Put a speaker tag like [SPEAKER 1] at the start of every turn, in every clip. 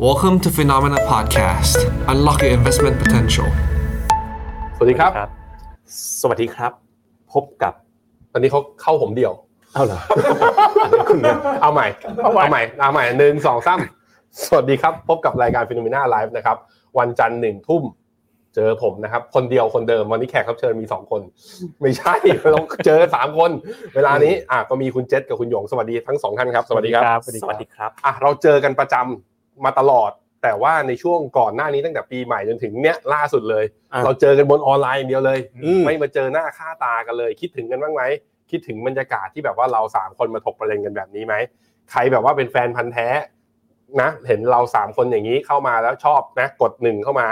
[SPEAKER 1] Welcome to Phenomena Podcast. Unlock your investment potential.
[SPEAKER 2] สวัสดีครับ
[SPEAKER 3] สวัสดีครับ พบกับ
[SPEAKER 2] ตอนนี้เขาเข้าผมเดี่ยว
[SPEAKER 3] เอาเหรอ
[SPEAKER 2] เอาใหม่ เอาใหม่ เอาใหม่หนึ่งสองสามสวัสดีครับ พบกับรายการฟิโนเมนาไลฟ์นะครับ วันจันทร์หนึ่งทุ่ม เจอผมนะครับ คนเดียวคนเดิม วันนี้แขกรับเชิญมีสองคน ไม่ใช่ เราเจอสามคน เวลานี้อ่ะก็มีคุณเจษกับคุณหยง สวัสดีทั้งสองท่านครับ สวัสดีครับ
[SPEAKER 3] สวัสดีครับ
[SPEAKER 2] อ่ะเราเจอกันประจำมาตลอด แต่ว่าในช่วงก่อนหน้านี้ตั้งแต่ปีใหม่จนถึงเนี้ยล่าสุดเลย
[SPEAKER 3] อ่ะ
[SPEAKER 2] เราเจอกันบนออนไลน์อย่างเดียวเลย
[SPEAKER 3] อืม
[SPEAKER 2] ไม่มาเจอหน้าค่าตากันเลย คิดถึงกันบ้างไหมคิดถึงบรรยากาศที่แบบว่าเราสามคนมาถกประเด็นกันแบบนี้ไหมใครแบบว่าเป็นแฟนพันธ์แท้นะเห็นเราสามคนอย่างนี้เข้ามาแล้วชอบนะกดหนึ่งเข้ามา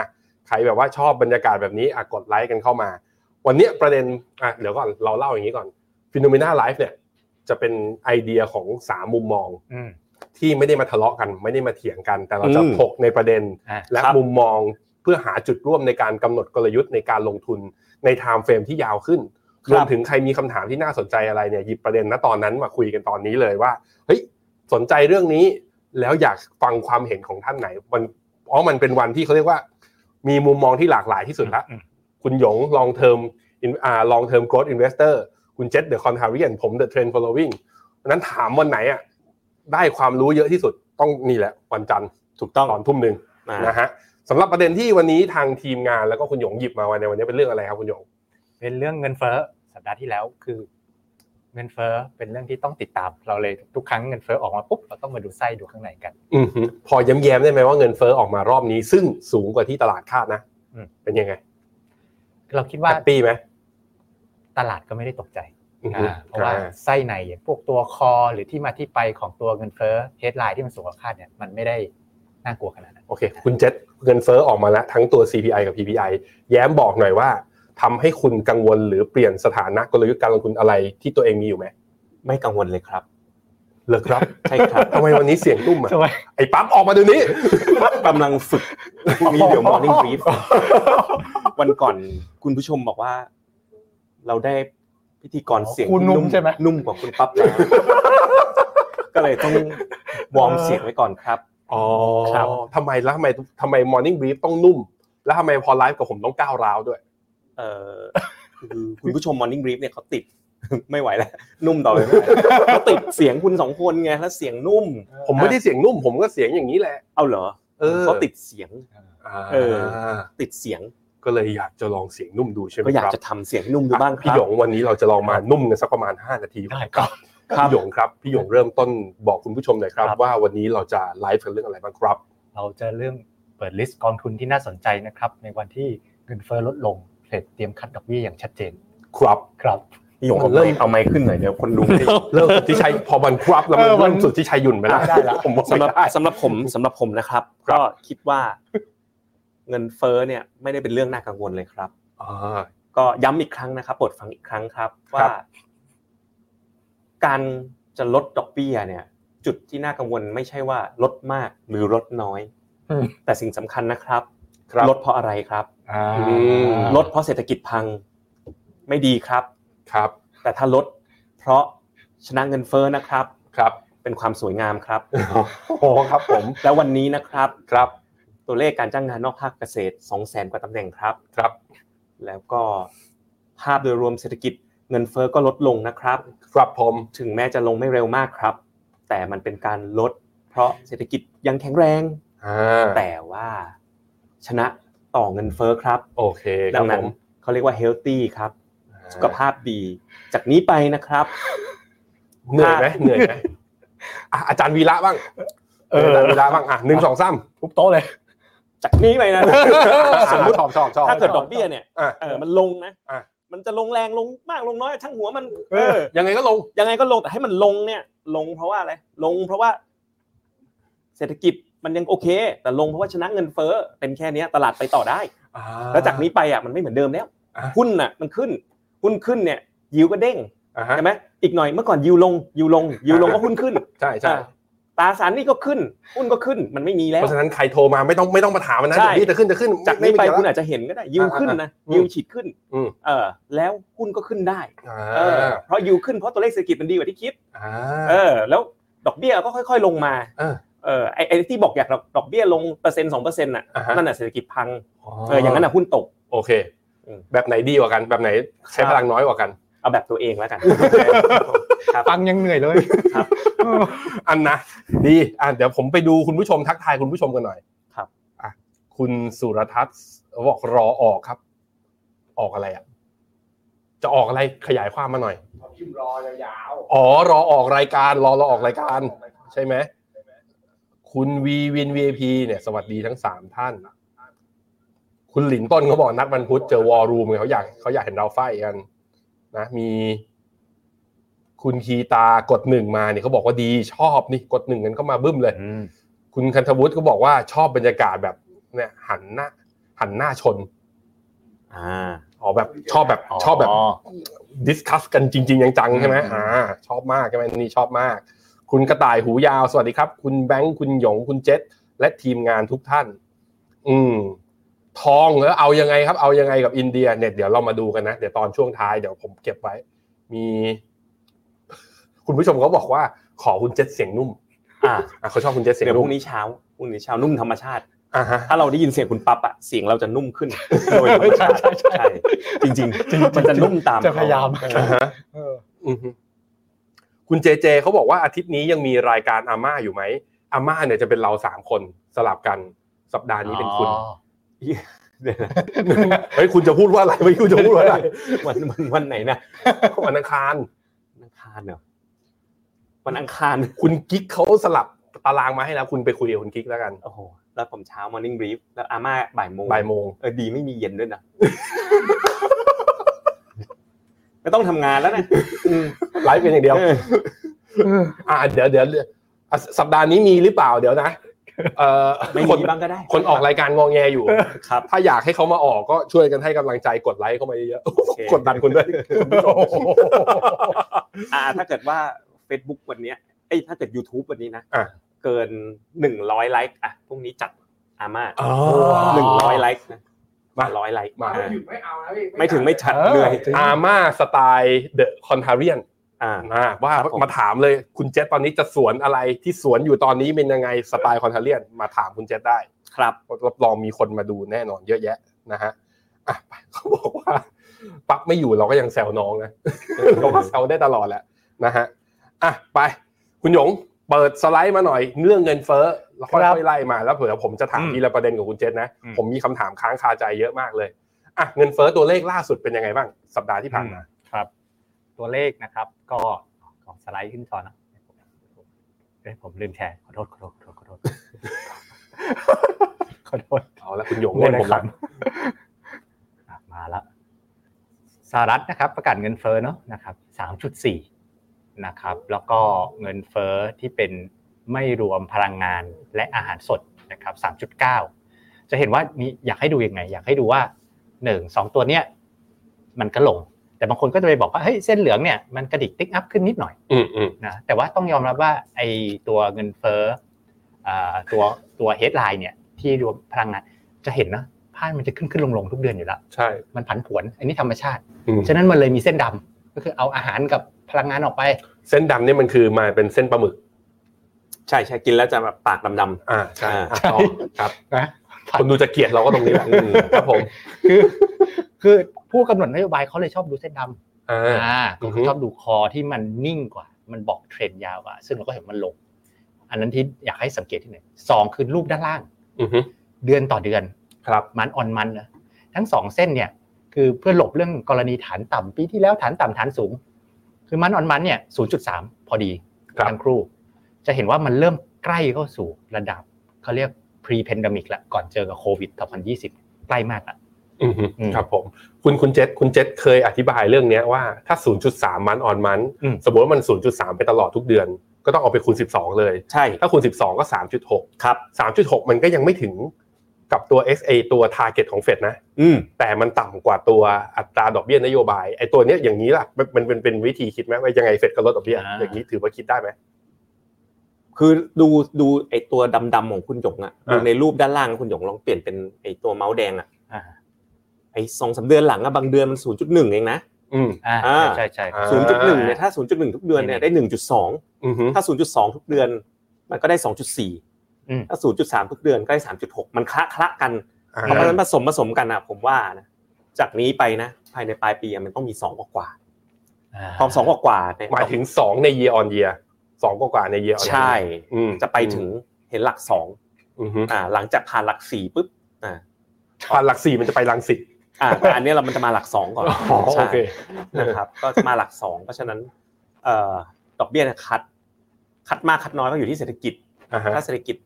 [SPEAKER 2] ใครแบบว่าชอบบรรยากาศแบบนี้อ่ะกดไลค์กันเข้ามา วันเนี้ยประเด็นอ่ะเดี๋ยวก่อนเราเล่าอย่างนี้ก่อนฟิโนเมนาไลฟ์เนี่ยจะเป็นไอเดียของสามมุมมอง
[SPEAKER 4] อืม
[SPEAKER 2] ที่ไม่ได้มาทะเลาะกันไม่ได้มาเถียงกัน แต่เราจะ
[SPEAKER 3] อืม
[SPEAKER 2] ถกในประเด็น
[SPEAKER 4] อ่า
[SPEAKER 2] และ
[SPEAKER 3] ครับ
[SPEAKER 2] มุมมองเพื่อหาจุดร่วมในการกำหนดกลยุทธ์ในการลงทุนในไทม์เฟรมที่ยาวขึ้นรวมถึงใครมีคำถามที่น่าสนใจอะไรเนี่ยหยิบประเด็นณตอนนั้นมาคุยกันตอนนี้เลยว่าเฮ้ยสนใจเรื่องนี้แล้วอยากฟังความเห็นของท่านไหนมันอ๋อมันเป็นวันที่เขาเรียกว่า มีมุมมองที่หลากหลายที่สุดละ
[SPEAKER 4] อืม
[SPEAKER 2] คุณหยงลองเทอมอ่าลองเทอม growth investor คุณเจษเดอะคอนทาริเอนผมเดอะเทรน following วันนั้นถามวันไหนอ่ะได้ความรู้เยอะที่สุดต้องนี่แหละวันจันทร์
[SPEAKER 3] ถูกต้อง
[SPEAKER 2] ตอนทุ่มหนึ่ง
[SPEAKER 3] อ่า
[SPEAKER 2] นะฮะสำหรับประเด็นที่วันนี้ทางทีมงานแล้วก็คุณหยงหยิบมาวันในวันนี้เป็นเรื่องอะไรครับคุณหยง
[SPEAKER 4] เป็นเรื่องเงินเฟ้อสัปดาห์ที่แล้วคือ เงินเฟ้อเป็นเรื่องที่ต้องติดตามเราเลยทุกครั้งเงินเฟ้อออกมาปุ๊บเราต้องมาดูไส้ดูข้างในกัน
[SPEAKER 2] อือฮึพอย้ำแย้มได้ไหมว่าเงินเฟ้อออกมารอบนี้ ซึ่งสูงกว่าที่ตลาดคาดนะ
[SPEAKER 4] อืม
[SPEAKER 2] เป็นยังไง
[SPEAKER 4] เราคิดว่า
[SPEAKER 2] แฮปปี้ไหม
[SPEAKER 4] ตลาดก็ไม่ได้ตกใจ
[SPEAKER 2] อือฮึ
[SPEAKER 4] อ่าเพราะว่า
[SPEAKER 2] อ่
[SPEAKER 4] ไส้ในอย่างพวกตัวคอหรือที่มาที่ไปของตัวเงินเฟ้อเฮดไลน์ที่มันสูงกว่าคาดเนี่ยมันไม่ได้น่ากลัวขนาดนั้น
[SPEAKER 2] โอเค คุณเจษเงินเฟ้อออกมาแล้วทั้งตัว CPI กับ PPI แย้มบอกหน่อยว่าทำให้คุณกังวลหรือเปลี่ยนสถานะกลยุทธ์การลงทุนอะไรที่ตัวเองมีอยู่ไหม
[SPEAKER 3] ไม่กังวลเลยครับ
[SPEAKER 2] เหรอครับ
[SPEAKER 3] ใช่ครับ
[SPEAKER 2] ทำไมวันนี้เสียงตุ้มอะ
[SPEAKER 4] ใช่ไหม
[SPEAKER 2] ไอ้ปั๊บออกมาเดี๋ยวนี้
[SPEAKER 3] กำลังฝึกพรุ่งนี้เดี๋ยว morning brief วันก่อนคุณผู้ชมบอกว่า เราได้พิธีกรเสียง
[SPEAKER 4] คุณนุ่มใช่ไหม
[SPEAKER 3] นุ่มกว่าคุณปั๊บแล้วก็เลยต้องวอร์มเสียงไว้ก่อนครับ
[SPEAKER 2] อ๋อ
[SPEAKER 3] ครับ
[SPEAKER 2] ทำไมแล้วทำไมทำไมมอร์นิ่งบรีฟต้องนุ่ม แล้วทำไมพอไลฟ์กับผมต้องก้าวร้าวด้วย
[SPEAKER 3] เออคือคุณผู้ชม Morning Brief เนี่ยเขาติด ไม่ไหวแล้ว นุ่มต่อไปไม่ไหวเขาติดเสียงคุณสองคนไงแล้วเสียงนุ่ม
[SPEAKER 2] ผมไม่ได้เสียงนุ่ม ผมก็เสียงอย่างนี้แหละ
[SPEAKER 3] เอาเหรอ
[SPEAKER 2] เออ
[SPEAKER 3] เขาติดเสียง เออ ติดเสียง
[SPEAKER 2] ก็เลยอยากจะลองเสียงนุ่มดูใช่ไหม
[SPEAKER 3] ก็อยาก
[SPEAKER 2] ครับ
[SPEAKER 3] จะทำเสียงนุ่มดูบ้าง
[SPEAKER 2] พี่หยงวันนี้เราจะลองมานุ่มกันสักประมาณ 5 นาที
[SPEAKER 4] ได้ครับ
[SPEAKER 2] พี่หยงครับพี่หยงเริ่มต้นบอกคุณผู้ชมหน่อยครับ
[SPEAKER 4] ครับ
[SPEAKER 2] ว่าวันนี้เราจะไลฟ์กันเรื่องอะไรบ้างครับ
[SPEAKER 4] เราจะเรื่องเปิดลิสต์กองทุนที่น่าสนใจนะครับ ในวันที่เงินเฟ้อลดลงเฟดเตรียมคัดดอกเบี้ยอย่างชัดเจน
[SPEAKER 2] ครับ
[SPEAKER 4] ครับ
[SPEAKER 3] พี่หยงเอา
[SPEAKER 2] เริ่
[SPEAKER 3] ไม้
[SPEAKER 2] ม
[SPEAKER 3] เอาไม้ขึ้นหน่อยเดี๋ยวคนดูไม่ได้
[SPEAKER 2] เริ่มสุดที่ชัยพอมันครับแล้วมัน
[SPEAKER 4] เออมัน
[SPEAKER 2] เริ่มสุดที่ชัยหยุ่นไปแล้ว
[SPEAKER 4] ได้ละ
[SPEAKER 2] ผมว่าไม่
[SPEAKER 3] สำหรับ
[SPEAKER 2] ได้
[SPEAKER 3] สำหรับผมสำหรับผมนะครับ
[SPEAKER 2] ครับ
[SPEAKER 3] ก็คิดว่า เงินเฟ้อเนี่ยไม่ได้เป็นเรื่องน่ากังวลเลยครับ
[SPEAKER 2] อ่า
[SPEAKER 3] ก็ย้ำอีกครั้งนะครับโปรดฟังอีกครั้งครับ
[SPEAKER 2] ครั
[SPEAKER 3] ว่า
[SPEAKER 2] บ
[SPEAKER 3] การจะลดดอกเบี้ยเนี่ย จุดที่น่ากังวลไม่ใช่ว่าลดมากหรือลดน้อย
[SPEAKER 4] อืม
[SPEAKER 3] แต่สิ่งสำคัญนะครับ
[SPEAKER 2] ครับ
[SPEAKER 3] ลดเพราะอะไรครับ
[SPEAKER 4] อ่า
[SPEAKER 2] ม อ่า
[SPEAKER 3] ลดเพราะเศรษฐกิจพังไม่ดีครับ
[SPEAKER 2] ครับ
[SPEAKER 3] แต่ถ้าลดเพราะชนะเงินเฟ้อนะครับ
[SPEAKER 2] ครับ
[SPEAKER 3] เป็นความสวยงามครับ
[SPEAKER 2] โอ้โหครับผม
[SPEAKER 3] แล้ววันนี้นะครับ
[SPEAKER 2] ครับ
[SPEAKER 3] ตัวเลขการจ้างงานนอกภาคเกษตร 2 0 0 0 0 0 กว่าตำแหน่งครับ
[SPEAKER 2] ครับ
[SPEAKER 3] แล้วก็ภาพโดยรวมเศรษฐกิจเงินเฟ้อก็ลดลงนะครับ
[SPEAKER 2] ครับผม
[SPEAKER 3] ถึงแม้จะลงไม่เร็วมากครับ แต่มันเป็นการลด เพราะเศรษฐกิจยังแข็งแรง
[SPEAKER 2] อ่า
[SPEAKER 3] แต่ว่าชนะต่อเงินเฟ้อครับ
[SPEAKER 2] โอเคค
[SPEAKER 3] ดั
[SPEAKER 2] รับ
[SPEAKER 3] ง
[SPEAKER 2] ผ
[SPEAKER 3] นั้น
[SPEAKER 2] ม
[SPEAKER 3] เขาเรียกว่าเฮลตี้ครับ สุข
[SPEAKER 2] อ่า
[SPEAKER 3] ภาพดี จากนี้ไปนะครับ
[SPEAKER 2] เหนื่อยไหม
[SPEAKER 3] ค่ะ
[SPEAKER 2] เหนื่อยไหมอ่ะอาจารย์วีระบ้าง
[SPEAKER 4] เออ
[SPEAKER 2] อาจารย์วีระบ้างอ่ะหนึ่งสองสาม
[SPEAKER 4] ทุบโต๊ะเลย
[SPEAKER 3] จากนี้ไปนะ สมมติ
[SPEAKER 2] ชอบชอบชอบ
[SPEAKER 3] ถ้าเกิดดอกเบี้ยเนี่ย
[SPEAKER 2] อ่ะ
[SPEAKER 3] เออมันลงนะ
[SPEAKER 2] อ่ะ
[SPEAKER 3] มันจะลงแรงลงมากลงน้อยช่างหัวมัน
[SPEAKER 4] เออ
[SPEAKER 3] เออ
[SPEAKER 2] ยังไงก็ลง
[SPEAKER 3] ยังไงก็ลงแต่ให้มันลงเนี่ย ลงเพราะว่าอะไร ลงเพราะว่า เศรษฐกิจมันยังโอเค แต่ลงเพราะว่าชนะเงินเฟ้อเป็นแค่เนี้ยตลาดไปต่อได้ แล้วจากนี้ไปอ่ะมันไม่เหมือนเดิมแล้ว
[SPEAKER 2] อ่ะ
[SPEAKER 3] หุ้นอ่ะมันขึ้น หุ้นขึ้นเนี่ย ยิวก็เด้ง
[SPEAKER 2] อ่าฮะ
[SPEAKER 3] ใช่ไหมอีกหน่อยเมื่อก่อนยิวลง ยิวลง ยิวลงก็หุ้นขึ้น
[SPEAKER 2] ใช่ใช่
[SPEAKER 3] อ่ะตราสารหนี่ก็ขึ้น หุ้นก็ขึ้นมันไม่มีแล้
[SPEAKER 2] เพ
[SPEAKER 3] ว
[SPEAKER 2] ราะฉะนั้นใครโทรมาไม่ต้องไม่ต้องมาถามมันนะ
[SPEAKER 3] ใช่
[SPEAKER 2] เดี๋ยวพี่จะขึ้นจะขึ้น
[SPEAKER 3] จากนี้ไป
[SPEAKER 2] ม่มี
[SPEAKER 3] คุณ
[SPEAKER 2] แล้ว
[SPEAKER 3] อาจจะเห็นก็ได้ยิวขึ้นนะ
[SPEAKER 2] อ่ะอ่ะ
[SPEAKER 3] ยิวฉีดขึ้น
[SPEAKER 2] อืม
[SPEAKER 3] เออ แล้วหุ้นก็ขึ้นได้
[SPEAKER 2] อ่
[SPEAKER 3] เออา เพราะยิวขึ้นเพราะตัวเลขเศรษฐกิจมันดีกว่าที่คิด
[SPEAKER 2] อ่า
[SPEAKER 3] เออแล้วดอกเบี้ยก็ค่อย ๆ ลงมา
[SPEAKER 2] เออ
[SPEAKER 3] เออไอ้ไอ้ที่บอกอยากดอกดอกเบี้ยลงเปอร์เซ็นต์สองเปอร์เซ็นต์น่ะ
[SPEAKER 2] อ่าฮะ
[SPEAKER 3] นั่นน่ะเศรษฐกิจพังเอออย่างนั้นน่ะหุ้นตก
[SPEAKER 2] โอเค
[SPEAKER 3] อืม
[SPEAKER 2] แบบไหนดีกว่ากัน แบบไหนใช้พลังน้อยกว่ากัน
[SPEAKER 3] เอาแบบตัวเองแล้วกัน
[SPEAKER 4] ฟังยังเหนื่อยเลย
[SPEAKER 3] ครับ
[SPEAKER 4] เออ
[SPEAKER 2] อันนะดีอ่ะเดี๋ยวผมไปดูคุณผู้ชมทักทายคุณผู้ชมกันหน่อย
[SPEAKER 3] ครับ
[SPEAKER 2] อ่ะคุณสุรทัศน์บอกรอออกครับ ออกอะไรอ่ะ จะออกอะไรขยายความมาหน่อย
[SPEAKER 5] พิมพ์รอยาว
[SPEAKER 2] อ๋อรอออกรายการ รอรอออกรายการ
[SPEAKER 5] ใช่
[SPEAKER 2] ใช่ไหมคุณวีวินวีพีเนี่ย สวัสดีทั้งสามท่าน คุณหลินต้นเขาบอกนัดวันพุธเจอวอลรูมไงเขาอยากเขาอยากเห็นเราไฟท์กันนะมี คุณคีตากดหนึ่งมาเนี่ยเขาบอกว่าดีชอบนี่กดหนึ่งกันเข้ามาบึ้มเลย
[SPEAKER 4] อืม
[SPEAKER 2] คุณคันธวุฒิก็บอกว่าชอบบรรยากาศแบบเนี่ยหันหน้าหันหน้าชน
[SPEAKER 3] อ่า
[SPEAKER 2] อ๋อแบบชอบแบบชอบแบบ ดิสคัสกันจริง ๆ จังๆใช่ไหมอ่า ชอบมากใช่ไหมนี่ชอบมาก คุณกระต่ายหูยาวสวัสดีครับ คุณแบงค์คุณหยงคุณเจษและทีมงานทุกท่าน อืม ทองเออเอายังไงครับ เอายังไงกับอินเดียเนี่ยเดี๋ยวเรามาดูกันนะ เดี๋ยวตอนช่วงท้ายเดี๋ยวผมเก็บไว้ มี คุณผู้ชมเขาบอกว่า ขอคุณเจษเสียงนุ่ม
[SPEAKER 3] อ่า
[SPEAKER 2] อ่ะเขาชอบคุณเจษเสียง
[SPEAKER 3] เดี๋ยวพ
[SPEAKER 2] นุ่ม
[SPEAKER 3] รุ่งนี้เช้าพรุ่งนี้เช้านุ่มธรรมชาติ
[SPEAKER 2] อ่าฮะ
[SPEAKER 3] ถ้าเราได้ยินเสียงคุณปั๊บอะเสียงเราจะนุ่มขึ้นโดยธรรมชาติใช่จริงๆมันจะนุ่มตาม
[SPEAKER 4] จะพยายามเออ
[SPEAKER 2] อือฮึคุณเจเจเขาบอกว่าอาทิตย์นี้ยังมีรายการอาม่าอยู่ไหมอาม่าเนี่ยจะเป็นเราสามคนสลับกันสัปดาห์นี้เป็นคุณ
[SPEAKER 3] เดี๋ยวนะ
[SPEAKER 2] เฮ้ยคุณจะพูดว่าอะไรไม่คุณจะพูดว่าอะไร
[SPEAKER 3] วันวันวันไหนนะ
[SPEAKER 2] วันอังคาร
[SPEAKER 3] วันอังคารเหรอวันอังคาร
[SPEAKER 2] คุณกิ๊กเขาสลับตารางมาให้แล้ว คุณไปคุยกับคุณกิ๊กแล้วกัน
[SPEAKER 3] โอ้โหแล้วผมเช้ามอร์นิ่งบรีฟแล้วอาม่าบ่ายโมง
[SPEAKER 2] บ่ายโมง
[SPEAKER 3] เออดีไม่มีเย็นด้วยนะไม่ต้องทำงานแล้วนะอืม
[SPEAKER 2] ไลฟ์เป็นอย่างเดียว
[SPEAKER 3] เออ
[SPEAKER 2] อ่าเดี๋ยวเดี๋ยวอ่ะสัปดาห์นี้มีหรือเปล่าเดี๋ยวนะเออ
[SPEAKER 3] ไม่
[SPEAKER 2] ค
[SPEAKER 3] มี
[SPEAKER 2] น
[SPEAKER 3] บ้างก็ได้
[SPEAKER 2] คนออกรายการงอแงอยู่
[SPEAKER 3] ครับ
[SPEAKER 2] ถ้าอยากให้เขามาออกก็ช่วยกันให้กำลังใจกดไลค์เข้ามาเยอะ
[SPEAKER 3] เค
[SPEAKER 2] ๆกดดันคุณด้วยคุณผู้ชม
[SPEAKER 3] อ่า ถ้าเกิดว่า Facebook วันเนี้ยเอ้ยถ้าเกิด YouTube วันนี้นะ
[SPEAKER 2] อ่ะ
[SPEAKER 3] เกินหนึ่งร้อยไลค์อ่ะพรุ่งนี้จัดอาม่า
[SPEAKER 2] อ๋อ
[SPEAKER 3] หนึ่งร้อยไลค์นะ
[SPEAKER 2] มา
[SPEAKER 3] ร้อยไลค์
[SPEAKER 2] มา
[SPEAKER 5] ไม่
[SPEAKER 3] อ่ะ
[SPEAKER 5] หยุดไม่เอานะพี่
[SPEAKER 3] ไม่ถึงไม่จัด
[SPEAKER 4] เออ
[SPEAKER 3] เหนื่อย
[SPEAKER 2] อาม่าสไตล์เดอะคอนทาเรียน
[SPEAKER 3] อ่า
[SPEAKER 2] นะว่า
[SPEAKER 3] ครับผม
[SPEAKER 2] มาถามเลยคุณเจษตอนนี้จะสวนอะไรที่สวนอยู่ตอนนี้เป็นยังไงสไตล์คอนทาเรียนมาถามคุณเจษได้
[SPEAKER 3] ครับ
[SPEAKER 2] รับรองมีคนมาดูแน่นอนเยอะแยะนะฮะอ่ะไปเขาบอกว่าปั๊บไม่อยู่เราก็ยังแซวน้องนะ เราก็แซวได้ตลอดแหละนะฮะอ่ะไป คุณหยงเปิดสไลด์มาหน่อยเรื่องเงินเฟ้อแล้วค่
[SPEAKER 4] ครับ
[SPEAKER 2] อยๆไล่มาแล้วเผื่อผมจะถาม
[SPEAKER 4] อืม
[SPEAKER 2] ทีละประเด็นกับคุณเจษนะ
[SPEAKER 4] อืม
[SPEAKER 2] ผมมีคำถามค้างคาใจเยอะมากเลยอ่ะเงินเฟ้อตัวเลขล่าสุดเป็นยังไงบ้างสัปดาห์ที่ผ่านมา
[SPEAKER 4] ครับ ตัวเลขนะครับ ก็ขอสไลด์ขึ้นจอนะเอ้ยผมลืมแชร์ขอโทษขอโทษขอโทษขอโทษขอโทษ
[SPEAKER 2] เอาละคุณหยง
[SPEAKER 4] เล่
[SPEAKER 2] เล่
[SPEAKER 4] น
[SPEAKER 2] นผม ม
[SPEAKER 4] ผละ
[SPEAKER 2] ละ
[SPEAKER 4] อ่ะมาแล้วสหรัฐนะครับ ประกาศเงินเฟ้อเนาะนะครับสามจุดสี่นะครับ แล้วก็เงินเฟ้อที่เป็นไม่รวมพลังงานและอาหารสดนะครับสามจุดเก้าจะเห็นว่านี่อยากให้ดูยังไง อยากให้ดูว่าหนึ่งสองตัวเนี้ยมันก็ลง แต่บางคนก็จะไปบอกว่าเฮ้ยเส้นเหลืองเนี่ยมันกระดิกติ๊กอัพขึ้นนิดหน่อย
[SPEAKER 2] อืมอืม
[SPEAKER 4] นะแต่ว่าต้องยอมรับว่าไอตัวเงินเฟ้ออ่าตัวตัวเฮดไลน์เนี่ยที่รวมพลังงานจะเห็นนะพานมันจะขึ้นขึ้นลงลงทุกเดือนอยู่แล้ว
[SPEAKER 2] ใช่
[SPEAKER 4] มันผันผวน อันนี้ธรรมชาติ
[SPEAKER 2] อืม
[SPEAKER 4] ฉะนั้นมันเลยมีเส้นดำก็คือเอาอาหารกับพลังงานออกไป
[SPEAKER 2] เส้นดำนี่มันคือมาเป็นเส้นปลาหมึก
[SPEAKER 3] ใช่ใช่กินแล้วจะแบบปากดำ
[SPEAKER 2] อ่าใช่
[SPEAKER 3] อ่า
[SPEAKER 2] อ่ะต่อครับ
[SPEAKER 4] นะผัน
[SPEAKER 2] คนดูจะเกลียดเราก็ตรงนี้แหละอืมครับผม
[SPEAKER 4] คือคือผู้กำหนดนโยบายเขาเลยชอบดูเส้นดำ
[SPEAKER 2] อ่า
[SPEAKER 4] อ่า
[SPEAKER 2] อือฮึ
[SPEAKER 4] ชอบดูคอที่มันนิ่งกว่า มันบอกเทรนด์ยาวกว่าซึ่งเราก็เห็นมันลง อันนั้นที่อยากให้สังเกตที่หนึ่งสองคือรูปด้านล่าง
[SPEAKER 2] อือฮึ
[SPEAKER 4] เดือนต่อเดือน
[SPEAKER 2] ครับ
[SPEAKER 4] มันออนมันนะทั้งสองเส้นเนี่ยคือเพื่อหลบเรื่องกรณีฐานต่ำปีที่แล้วฐานต่ำฐานสูง คือมันออนมันเนี่ย 0.3 พอดี
[SPEAKER 2] ครับ
[SPEAKER 4] ทั้งคู่จะเห็นว่ามันเริ่มใกล้เข้าสู่ระดับเขาเรียก pre pandemic ละก่อนเจอกับโควิด2020 ใกล้มากละ
[SPEAKER 2] อือฮึ
[SPEAKER 4] อืม
[SPEAKER 2] ครับผม คุณคุณเจษคุณเจษเคยอธิบายเรื่องเนี้ยว่าถ้า 0.3 มันออนมัน
[SPEAKER 4] อืม
[SPEAKER 2] สมมติว่ามัน 0.3 ไปตลอดทุกเดือน ก็ต้องเอาไปคูณ 12 เลย
[SPEAKER 3] ๆใช่
[SPEAKER 2] ถ้าคูณ 12 ก็ 3.6 ครับ 3.6 มันก็ยังไม่ถึงกับตัว SA ตัว target ของเฟดนะ
[SPEAKER 3] อืม
[SPEAKER 2] แต่มันต่ำกว่าตัวอัตราดอกเบี้ยนโยบายไอ้ตัวเนี้ยอย่างนี้ล่ะมันมันเป็นเป็นวิธีคิดไหมว่ายังไงเฟดก็ลดดอกเบี้ย
[SPEAKER 4] อ่า
[SPEAKER 2] อย่างนี้ถือว่าคิดได้ไหม
[SPEAKER 3] คือดูดูไอตัวดำๆของคุณหยงอะ
[SPEAKER 2] อ่า
[SPEAKER 3] ดูในรูปด้านล่างคุณหยงลองเปลี่ยนเป็นไอตัวเมาส์แดงอะ
[SPEAKER 4] อ่า
[SPEAKER 3] ไอสองสามเดือนหลังอะบางเดือนมันศูนย์จุดหนึ่งเองนะ
[SPEAKER 2] อืม
[SPEAKER 4] อ่า
[SPEAKER 3] อ่า
[SPEAKER 4] ใช่ใช่
[SPEAKER 2] อ่า
[SPEAKER 4] ใช่
[SPEAKER 3] ศูนย์จุดหนึ่งเนี่ยถ้าศูนย์จุดหนึ่งทุกเดือนเนี่ยได้หนึ่งจุดสอง
[SPEAKER 2] อือฮึ
[SPEAKER 3] ถ้าศูนย์จุดสองทุกเดือน มันก็ได้สองจุดสี่
[SPEAKER 4] อืม
[SPEAKER 3] ถ้าศูนย์จุดสามทุกเดือนใกล้สามจุดหกมันคละคละกัน
[SPEAKER 2] อ่า
[SPEAKER 3] เพราะฉะนั้นผสมผสมกันนะผมว่านะจากนี้ไปนะ ภายในปลายปีอะมันต้องมีสองกว่าๆความสองกว่าๆเนี่ย
[SPEAKER 2] หมายถึงสองใน year on year สองกว่าๆใน year on year
[SPEAKER 3] ใช่
[SPEAKER 2] อืม
[SPEAKER 3] จะไปถึงเห็นหลักสอง
[SPEAKER 2] อือฮึ
[SPEAKER 3] อ่าหลังจากผ่านหลักสี่ปุ๊บอ่า
[SPEAKER 2] พันหลักสี่มันจะไปลังสิต
[SPEAKER 3] อ่าแต่อันเนี้ยเรามันจะมาหลักสองก่อน
[SPEAKER 2] โอ
[SPEAKER 3] ใช่
[SPEAKER 2] เค
[SPEAKER 3] นะครับก็จะมาหลักสองเพราะฉะนั้นเอ่อดอกเบี้ยเนี่ยคัด คัดมากคัดน้อยก็อยู่ที่เศรษฐกิจ
[SPEAKER 2] อ่าฮะ
[SPEAKER 3] ถ้าเศรษฐกิจ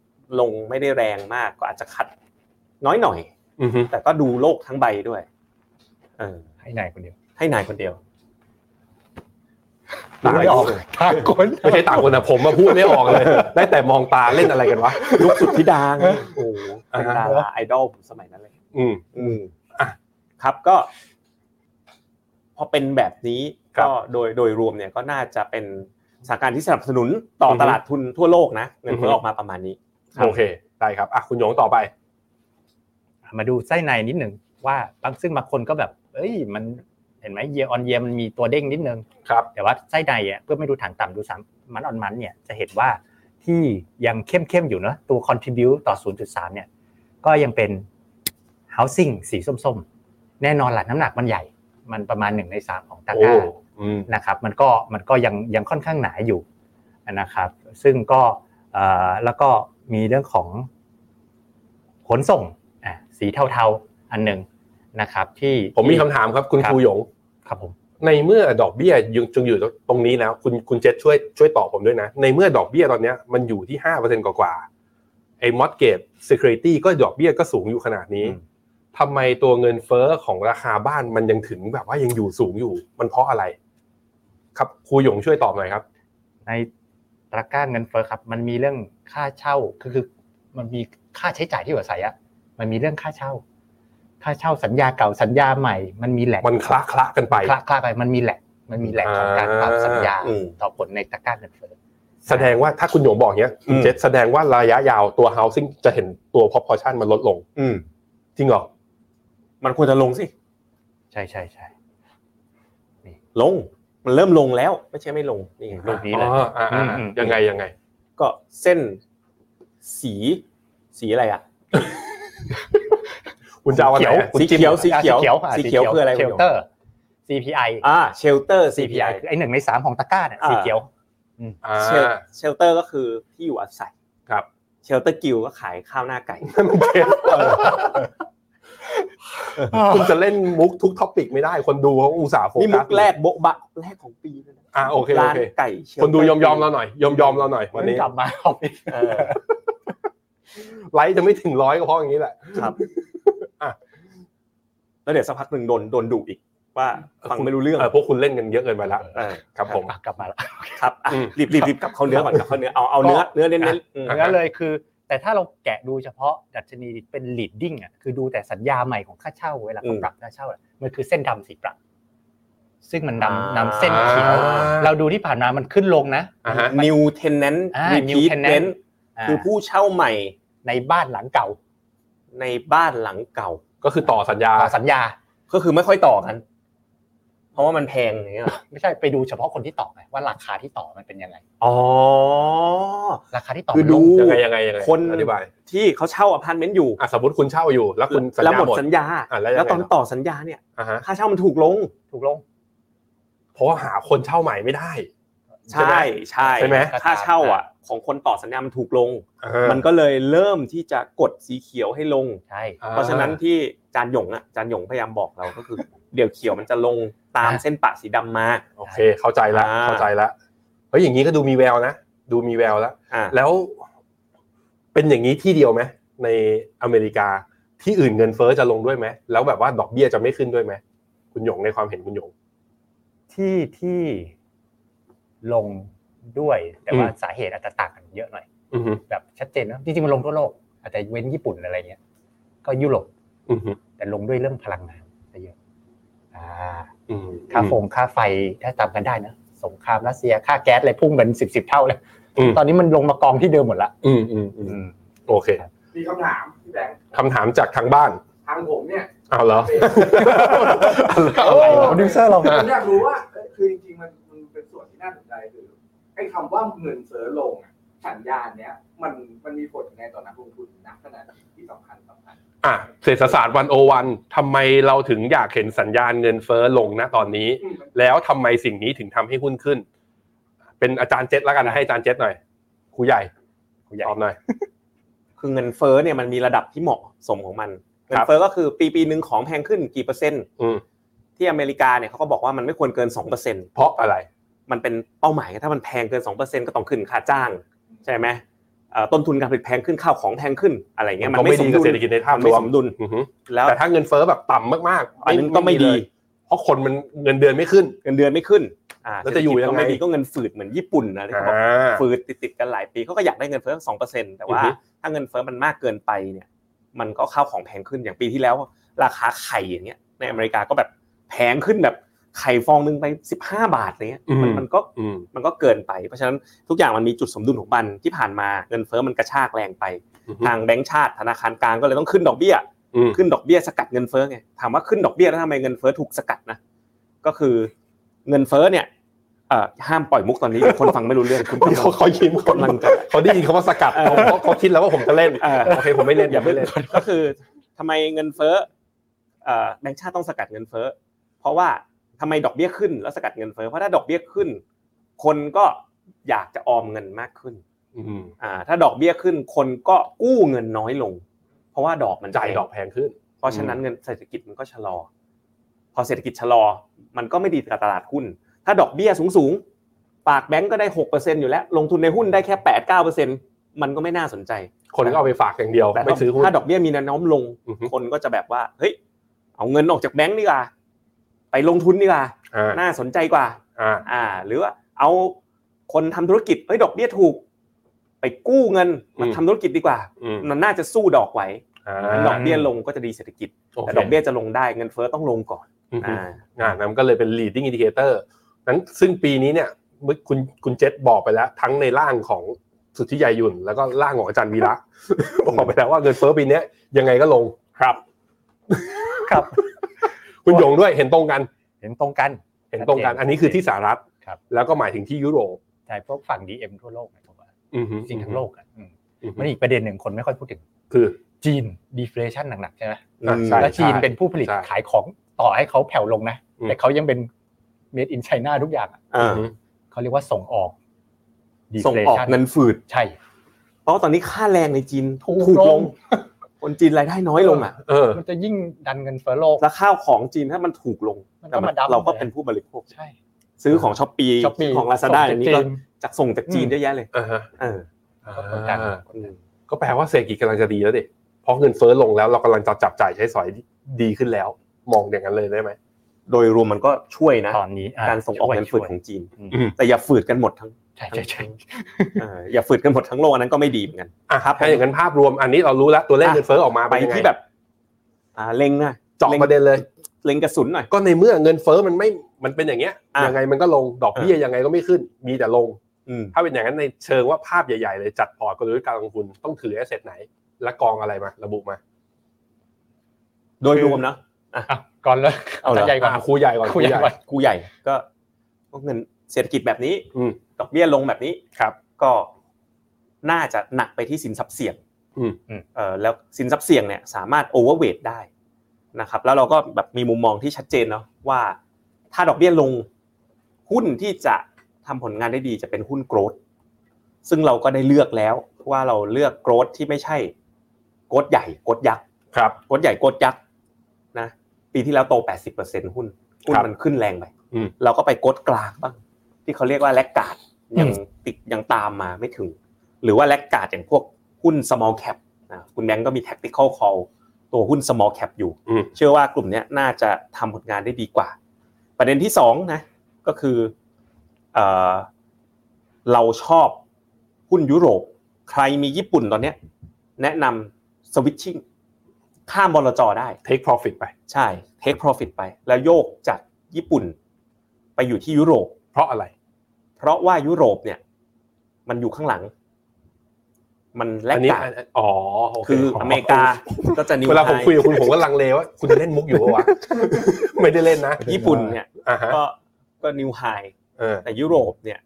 [SPEAKER 3] ลงไม่ได้แรงมากก็อาจจะคัดน้อยหน่อย
[SPEAKER 2] อือฮึ
[SPEAKER 3] แต่ก็ดูโลกทั้งใบด้วย เออ
[SPEAKER 4] ให้นายคนเดียว
[SPEAKER 3] ให้นายคนเดียว
[SPEAKER 2] ต่างไม่ออก
[SPEAKER 4] ตาคน
[SPEAKER 2] ไม่ใช่ต่างคนนะผมมาพูดไม่ออก เลย ได้แต่มองตาเล่นอะไรกันวะ
[SPEAKER 3] ยุคสุดที่ดังโอ้โหเป็นดาราไอดอลผมสมัยนั้นเลย
[SPEAKER 2] อืม
[SPEAKER 3] อืม
[SPEAKER 2] อ่ะ
[SPEAKER 3] ครับก็ พอเป็นแบบนี้
[SPEAKER 2] ครับ
[SPEAKER 3] ก็โดยโดยรวมเนี่ยก็น่าจะเป็นสถานการณ์ที่สนับสนุนต่ออ
[SPEAKER 2] อฮึ
[SPEAKER 3] ตลาดทุนทั่วโลกนะเงินเฟ้อ
[SPEAKER 2] อฮึ
[SPEAKER 3] ออกมาประมาณนี้ ครับ
[SPEAKER 2] โอเค ได้ครับอ่ะคุณหยงต่อไป
[SPEAKER 4] มาดูไส้ในนิดหนึ่งว่าบางซึ่งบางคนก็แบบ เอ้ยมันเห็นไหมเยออนเยมันมีตัวเด้งนิดนึง
[SPEAKER 2] ครับ
[SPEAKER 4] แต่ว่าไส้ในอ่ะเพื่อไม่ดูถังต่ำดูสามมันออนมันเนี่ยจะเห็นว่าที่ยังเข้มเข้มๆอยู่เนอะตัว contribute ต่อ 0.3 เนี่ย ก็ยังเป็น housing สีส้มๆ แน่นอนหละน้ำหนักมันใหญ่ มันประมาณหนึ่งในสามของตะ
[SPEAKER 2] โอ้
[SPEAKER 4] กร้า
[SPEAKER 2] อืม
[SPEAKER 4] นะครับมันก็มันก็ยังยังค่อนข้างหนาอยู่นะครับซึ่งก็เอ่อแล้วก็มีเรื่องของขนส่งอ่ะสีเทาๆอันหนึ่งนะครับที่
[SPEAKER 2] ผมมีคำถามครับคุณครูหยง
[SPEAKER 4] ครับผม
[SPEAKER 2] ในเมื่อดอกเบี้ยยังจงอยู่ตรงนี้แล้วคุณคุณเจษช่วยช่วยตอบผมด้วยนะ ในเมื่อดอกเบี้ยตอนเนี้ยมันอยู่ที่ห้าเปอร์เซ็นกว่าๆไอ้มอดเกตซิเคอริตี้ก็ดอกเบี้ยก็สูงอยู่ขนาดนี้ทำไมตัวเงินเฟ้อของราคาบ้านมันยังถึงแบบว่ายังอยู่สูงอยู่ มันเพราะอะไร ครับครูหยงช่วยตอบหน่อยครับ
[SPEAKER 4] ในตะกร้าเงินเฟ้อครับ มันมีเรื่องค่าเช่าคือคือมันมีค่าใช้จ่ายที่อยู่อาศัยอะมันมีเรื่องค่าเช่า ค่าเช่าสัญญาเก่าสัญญาใหม่ มันมีแหลก
[SPEAKER 2] มันคละคละๆกันไป
[SPEAKER 4] คละคละไปมันมีแหลกมันมีแหลกของการปรับสัญญา
[SPEAKER 3] อืม
[SPEAKER 4] ต่อผลในตะกร้าเงินเฟ้อ
[SPEAKER 2] แสดงว่าถ้าคุณหยงบอกเนี้ย
[SPEAKER 3] อืม
[SPEAKER 2] เจษแสดงว่าระยะยาวตัว housing จะเห็นตัว proportion มันลดลง
[SPEAKER 3] อืม
[SPEAKER 2] จริงเหรอ
[SPEAKER 3] มันควรจะลงสิ
[SPEAKER 4] ใช่ใช่ใช่
[SPEAKER 3] ลง มันเริ่มลงแล้ว ไม่ใช่ไม่ลงนี่ไงล
[SPEAKER 4] รู
[SPEAKER 3] ง
[SPEAKER 4] ปนี้เลย
[SPEAKER 2] อ๋ออ่าอ่า
[SPEAKER 4] อืม
[SPEAKER 2] ยังไงยังไง
[SPEAKER 3] ก็เส้น สีสีอะไรอ่ะ
[SPEAKER 2] คุณจะเอาอันไหนอะ
[SPEAKER 3] สีเขียวสีเขียว
[SPEAKER 4] อ่ะ
[SPEAKER 3] สีเขียวคืออะไร
[SPEAKER 4] เชลเตอร์ CPI
[SPEAKER 3] อ่าเชลเตอร์ CPI
[SPEAKER 4] CPI คือไอหนึ่งในสามของตะกร้าเนี่ย
[SPEAKER 3] อ่า
[SPEAKER 4] สีเขียว
[SPEAKER 2] อ่า
[SPEAKER 3] เชลเชลเตอร์ก็คือที่อยู่อาศัย
[SPEAKER 2] ครับ
[SPEAKER 3] เชลเตอร์กิลก็ขายข้าวหน้าไก่
[SPEAKER 2] คุณจะเล่นมุกทุกท็อปิกไม่ได้ คนดูเขาอุตส่าห์โฟกัส
[SPEAKER 3] นี่มุกแรกโบ๊ะบะแรกของปีเลยนะ
[SPEAKER 2] อ่ะโอเคโอ
[SPEAKER 3] ร้าน
[SPEAKER 2] เค
[SPEAKER 3] ไก่เชลเตร์
[SPEAKER 2] คนดูยอมยอมๆเราหน่อย ยอมยอมๆเราหน่อย
[SPEAKER 4] วั
[SPEAKER 2] วันน
[SPEAKER 4] นี้
[SPEAKER 2] นี้
[SPEAKER 4] กลับมา ของพี่
[SPEAKER 3] เออ
[SPEAKER 2] ไลฟ์จะไม่ถึงร้อยก็เพราะอย่างนี้แหละ
[SPEAKER 3] ครับ
[SPEAKER 2] อ่ะ
[SPEAKER 3] แล้วเดี๋ยวสักพักหนึ่งโดนโดนดุอีกว่าฟังไม่รู้เรื่อง
[SPEAKER 2] เออพวกคุณเล่นกันเยอะเกินไปละ
[SPEAKER 3] เออ
[SPEAKER 2] ครับผม
[SPEAKER 4] อ่ะกลับมาแล้ว
[SPEAKER 3] ครับอ่ะ
[SPEAKER 2] อืม
[SPEAKER 3] รีบรีบรีบกลับเข้าเนื้อก่อนกลับเข้าเนื้อเอาเอาเนื้อเนื้อเน้นๆอืม
[SPEAKER 4] งั้นเลยคือ แต่ถ้าเราแกะดูเฉพาะดัชนีเป็น leading อ่ะคือดูแต่สัญญาใหม่ของค่าเช่าเวลา
[SPEAKER 3] อื
[SPEAKER 4] เขา
[SPEAKER 3] ม
[SPEAKER 4] ปรับค่าเช่าอ่ะมันคือเส้นดำสีปรับ ซึ่งมัน
[SPEAKER 3] อ่า
[SPEAKER 4] นำนำเส้นเขียว เราดูที่ผ่านมามันขึ้นลงนะ
[SPEAKER 2] อ่าฮะ
[SPEAKER 3] new tenant
[SPEAKER 4] อ่า new
[SPEAKER 3] repeat
[SPEAKER 4] tenant
[SPEAKER 3] rent
[SPEAKER 4] า
[SPEAKER 3] คือผู้เช่าใหม่
[SPEAKER 4] ในบ้านหลังเก่า
[SPEAKER 3] ในบ้านหลังเก่า
[SPEAKER 2] ก็คือต่อสัญญา
[SPEAKER 4] ต่อสัญญา
[SPEAKER 3] ก็คือไม่ค่อยต่อกัน เพราะว่ามันแพงอย่างเงี้ยเหรอ
[SPEAKER 4] ไม่ใช่ไปดูเฉพาะคนที่ต่อไงว่าราคาที่ต่อมันเป็นยังไง
[SPEAKER 3] อ๋อ
[SPEAKER 4] ราคาที่ต่อ
[SPEAKER 3] คือ
[SPEAKER 4] มันล
[SPEAKER 3] ดู
[SPEAKER 4] ง
[SPEAKER 2] ยังไงยังไงยังไง
[SPEAKER 3] คน
[SPEAKER 2] อธิบาย
[SPEAKER 3] ที่เขาเช่าอพาร์ตเมนต์อยู่
[SPEAKER 2] อ่ะสมมติคุณเช่าอยู่ แล้วคุณสัญ
[SPEAKER 3] แล้ว
[SPEAKER 2] ญา
[SPEAKER 3] หมด
[SPEAKER 2] หมด
[SPEAKER 3] สัญญา
[SPEAKER 2] อ่ะแล้วยังไง
[SPEAKER 3] แล้วตอนต่อสัญญาเนี่ย
[SPEAKER 2] อ่ะฮะ
[SPEAKER 3] ค่าเช่ามันถูกลง
[SPEAKER 4] ถูกลง
[SPEAKER 2] เพราะว่าหาคนเช่าใหม่ไม่ได้ ใช่ไหม
[SPEAKER 3] ใช่ใช่
[SPEAKER 2] ใช่ไหม
[SPEAKER 3] ค่าเช่าอ่ะ ของคนต่อสัญญามันถูกลง
[SPEAKER 2] อ่าฮะ
[SPEAKER 3] มันก็เลยเริ่มที่จะกดสีเขียวให้ลง
[SPEAKER 4] ใช่
[SPEAKER 2] อ่
[SPEAKER 3] เพราะฉะนั้นที่จานหยงอ่ะจานหยงพยายามบอกเราก็คือ เดี๋ยวเขียวมันจะลงตามเส้นปะสีดำมา
[SPEAKER 2] โอเค เข้าใจละ
[SPEAKER 3] อ่า
[SPEAKER 2] เข้าใจละเฮ้ยอย่างนี้ก็ดูมีแววนะดูมีแววละ
[SPEAKER 3] อ่า
[SPEAKER 2] แล้วเป็นอย่างนี้ที่เดียวไหมในอเมริกาที่อื่นเงินเฟ้อจะลงด้วยไหมแล้วแบบว่าดอกเบี้ยจะไม่ขึ้นด้วยไหมคุณหยงในความเห็นคุณหยง
[SPEAKER 4] ที่ที่ลงด้วย แต่ว่า
[SPEAKER 2] อืม
[SPEAKER 4] สาเหตุอาจจะต่างกันเยอะหน่อย
[SPEAKER 2] อือฮึ
[SPEAKER 4] แบบชัดเจนนะจริงๆมันลงทั่วโลก อาจจะเว้นญี่ปุ่นอะไรเงี้ย ก็ยุโรป
[SPEAKER 2] อือฮึ
[SPEAKER 4] แต่ลงด้วยเรื่องพลังงานซะเยอะอ่า
[SPEAKER 2] อือฮึ
[SPEAKER 4] ค่าฟงค่าไฟถ้าจำกันได้นะสงครามรัสเซียค่าแก๊สอะไรพุ่งเป็นสิบสิบเท่าเลย
[SPEAKER 2] อืม
[SPEAKER 4] ตอนนี้มันลงมากองที่เดิมหมดละ
[SPEAKER 2] อืมอืมอืมโอเค
[SPEAKER 5] มีคำถามพี่แบงค์
[SPEAKER 2] คำถามจากทางบ้าน
[SPEAKER 5] ทางผมเนี่ย
[SPEAKER 2] เอา เหรอ
[SPEAKER 4] อะไรวะโปรดิวเซอร์เรา
[SPEAKER 5] ผมอยากรู้ว่าเอ้ยคือจริงๆมันมันเป็นส่วนที่น่าสนใจคือไอ้คำว่าเงินเฟ้อลงอะ สัญญาณเนี้ยมันมันมีผลยังไงต่อนักลงทุนนะขนาดที่สำคัญสำคัญ
[SPEAKER 2] อ่ะเศรษฐศาสตร์วันโอวันทำไมเราถึงอยากเห็นสัญญาณเงินเฟ้อลงนะตอนนี้
[SPEAKER 5] อืมมัน
[SPEAKER 2] แล้วทำไมสิ่งนี้ถึงทำให้หุ้นขึ้น เป็นอาจารย์เจษแล้วกันนะให้อาจารย์เจษหน่อยครูใหญ่
[SPEAKER 4] ครูใหญ่
[SPEAKER 2] ตอบหน่อย
[SPEAKER 3] คือเงินเฟ้อเนี่ยมันมีระดับที่เหมาะสมของมัน
[SPEAKER 2] ครับ
[SPEAKER 3] เงินเฟ้อก็คือปีปีหนึ่งของแพงขึ้นกี่เปอร์เซ็นต์
[SPEAKER 2] อืม
[SPEAKER 3] ที่อเมริกาเนี่ยเขาก็บอกว่ามันไม่ควรเกิน2%เปอร์เซ็นต์
[SPEAKER 2] เพราะอะไร
[SPEAKER 3] มันเป็นเป้าหมายถ้ามันแพงเกิน2%เปอร์เซ็นต์ก็ต้องขึ้นค่าจ้างใช่ไหมเอ่อต้นทุนการผลิตแพงขึ้นข้าวของแพงขึ้นอะไรเงี้ยมัน
[SPEAKER 2] ก็ไม่
[SPEAKER 3] ไม่ส
[SPEAKER 2] ดี
[SPEAKER 3] ม
[SPEAKER 2] กับ
[SPEAKER 3] ดุล
[SPEAKER 2] เศรษฐกิจในภาพ
[SPEAKER 3] มัน
[SPEAKER 2] ร
[SPEAKER 3] ไม่
[SPEAKER 2] วม
[SPEAKER 3] สมดุล
[SPEAKER 2] อือหือ
[SPEAKER 3] แล้ว
[SPEAKER 2] แต่ถ้าเงินเฟ้อแบบต่ำามากๆ
[SPEAKER 3] อันนั้นก็ไม่ดี
[SPEAKER 2] เลยเพราะคนมันเงินเดือนไม่ขึ้น
[SPEAKER 3] เงินเดือนไม่ขึ้นอ่า
[SPEAKER 2] แล้วจะอยู่ยังไง
[SPEAKER 3] เศรษฐกิก็ไม่ดีก็เงินฝืดเหมือนญี่ปุ่นนะที่เขาบอก
[SPEAKER 2] อ่า
[SPEAKER 3] ฝืดติดๆกันหลายปีเขาก็อยากได้เงินเฟ้อสองเปอร์เซ็นต์แต่
[SPEAKER 2] อื
[SPEAKER 3] ว่า
[SPEAKER 2] อฮึ
[SPEAKER 3] ถ้าเงินเฟ้อมันมากเกินไปเนี่ยมันก็ข้าวของแพงขึ้นอย่างปีที่แล้ว ราคาไข่อย่างเงี้ยในอเมริกาก็แบบแพงขึ้นแบบไข่ฟองหนึงไปสิบห้าบาทอะไรเงี้ยมันมันก็
[SPEAKER 2] อืม
[SPEAKER 3] มันก็เกินไป เพราะฉะนั้นทุกอย่างมันมีจุดสมดุลของมันที่ผ่านมาเงินเฟ้อมันกระชากแรงไป
[SPEAKER 2] อือหือ
[SPEAKER 3] ทางแบงก์ชาติธนาคารกลางก็เลยต้องขึ้นดอกเบี้ย
[SPEAKER 2] อืม
[SPEAKER 3] ขึ้นดอกเบี้ยสกัดเงินเฟ้อไงถามว่าขึ้นดอกเบี้ยแล้วทำไมเงินเฟ้อถูกสกัดนะก็คือเงินเฟ้อเนี่ยเอ่อห้ามปล่อยมุกตอนนี้เดี๋ยวคนฟังไม่รู้เรื่อง คุณ
[SPEAKER 2] โอ้ยเขาเขายิ้มคน
[SPEAKER 3] มันจะ
[SPEAKER 2] เขาได้ยินคำว่าสกัดเขาเขาเขาคิดแล้วว่าผมจะเล่น
[SPEAKER 3] เออ
[SPEAKER 2] โอเคผมไม่เล่นอย่าไม่เล่น
[SPEAKER 3] ก็คือทำไมเงินเฟ้อเอ่อแบงก์ชาติต้องสกัดเงินเฟ้อเพราะว่าทำไมดอกเบี้ยขึ้นแล้วสกัดเงินเฟ้อเพราะถ้าดอกเบี้ยขึ้น คนก็อยากจะออมเงินมากขึ้น
[SPEAKER 2] อืม
[SPEAKER 3] อ่าถ้าดอกเบี้ยขึ้นคนก็กู้เงินน้อยลง เพราะว่าดอกมัน
[SPEAKER 2] จ่าย
[SPEAKER 3] แพง
[SPEAKER 2] ดอกแพงขึ้น
[SPEAKER 3] เพราะฉะนั้นเงินเศรษฐกิจมันก็ชะลอ พอเศรษฐกิจชะลอ มันก็ไม่ดีกับตลาดหุ้น ถ้าดอกเบี้ยสูงๆ ปากแบงก์ก็ได้หกเปอร์เซ็นอยู่แล้ว ลงทุนในหุ้นได้แค่แปดเก้าเปอร์เซ็นมันก็ไม่น่าสนใจ
[SPEAKER 2] คนก็เอาไปฝากอย่างเดียว
[SPEAKER 3] แต่
[SPEAKER 2] ไม่ซื้อหุ้น
[SPEAKER 3] ถ้าดอกเบี้ยมีแนวโน้มลง
[SPEAKER 2] อือฮึ
[SPEAKER 3] คนก็จะแบบว่า เฮ้ย เอาเงินออกจากแบงก์ดีกว่า ไปลงทุนดีกว่า
[SPEAKER 2] อ่า
[SPEAKER 3] น่าสนใจกว่า
[SPEAKER 2] อ่า
[SPEAKER 3] อ่า หรือว่าเอาคนทำธุรกิจ เฮ้ย ดอกเบี้ยถูก ไปกู้เงินมาทำธุรกิจดีกว่า
[SPEAKER 2] อืม
[SPEAKER 3] มันน่าจะสู้ดอกไหว
[SPEAKER 2] อ่า
[SPEAKER 3] ดอกเบี้ยลงก็จะดีเศรษฐกิจ
[SPEAKER 2] โค
[SPEAKER 3] แต่ดอกเบี้ยจะลงได้เงินเฟ้อต้องลงก่อน
[SPEAKER 2] อืม
[SPEAKER 3] อ่า
[SPEAKER 2] อ่านั่นก็เลยเป็น leading indicator นั้นซึ่งปีนี้เนี่ยเมื่อคุณคุณเจษบอกไปแล้ว ทั้งในร่างของสุทธิยายุนแล้วก็ร่างของอาจารย์วีระ บอกไปแล้วว่าเงินเฟ้อปีเนี้ยยังไงก็ลงครับ
[SPEAKER 4] ครับ
[SPEAKER 2] คุณหยงด้วยเห็นตรงกัน
[SPEAKER 4] เห็นตรงกัน
[SPEAKER 2] เห็นตรงกัน อันนี้คือที่สหรัฐ
[SPEAKER 4] ครับ
[SPEAKER 2] แล้วก็หมายถึงที่ยุโรป
[SPEAKER 4] ใช่พวกฝั่ง DM ทั่วโลกนะผมว่า
[SPEAKER 2] อือฮึ
[SPEAKER 4] จริงทั้งโลกอ่ะอืม
[SPEAKER 2] อือฮึ
[SPEAKER 4] มันอีกประเด็นหนึ่งคนไม่ค่อยพูดถึง
[SPEAKER 2] คือ
[SPEAKER 4] จีน deflation หนักๆใช่ไหม
[SPEAKER 2] อ่ะใช่
[SPEAKER 4] แล้วจีนเป็นผู้ผลิต
[SPEAKER 2] ใช่
[SPEAKER 4] ขายของต่อให้เขาแผ่วลงนะ
[SPEAKER 2] อืม
[SPEAKER 4] แต่เขายังเป็น made in China ทุกอย่างอะ
[SPEAKER 3] อ่า
[SPEAKER 2] อือฮึ
[SPEAKER 4] เขาเรียกว่าส่งออก
[SPEAKER 3] ส่งออก
[SPEAKER 4] deflation
[SPEAKER 3] เงินฝืด
[SPEAKER 4] ใช่
[SPEAKER 3] เพราะว่าตอนนี้ค่าแรงในจีน
[SPEAKER 4] ถูกลง
[SPEAKER 3] คนจีนรายได้น้อยลงอ่ะ
[SPEAKER 2] เออ
[SPEAKER 4] มันจะยิ่งดันเงินเฟ้อโลก
[SPEAKER 3] แล้วข้าวของจีนถ้ามันถูกลง
[SPEAKER 4] มันก็
[SPEAKER 3] แต่
[SPEAKER 4] มาดับ
[SPEAKER 3] เราก็เป็นผู้บริโภค
[SPEAKER 4] ใช่
[SPEAKER 3] ซื้อของช้อปปี้
[SPEAKER 4] ช้อปปี้
[SPEAKER 3] ของลาซาด้าอย่างนี้ก็
[SPEAKER 4] จี
[SPEAKER 3] จากส่งจากจีน
[SPEAKER 4] อืม
[SPEAKER 3] เยอะแยะเลย
[SPEAKER 2] อ่าฮะ
[SPEAKER 3] เออ
[SPEAKER 4] ก็ต้องการ
[SPEAKER 2] อ่าก็แปลว่าเศรษฐกิจกำลังจะดีแล้วดิเพราะเงินเฟ้อลงแล้วเรากำลังจะจับจ่ายใช้สอยดีขึ้นแล้ว มองอย่างนั้นเลยได้ไหม
[SPEAKER 3] โดยรวมมันก็ช่วยนะ
[SPEAKER 4] ตอนนี้ะ
[SPEAKER 3] การส่งออกเงินฝืด
[SPEAKER 4] ช่วย
[SPEAKER 3] ของจีน
[SPEAKER 4] อืม
[SPEAKER 2] อืม
[SPEAKER 3] แต่อย่าฝืดกันหมดทั้ง
[SPEAKER 4] ใช่
[SPEAKER 3] ทั้
[SPEAKER 4] ใช่
[SPEAKER 3] ง
[SPEAKER 4] ใช่
[SPEAKER 3] เอออย่าฝืดกันหมดทั้งโลกอันนั้นก็ไม่ดีเหมือนกัน
[SPEAKER 2] อ่ะ
[SPEAKER 3] ครับผม
[SPEAKER 2] ถ้าอย่างนั้นภาพรวมอันนี้เรารู้แล้วตัวเลขเงินเฟ้อออกมา
[SPEAKER 3] ไป
[SPEAKER 2] เป็นยังไง
[SPEAKER 3] ที่แบบอ่าเล็งหน่อย
[SPEAKER 2] เจาะประเด็นเลย
[SPEAKER 3] เล็งกระสุนหน่อย
[SPEAKER 2] ก็ในเมื่อเงินเฟ้อมันไม่มันเป็นอย่างเงี้ย
[SPEAKER 3] อ่ะ
[SPEAKER 2] ยังไงมันก็ลงดอกเบี้ยยังไงก็ไม่ขึ้น มีแต่ลง
[SPEAKER 3] อืม
[SPEAKER 2] ถ้าเป็นอย่างนั้นในเชิงว่าภาพใหญ่ๆเลยจัดพอร์ตกลยุทธ์การลงทุนต้องถือแอสเซทไหน และกองอะไรมา ระบุมา
[SPEAKER 3] โดยรวมนะ
[SPEAKER 4] อ่ะก่อนเลย
[SPEAKER 3] เอาเหรอ
[SPEAKER 4] ใหญ่ก่อน
[SPEAKER 2] อ่ะครูใหญ่ก่อน
[SPEAKER 4] ครูใหญ่ก่อน
[SPEAKER 3] กูใหญ่ก็ก็เงินเศรษฐกิจแบบนี้
[SPEAKER 2] อืม
[SPEAKER 3] ดอกเบี้ยลงแบบนี้
[SPEAKER 2] ครับ
[SPEAKER 3] ก็น่าจะหนักไปที่สินทรัพย์เสี่ยง
[SPEAKER 2] อืม
[SPEAKER 4] อืม
[SPEAKER 3] เออแล้วสินทรัพย์เสี่ยงเนี่ยสามารถโอเวอร์เวทได้นะครับ แล้วเราก็แบบมีมุมมองที่ชัดเจนเนาะว่าถ้าดอกเบี้ยลงหุ้นที่จะทำผลงานได้ดีจะเป็นหุ้นโกรดซึ่งเราก็ได้เลือกแล้วว่าเราเลือกโกรดที่ไม่ใช่โกรดใหญ่โกรดยักษ
[SPEAKER 2] ครับ
[SPEAKER 3] โกดใหญ่โกดยักษ์นะปีที่แล้วโต 80%หุ้นหุ้น
[SPEAKER 2] ครับ
[SPEAKER 3] มันขึ้นแรงไป
[SPEAKER 2] อืม
[SPEAKER 3] เราก็ไปโกดกลางบ้าง ที่เขาเรียกว่าแลกการ์ดยังติดยังตามมาไม่ถึง หรือว่าแลกการ์ดอย่างพวกหุ้น small cap นะคุณแบงก์ก็มี tactical call ตัวหุ้น small cap อยู่
[SPEAKER 2] อืม
[SPEAKER 3] เชื่อว่ากลุ่มเนี้ยน่าจะทำผลงานได้ดีกว่า ประเด็นที่สองนะก็คือเอ่อเราชอบหุ้นยุโรป ใครมีญี่ปุ่นตอนเนี้ยแนะนำสวิตชิ่งข้ามบลจได้
[SPEAKER 2] take profit ไป
[SPEAKER 3] ใช่ take profit ไป แล้วโยกจากญี่ปุ่น ไปอยู่ที่ยุโรป
[SPEAKER 2] เพราะอะไร
[SPEAKER 3] เพราะว่ายุโรปเนี่ย มันอยู่ข้างหลัง มันแลก
[SPEAKER 2] อันนี้
[SPEAKER 3] กา
[SPEAKER 2] อั
[SPEAKER 3] ด
[SPEAKER 2] นอ๋อโเค
[SPEAKER 3] คืออเมริกาก็จะนิว
[SPEAKER 2] เวลาผม
[SPEAKER 3] ไฮ
[SPEAKER 2] คุยกับคุณผมก็ลังเลว่าคุณจะเล่นมุกอยู่ปะ วะ ไม่ได้เล่นนะ
[SPEAKER 3] ญี่ปุ่นเนี่ย
[SPEAKER 2] อ่าฮะ
[SPEAKER 3] ก็ก็นิวไฮ
[SPEAKER 2] เออ
[SPEAKER 3] แต่ยุโรปเนี่ย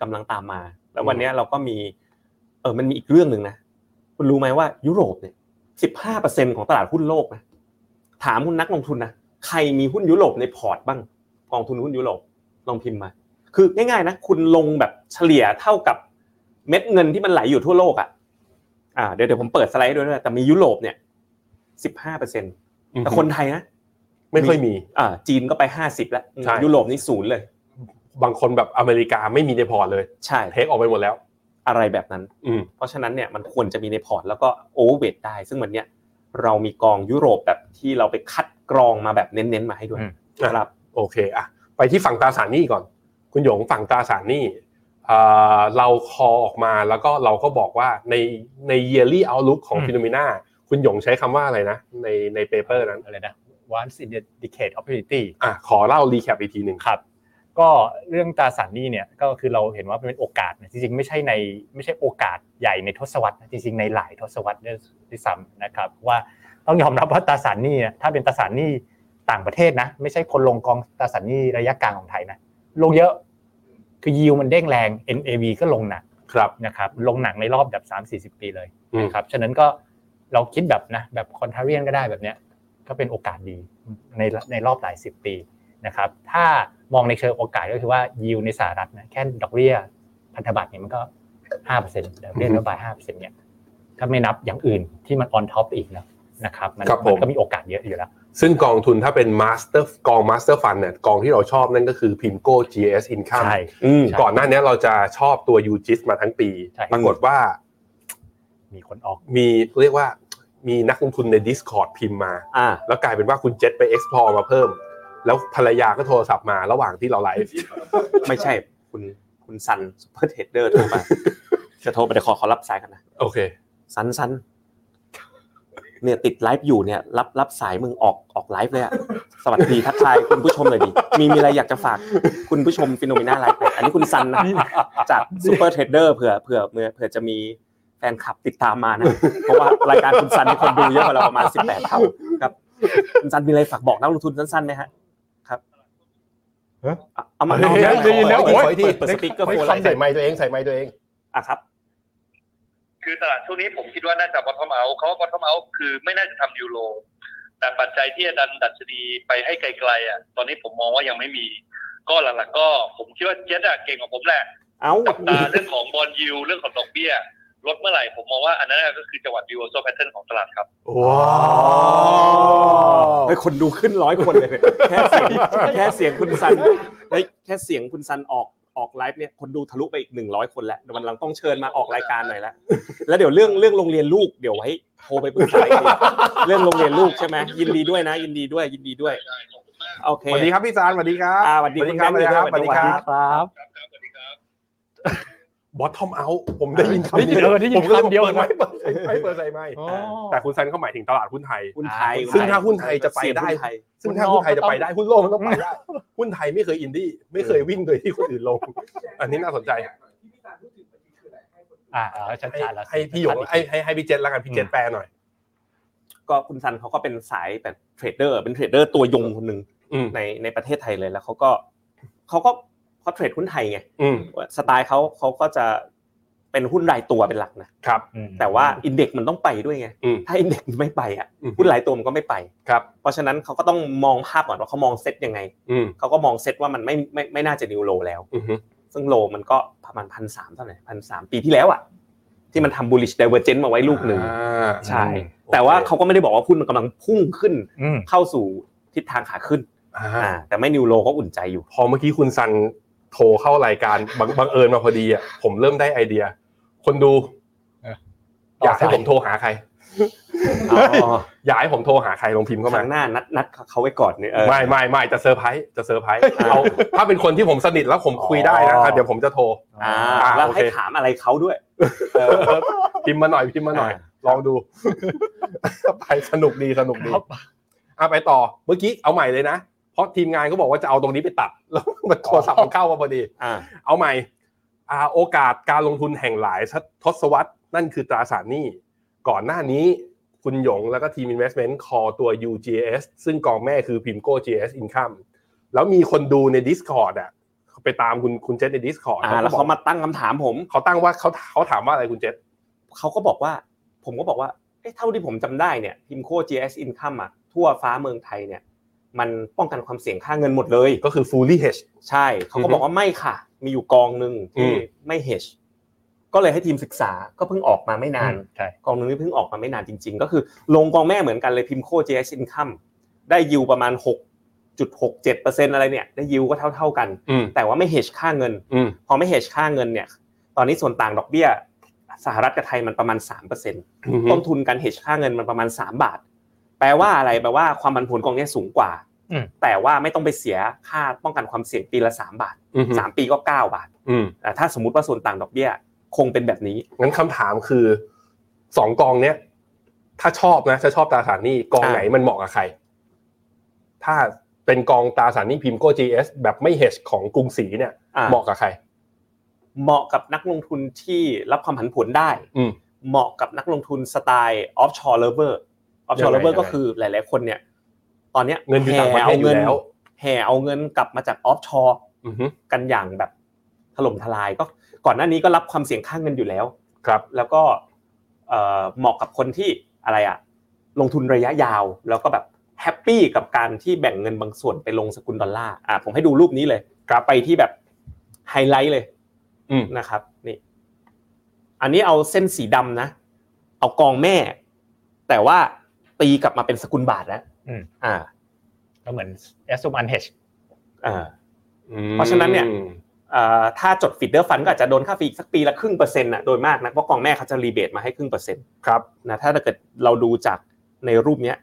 [SPEAKER 3] กำลังตามมา แล้ววันเนี้ยเราก็มี อมันมีอีกเรื่องหนึ่งนะ คุณรู้ไหมว่ายุโรปเนี่ยสิบห้าเปอร์เซ็นของตลาดหุ้นโลกนะ ถามคุณนักลงทุนนะ ใครมีหุ้นยุโรปในพอร์ตบ้าง กองทุนหุ้นยุโรป ลองพิมพ์มา คือง่ายๆนะ คุณลงแบบเฉลี่ยเท่ากับเม็ดเงินที่มันไหลอยู่ทั่วโลกอ่ะ อ่า เดี๋ยวเดี๋ยวผมเปิดสไลด์ให้ด้วยนะแต่มียุโรปเนี่ยสิบห้าเปอร์เซ็นแต่คนไทยนะ
[SPEAKER 2] ไม่ค่อยมี
[SPEAKER 3] อ่าจีนก็ไปห้าสิบแล้ว
[SPEAKER 2] ใช่
[SPEAKER 3] ยุโรปนี่ศูนย์เลย
[SPEAKER 2] บางคนแบบอเมริกาไม่มีในพอร์ตเลย
[SPEAKER 3] ใช่
[SPEAKER 2] เทคออกไปหมดแล้ว
[SPEAKER 3] อะไรแบบนั้น
[SPEAKER 2] อืม
[SPEAKER 3] เพราะฉะนั้นเนี่ยมันควรจะมีในพอร์ตแล้วก็โอเวอร์เวทได้ ซึ่งวันเนี้ยเรามีกองยุโรปแบบที่เราไปคัดกรองมาแบบเน้นๆมาให้ด้วย
[SPEAKER 4] อืม
[SPEAKER 3] ครับ
[SPEAKER 2] โอเคอะไปที่ฝั่งตราสารหนี้ก่อน คุณหยงฝั่งตราสารหนี้เอ่อเราคอออกมาแล้วก็เราก็บอกว่าในใน yearly outlook ของ
[SPEAKER 4] อืม
[SPEAKER 2] ฟิโนเมนาคุณหยงใช้คำว่าอะไรนะ ในในเปเปอร์นั้น
[SPEAKER 4] อะไรนะ once in a decade opportunity
[SPEAKER 2] อ่ะขอเล่ารีแคปอีกทีหนึ่ง
[SPEAKER 4] ครับก็เรื่องตราสารหนี้เนี่ยก็คือเราเห็นว่ามันเป็นโอกาสนะจริงๆไม่ใช่ในไม่ใช่โอกาสใหญ่ในทศวรรษนะจริงๆในหลายทศวรรษด้วยซ้ำนะครับว่าต้องยอมรับว่าตราสารหนี้นะถ้าเป็นตราสารหนี้ต่างประเทศนะไม่ใช่คนลงกองตราสารหนี้ระยะกลางของไทยนะลงเยอะคือยิวมันเด้งแรง NAV ก็ลงหนัก
[SPEAKER 2] ครับ
[SPEAKER 4] นะครับลงหนักในรอบแบบ 3-40 ปีเลย
[SPEAKER 2] อืม
[SPEAKER 4] นะครับฉะนั้นก็เราคิดแบบนะแบบคอนเทเรียนก็ได้แบบเนี้ยก็เป็นโอกาสดีในในรอบหลายสิบปี นะครับถ้ามองในเชิงโอกาสก็คือว่ายิวในสหรัฐนะแค่ดอกเบี้ยพันธบัตรเนี่ยมันก็ห้าเปอร์เซ็นต์ดอกเบี้ยนโยบายห้าเปอร์เซ็นต์เนี่ยถ้าไม่นับอย่างอื่นที่มันออนท็อปอีกนะนะครับมัน
[SPEAKER 2] ครับผม
[SPEAKER 4] มันก็มีโอกาสเยอะอยู่แล้ว
[SPEAKER 2] ซึ่งกองทุนถ้าเป็น master กอง master fund เนี่ยกองที่เราชอบนั่นก็คือ PIMCO GS Income
[SPEAKER 4] ใช่
[SPEAKER 3] อืม
[SPEAKER 4] ใช่
[SPEAKER 2] ก่อนหน้านี้เราจะชอบตัว u g i s มาทั้งปี
[SPEAKER 4] ใช่
[SPEAKER 2] ปรากฏว่า
[SPEAKER 4] มีคนออก
[SPEAKER 2] มีเรียกว่ามีนักลงทุนใน Discord พิมพ์มา
[SPEAKER 3] อ่า
[SPEAKER 2] แล้วกลายเป็นว่าคุณเจษไป explore มาเพิ่ม แล้วภรรยาก็โทรศัพท์มาระหว่างที่เราไลฟ์
[SPEAKER 3] ไม่ใช่คุณคุณซันซูเปอร์เทรดเดอร์โทร มาจะโทรไปเดี๋ยวขอขอรับสายกันนะ
[SPEAKER 2] โอเค
[SPEAKER 3] ซันซันเนี่ยติดไลฟ์อยู่เนี่ยรับรับสายมึงออกออกไลฟ์เลยอะสวัสดีทักทายคุณผู้ชมหน่อยดิมีมีอะไรอยากจะฝากคุณผู้ชมฟิโนเมนาไลฟ์อันนี้คุณซันนะจากซูเปอร์เทรดเดอร์เผื่อเผื่อเผื่อเผื่อจะมีแฟนคลับติดตามมานะเพราะว่ารายการคุณซันนี่คนดูเยอะกว่าเราประมาณ18เท่าครับ คุณซันมีอะไรฝากบอกนักลงทุนสั้นๆไหมฮะครับ
[SPEAKER 4] ฮะ
[SPEAKER 3] เอามา
[SPEAKER 2] เฮ้ย
[SPEAKER 3] เอามา
[SPEAKER 2] เฮ้ยได้ยินแล้วโอ้ย
[SPEAKER 3] เปิดเปิดเปิดสปีกเกอร์โฟนอะไร
[SPEAKER 2] ใส่ไมค์ตัวเองใส่ไมค์ตัวเอง
[SPEAKER 3] อ่ะครับ
[SPEAKER 6] คือตลาดช่วงนี้ผมคิดว่าน่าจะ bottom out เขาว่า bottom out คือไม่น่าจะทำยูโร แต่ปัจจัยที่จะดันดัชนีไปให้ไกลๆอ่ะ ตอนนี้ผมมองว่ายังไม่มี ก็หลักๆก็ ผมคิดว่าเจ็ตอ่ะเก่งกว่าผมแหละ
[SPEAKER 3] เอ้า
[SPEAKER 6] จับตาเรื่องของบอลยูเรื่องของดอกเบี้ยลดเมื่อไหร่ผมมองว่าอันนั้นก็คือจังหวะดิวโซแพทเทิร์นของตลาดครับ
[SPEAKER 2] ว้า
[SPEAKER 3] ให้คนดูขึ้นร้อยคนเลยเนี่ย แค่เสียงแค่เสียงคุณซันเฮ้ยแค่เสียงคุณซันออกออกไลฟ์เนี่ยคนดูทะลุไปอีกหนึ่งร้อยคนแล้วเดี๋ยววันหลังต้องเชิญมาออกรายการหน่อย ละแล้วเดี๋ยวเรื่องเรื่องโรงเรียนลูกเดี๋ยวไว้โทรไปปรึกษาอีกทีเรื่องโรงเรียนลูกใช่ไหมยินดีด้วยนะ ยินดีด้วยยินดีด้วยโอเค
[SPEAKER 2] สวัสดีครับพี่ซานสวัสดีครับ
[SPEAKER 3] อ่าสวัสดี
[SPEAKER 2] ส
[SPEAKER 3] คุณ
[SPEAKER 2] ดีครับส
[SPEAKER 3] แบงค์ด้วย
[SPEAKER 2] วัสดีครับ
[SPEAKER 4] ครับ
[SPEAKER 6] สวัสดีครับ
[SPEAKER 2] บ bottom out ผมได้ยินคำ
[SPEAKER 4] ได้ยินเออได้ยิน
[SPEAKER 2] ผมก็ล
[SPEAKER 4] คำเดียว
[SPEAKER 2] เปิดไมค์เปิดใส่ไมค์เปิดใส่ไมค์
[SPEAKER 4] อ๋อ
[SPEAKER 2] แต่คุณซันเขาหมายถึงตลาดหุ้นไทย
[SPEAKER 3] คุณไทย
[SPEAKER 2] ซึ่งถ้าหุ้นไทยจะไปได้
[SPEAKER 3] เสียงหุ้นทย
[SPEAKER 2] ซึ่งถ้าหุ้นไทยจะไปได้หุ้นโลกมันต้องไปได้ หุ้นไทยไม่เคยอินดี้ไม่เคยวิ่งโดยที่คนอื่นลง อันนี้น่าสนใจ
[SPEAKER 5] ที่พี่ตาลพูดถึงเมื่อกี้คืออะไรให้คน
[SPEAKER 4] อ่าเอาชัดๆแล้ว
[SPEAKER 2] ให้พี่หยง
[SPEAKER 4] ชัดๆอีก
[SPEAKER 2] ให้ให้ให้พี่เจษแล้วกันพี่เจษแปลหน่อย
[SPEAKER 3] ก็คุณซันเขาก็เป็นสายแบบเทรดเดอร์เป็นเทรดเดอร์ตัวยงคนหนึ่ง
[SPEAKER 2] อืม
[SPEAKER 3] ในในประเทศไทยเลยแล้วเขาก็เขาก็เขาเทรดหุ้นไทยไง
[SPEAKER 2] อืม
[SPEAKER 3] สไตล์เขาเขาก็จะเป็นหุ้นรายตัวเป็นหลักนะครับ แต่ว่าอินเด็กซ์มันต้องไปด้วยไง
[SPEAKER 2] อืม
[SPEAKER 3] ถ้าอินเด็กซ์ไม่ไปอ่ะ
[SPEAKER 2] อืม
[SPEAKER 3] หุ้นรายตัวมันก็ไม่ไป
[SPEAKER 2] ครับ
[SPEAKER 3] เพราะฉะนั้นเขาก็ต้องมองภาพก่อนว่าเขามองเซ็ตยังไง
[SPEAKER 2] อืม
[SPEAKER 3] เขาก็มองเซ็ตว่ามันไม่ไม่ไม่น่าจะนิวโลแล้ว
[SPEAKER 2] อือฮึ
[SPEAKER 3] ซึ่งโลมันก็ประมาณพันสามเท่าไหร่พันสามปีที่แล้วอ่ะที่มันทำบูลลิชเดเวอร์เจนมาไว้ลูกหนึ่ง
[SPEAKER 2] อ่า
[SPEAKER 3] ใช่
[SPEAKER 4] อืม
[SPEAKER 3] แต่ว่า
[SPEAKER 2] โอเค
[SPEAKER 3] เขาก็ไม่ได้บอกว่าหุ้นมันกำลังพุ่งขึ้น
[SPEAKER 4] อืม
[SPEAKER 3] เข้าสู่ทิศทางขาขึ้น
[SPEAKER 2] อ่า
[SPEAKER 3] อ่าแต่ไม่นิวโลก็อุ่นใจอยู่
[SPEAKER 2] พอเมื่อกี้คุณซันโทรเข้ารายการ บังบังเอิญมาพอดีอ่ะผมเริ่มได้ไอเดีย คนดู
[SPEAKER 4] เออ
[SPEAKER 2] อยากให้ผมโทรหาใคร อยากให้ผมโทรหาใครลองพิมพ์เข้า
[SPEAKER 3] ค
[SPEAKER 2] มา
[SPEAKER 3] รั้งหน้านัดนัดเขาไว้ก่อนเนี่ยเออ
[SPEAKER 2] ไม่ไม่ไม่จะเซอร์ไพรส์จะเซอร์ไพรส์
[SPEAKER 3] อ่า
[SPEAKER 2] เอาถ้าเป็นคนที่ผมสนิทแล้วผมคุยได้นะอ่ะเดี๋ยวผมจะโทร
[SPEAKER 3] อ่า
[SPEAKER 2] อ่า
[SPEAKER 3] แล้ว
[SPEAKER 2] โอเค
[SPEAKER 3] ให้ถามอะไรเขาด้วยเออ
[SPEAKER 2] พิมพ์มาหน่อยพิมพ์มาหน่อย
[SPEAKER 3] อ่า
[SPEAKER 2] ลองดู ไปสนุกดีสนุกดี
[SPEAKER 4] ครับ
[SPEAKER 2] อ่ะไปต่อเมื่อกี้เอาใหม่เลยนะ เพราะทีมงานเขาบอกว่าจะเอาตรงนี้ไปตัด แล้วมันโทรศัพท์มันเข้ามาพอดี
[SPEAKER 3] อ่า
[SPEAKER 2] เอาใหม่อ่าโอกาสการลงทุนแห่งหลายทศวรรษนั่นคือตราสารหนี้ ก่อนหน้านี้คุณหยงแล้วก็ทีม Investment คอตัว UGS ซึ่งกองแม่คือ Pimco GS Income แล้วมีคนดูใน Discord อ่ะไปตามคุณคุณเจษใน Discord
[SPEAKER 3] อ่าแล้ว
[SPEAKER 2] ก็บ
[SPEAKER 3] เขา
[SPEAKER 2] อก
[SPEAKER 3] มาตั้งคำถามผม
[SPEAKER 2] เขาตั้งว่าเขาเขาถามว่าอะไรคุณเจษ
[SPEAKER 3] เขาก็บอกว่า ผมก็บอกว่าเอ้เท่าที่ผมจำได้เนี่ยพิมโค GS Income อ่ะทั่วฟ้าเมืองไทยเนี่ย มันป้องกันความเสี่ยงค่าเงินหมดเลย
[SPEAKER 2] ก็คือ fully hedge
[SPEAKER 3] ใช่เขาก็บอกว่าไม่ค่ะ มีอยู่กองหนึ่งที่
[SPEAKER 2] อืม
[SPEAKER 3] ไม่ hedge ก็เลยให้ทีมศึกษาก็เพิ่งออกมาไม่นาน
[SPEAKER 4] ใช่
[SPEAKER 3] กองหนึงนี่เพิ่งออกมาไม่นานจริง ๆ ก็คือลงกองแม่เหมือนกันเลยพิมโค JS Income ได้ยิวประมาณ 6.67%อะไรเนี่ย ได้ยิวก็เท่า ๆกัน
[SPEAKER 2] อืม
[SPEAKER 3] แต่ว่าไม่เฮชค่าเงิน
[SPEAKER 2] อืม
[SPEAKER 3] พอไม่เฮชค่าเงินเนี่ย ตอนนี้ส่วนต่างดอกเบี้ย สหรัฐกับไทยมันประมาณ 3%
[SPEAKER 2] อืม
[SPEAKER 3] ต้นทุนการเฮชค่าเงินมันประมาณ 3 บาท แปลว่าอะไรแปลว่าความผันผวนกองเนี้ยสูงกว่า
[SPEAKER 4] อืม
[SPEAKER 3] แต่ว่าไม่ต้องไปเสียค่าป้องกันความเสี่ยงปีละ 3 บาท
[SPEAKER 2] อืม
[SPEAKER 3] 3 ปีก็ 9 บาท
[SPEAKER 2] อืม
[SPEAKER 3] อ่ะถ้าสมมติว่าส่วนต่างดอกเบี้ยคงเป็นแบบนี้
[SPEAKER 2] งั้นคำถามคือสองกองเนี้ยถ้าชอบนะ ถ้าชอบตราสารหนี้กองไหนมันเหมาะกับใคร ถ้าเป็นกองตราสารหนี้พิมโก้ GS แบบไม่ hedge ของกรุงศรีเนี่ย
[SPEAKER 3] อ่ะ
[SPEAKER 2] เหมาะกับใคร
[SPEAKER 3] เหมาะกับนักลงทุนที่รับความผันผวนได้
[SPEAKER 2] อืม
[SPEAKER 3] เหมาะกับนักลงทุนสไตล์ออฟชอร์เลเวอร์ออฟชอร์เลเวอ
[SPEAKER 2] ยัง
[SPEAKER 3] ร์
[SPEAKER 2] ไง
[SPEAKER 3] ก็คือหลาย ๆ คนเนี่ย ตอนเนี้ย
[SPEAKER 2] เงินอยู่ต่างประเทศอยู่แล้ว
[SPEAKER 3] แห่เอาเงินกลับมาจากออฟชอร์
[SPEAKER 2] อือฮึ
[SPEAKER 3] กันอย่างแบบถล่มทลายก็ก่อนหน้านี้ก็รับความเสี่ยงข้างเงินอยู่แล้ว
[SPEAKER 2] ครับ
[SPEAKER 3] แล้วก็เอ่อเหมาะกับคนที่อะไรอะลงทุนระยะยาว แล้วก็แบบแฮปปี้กับการที่แบ่งเงินบางส่วนไปลงสกุลดอลลาร์อ่ะผมให้ดูรูปนี้เลยกราฟไปที่แบบไฮไลท์เลย
[SPEAKER 2] อืม
[SPEAKER 3] นะครับนี่อันนี้เอาเส้นสีดำนะ เอากองแม่ แต่ว่าตีกลับมาเป็นสกุลบาทแล้ว
[SPEAKER 4] อืม
[SPEAKER 3] อ่า
[SPEAKER 4] ก็เหมือน assume unhedge
[SPEAKER 3] อ่า เพราะฉะนั้นเนี่ย
[SPEAKER 2] อืม
[SPEAKER 3] เอ่อถ้าจดฟิดเดอร์ฟันก็อาจจะโดนค่าฟรีอีกสักปีละครึ่งเปอร์เซ็นต์นะโดยมากนะเพราะกองแม่เขาจะรีเบทมาให้ครึ่งเปอร์เซ็นต์
[SPEAKER 2] ครับ
[SPEAKER 3] นะถ้าเกิดเราดูจากในรูปเนี้ย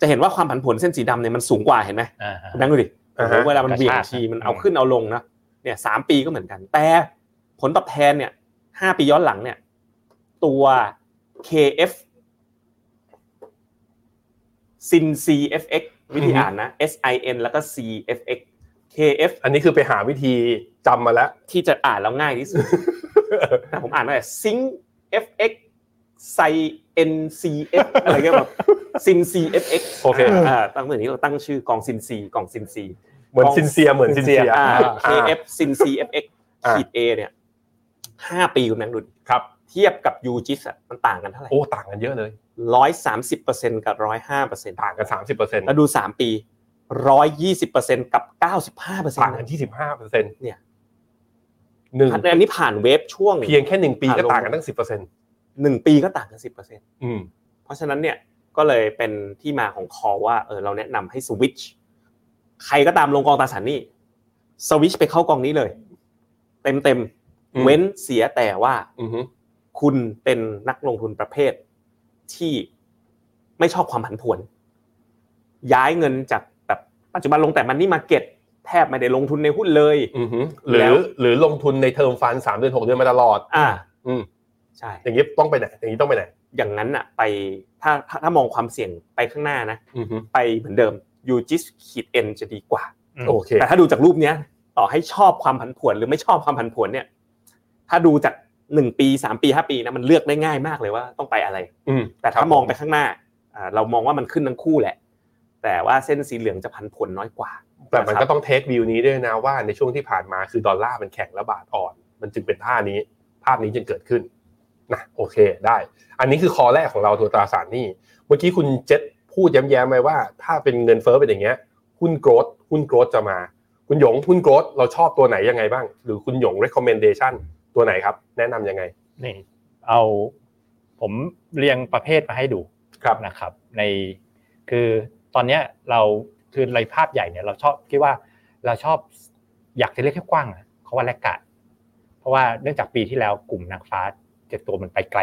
[SPEAKER 3] จะเห็นว่าความผันผวนเส้นสีดำเนี่ยมันสูงกว่าเห็นไหม
[SPEAKER 4] อ่าฮะ
[SPEAKER 3] นั่งดูดิ
[SPEAKER 2] อ่าฮะ
[SPEAKER 3] เวลามันเบี่ยง
[SPEAKER 4] กระชาก
[SPEAKER 3] ทีมัน
[SPEAKER 4] อืม
[SPEAKER 3] เอาขึ้นเอาลงนะเนี่ยสามปีก็เหมือนกัน แต่ผลตอบแทนเนี่ยห้าปีย้อนหลังเนี่ย ตัว KF ซิน CFX วิธีอ่านนะ SIN แล้วก็ CFX KF
[SPEAKER 2] อันนี้คือไปหาวิธีจำมาแล้ว
[SPEAKER 3] ที่จะอ่านแล้วง่ายที่สุด แต่ผมอ่านว่าซิง fx ไซ ncf อะไรเงี้ยแบบซิน cfx
[SPEAKER 2] โอเค
[SPEAKER 3] าตั้งเหมือนนี้เราตั้งชื่อกองซินซีกองซินซี
[SPEAKER 2] เหมือนซินเซียเหมือนซินเซีย
[SPEAKER 3] อ่า
[SPEAKER 2] อ่า
[SPEAKER 3] kf ซิน cfx
[SPEAKER 2] อ่า
[SPEAKER 3] ขีด a เนี่ยห้าปีคุณนังดุล
[SPEAKER 2] ครับ
[SPEAKER 3] เทียบกับยูจิสอะมันต่างกันเท่าไหร่
[SPEAKER 2] โอ้ต่างกันเยอะเลย
[SPEAKER 3] ร้อยสามสิบเปอร์เซ็นต์กับร้อยห้าเปอร์เซ็นต์
[SPEAKER 2] ต่างกันสามสิบเปอร์เซ็นต์
[SPEAKER 3] แล้วดูสามปีร้อยยี่สิบเปอร์เซ็นต์กับเก้าสิบห้าเปอร์เซ็น
[SPEAKER 2] ต่าง
[SPEAKER 3] ต์
[SPEAKER 2] กันที่สิบห้าเปอร์เซ็นต์
[SPEAKER 3] เนี่ย
[SPEAKER 2] หนึ่ง
[SPEAKER 3] อันนี้ผ่านเวฟช่วง
[SPEAKER 2] เพียงแค่หนึ่งปีก็
[SPEAKER 3] อ่าลง
[SPEAKER 2] ต่างกันตั้งสิบเปอร์เซ็นต์
[SPEAKER 3] หนึ่งปีก็ต่างกันสิบเปอร์เซ็นต
[SPEAKER 2] อืม
[SPEAKER 3] เพราะฉะนั้นเนี่ยก็เลยเป็นที่มาของคอว่าเออเราแนะนำให้สวิตช์ใครก็ตามลงกองตราสารหนี้สวิตช์ไปเข้ากองนี้เลย เต็มเต็มๆ
[SPEAKER 2] อืม
[SPEAKER 3] เว้นเสียแต่ว่า
[SPEAKER 2] อือฮึ
[SPEAKER 3] คุณเป็นนักลงทุนประเภท ที่ไม่ชอบความผันผวน ย้ายเงินจากแบบปัจจุบันลงแต่มันนี่มาเก็ตแทบไม่ได้ลงทุนในหุ้นเลย
[SPEAKER 2] อือหือหรื
[SPEAKER 3] แล้
[SPEAKER 2] อ
[SPEAKER 3] ว
[SPEAKER 2] หรือลงทุนในเทอมฟันสามเดือนหกเดือนมาตลอด
[SPEAKER 3] อ่า
[SPEAKER 2] อืม
[SPEAKER 3] ใช่
[SPEAKER 2] อย่างนี้ต้องไปไหน อย่างนี้ต้องไปไหน
[SPEAKER 3] อย่างนั้นอะไปถ้าถ้าถ้ามองความเสี่ยงไปข้างหน้านะ
[SPEAKER 2] อือหือ
[SPEAKER 3] ไปเหมือนเดิมยูจิสขีดเอ็นจะดีกว่า
[SPEAKER 2] โอเค
[SPEAKER 3] แต่ถ้าดูจากรูปเนี้ยต่อให้ชอบความผันผวนหรือไม่ชอบความผันผวนเนี่ย ถ้าดูจากหนึ่งปีสามปีห้าปีนะมันเลือกได้ง่ายมากเลยว่าต้องไปอะไร
[SPEAKER 2] อืม
[SPEAKER 3] แต่ถ้ามองไปข้างหน้าอ่าเรามองว่ามันขึ้นทั้งคู่แหละ แต่ว่าเส้นสีเหลืองจะผันผวนน้อยกว่า
[SPEAKER 2] แต่มัน
[SPEAKER 3] นะครับ
[SPEAKER 2] ก็ต้องเทควิวนี้ด้วยนะว่าในช่วงที่ผ่านมาคือดอลลาร์มันแข็งและบาทอ่อน มันจึงเป็นท่านี้ ภาพนี้จึงเกิดขึ้นนะโอเคได้ อันนี้คือคอแรกของเราตัวตราสารหนี้เมื่อกี้คุณเจษพูดแย้มๆไปว่า ถ้าเป็นเงินเฟ้อเป็นอย่างเงี้ยหุ้นโกรดหุ้นโกรดจะมา คุณหยงหุ้นโกรดเราชอบตัวไหนยังไงบ้าง หรือคุณหยง recommendation ตัวไหนครับ แนะนำยังไง
[SPEAKER 4] นี่เอาผมเรียงประเภทมาให้ดู
[SPEAKER 2] ครับ
[SPEAKER 4] นะครับ ในคือตอนเนี้ยเราคือในภาพใหญ่เนี่ยเราชอบคิดว่าเราชอบอยากจะเรียกให้กว้างนะเขาว่าแลกกาดเพราะว่าเนื่องจากปีที่แล้วกลุ่มนางฟ้าเจ็ดตัวมันไปไกล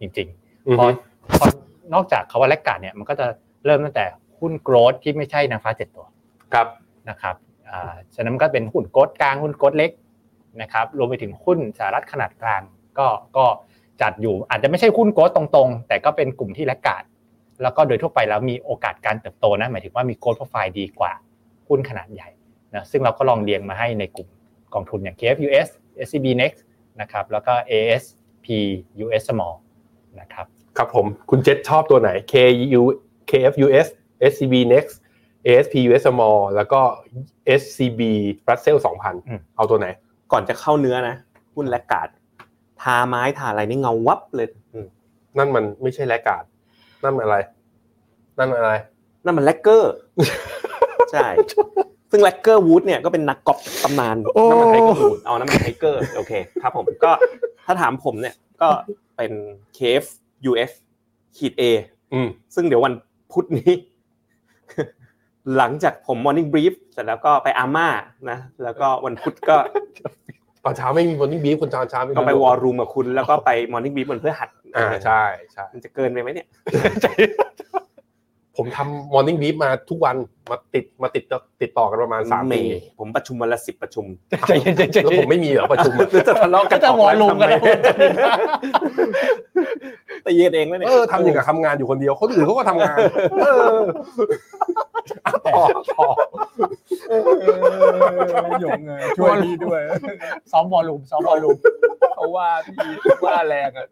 [SPEAKER 4] จริง ๆ
[SPEAKER 2] อือ
[SPEAKER 4] พอ
[SPEAKER 2] หือ
[SPEAKER 4] พอนอกจากคาว่าแลกการดเนี่ยมันก็จะเริ่มตั้งแต่หุ้นโกรดที่ไม่ใช่นางฟ้าเจ็ดตัว
[SPEAKER 2] ครับ
[SPEAKER 4] นะครับอ่าฉะนั้นมันก็เป็นหุ้นโกรดกลางหุ้นโกรดเล็กนะครับรวมไปถึงหุ้นสหรัฐขนาดกลางก็ก็จัดอยู่อาจจะไม่ใช่หุ้นโกรดตรงๆ แต่ก็เป็นกลุ่มที่แลกการดแล้วก็โดยทั่วไปแล้วมีโอกาสการเติบโตนะหมายถึงว่ามีโกรดโปรไฟล์ดีกว่าหุ้นขนาดใหญ่นะซึ่งเราก็ลองเรียงมาให้ในกลุ่มกองทุนอย่าง KFUS SCB Next นะครับแล้วก็ ASP US Small นะครับ
[SPEAKER 2] ครับผมคุณเจษชอบตัวไหน KU KFUS SCB Next ASP US Small แล้วก็ SCB Brussels
[SPEAKER 4] อืม
[SPEAKER 2] 2000 เอาตัวไหน
[SPEAKER 3] ก่อนจะเข้าเนื้อนะหุ้นและกาดทาไม้ทาอะไรนี่เงาวับเลยอืม
[SPEAKER 2] นั่นมันไม่ใช่แลกการ์ดนั่นมันอะไร นั่นมันอะไร
[SPEAKER 3] นั่นมันแลกเกอร์ ใช่ ซึ่งแลกเกอร์วูดเนี่ยก็เป็นนักกอล์ฟตำนาน
[SPEAKER 2] โอ้
[SPEAKER 3] น้ำมันไทเกอร์วูดเอาน้ำมันไทเกอร์ โอเคครับผมก็ถ้าถามผมเนี่ยก็เป็น KF UF ขีด A
[SPEAKER 2] อืม
[SPEAKER 3] ซึ่งเดี๋ยววันพุธนี้ หลังจากผม Morning Brief เสร็จแล้วก็ไปอาม่านะ แล้วก็วันพุธก็
[SPEAKER 2] ตอนเช้าไม่มีคนที่บีบคนตอนเช้าม่มี
[SPEAKER 3] ก็ไปวอลรูมกับคุณ แล้วก็ไป Morning Brief บนเพื่อหัด
[SPEAKER 2] อ่าใช่ใช่
[SPEAKER 3] มันจะเกินไปไหมเนี่ย
[SPEAKER 2] ผมทำมอร์นิ่งบีฟมาทุกวันมาติดมาติดติดต่อกันประมาณสามปี
[SPEAKER 3] ผมประชุมวันละสิบประชุม
[SPEAKER 4] ใจเย็นใจเย็น
[SPEAKER 2] แล้วผมไม่มีเหรอประชุมอะ
[SPEAKER 3] หรือจะทะเลาะกัน
[SPEAKER 4] ก็จะหมอลุงกันแล้ว
[SPEAKER 3] ทำไแต่เย็นเองแล้วเนี่ย
[SPEAKER 2] เออทำอย่างกับทำงานอยู่คนเดียวคนอื่นเขาก็ทำงานเอออ่ะต่อต่อ
[SPEAKER 7] หยงเงยช่วยพี่ด้วย
[SPEAKER 4] ซ้อมบอลลูมซ้อมบอลลูม
[SPEAKER 7] เพราะว่าพี่ว่าแรงอ่ะ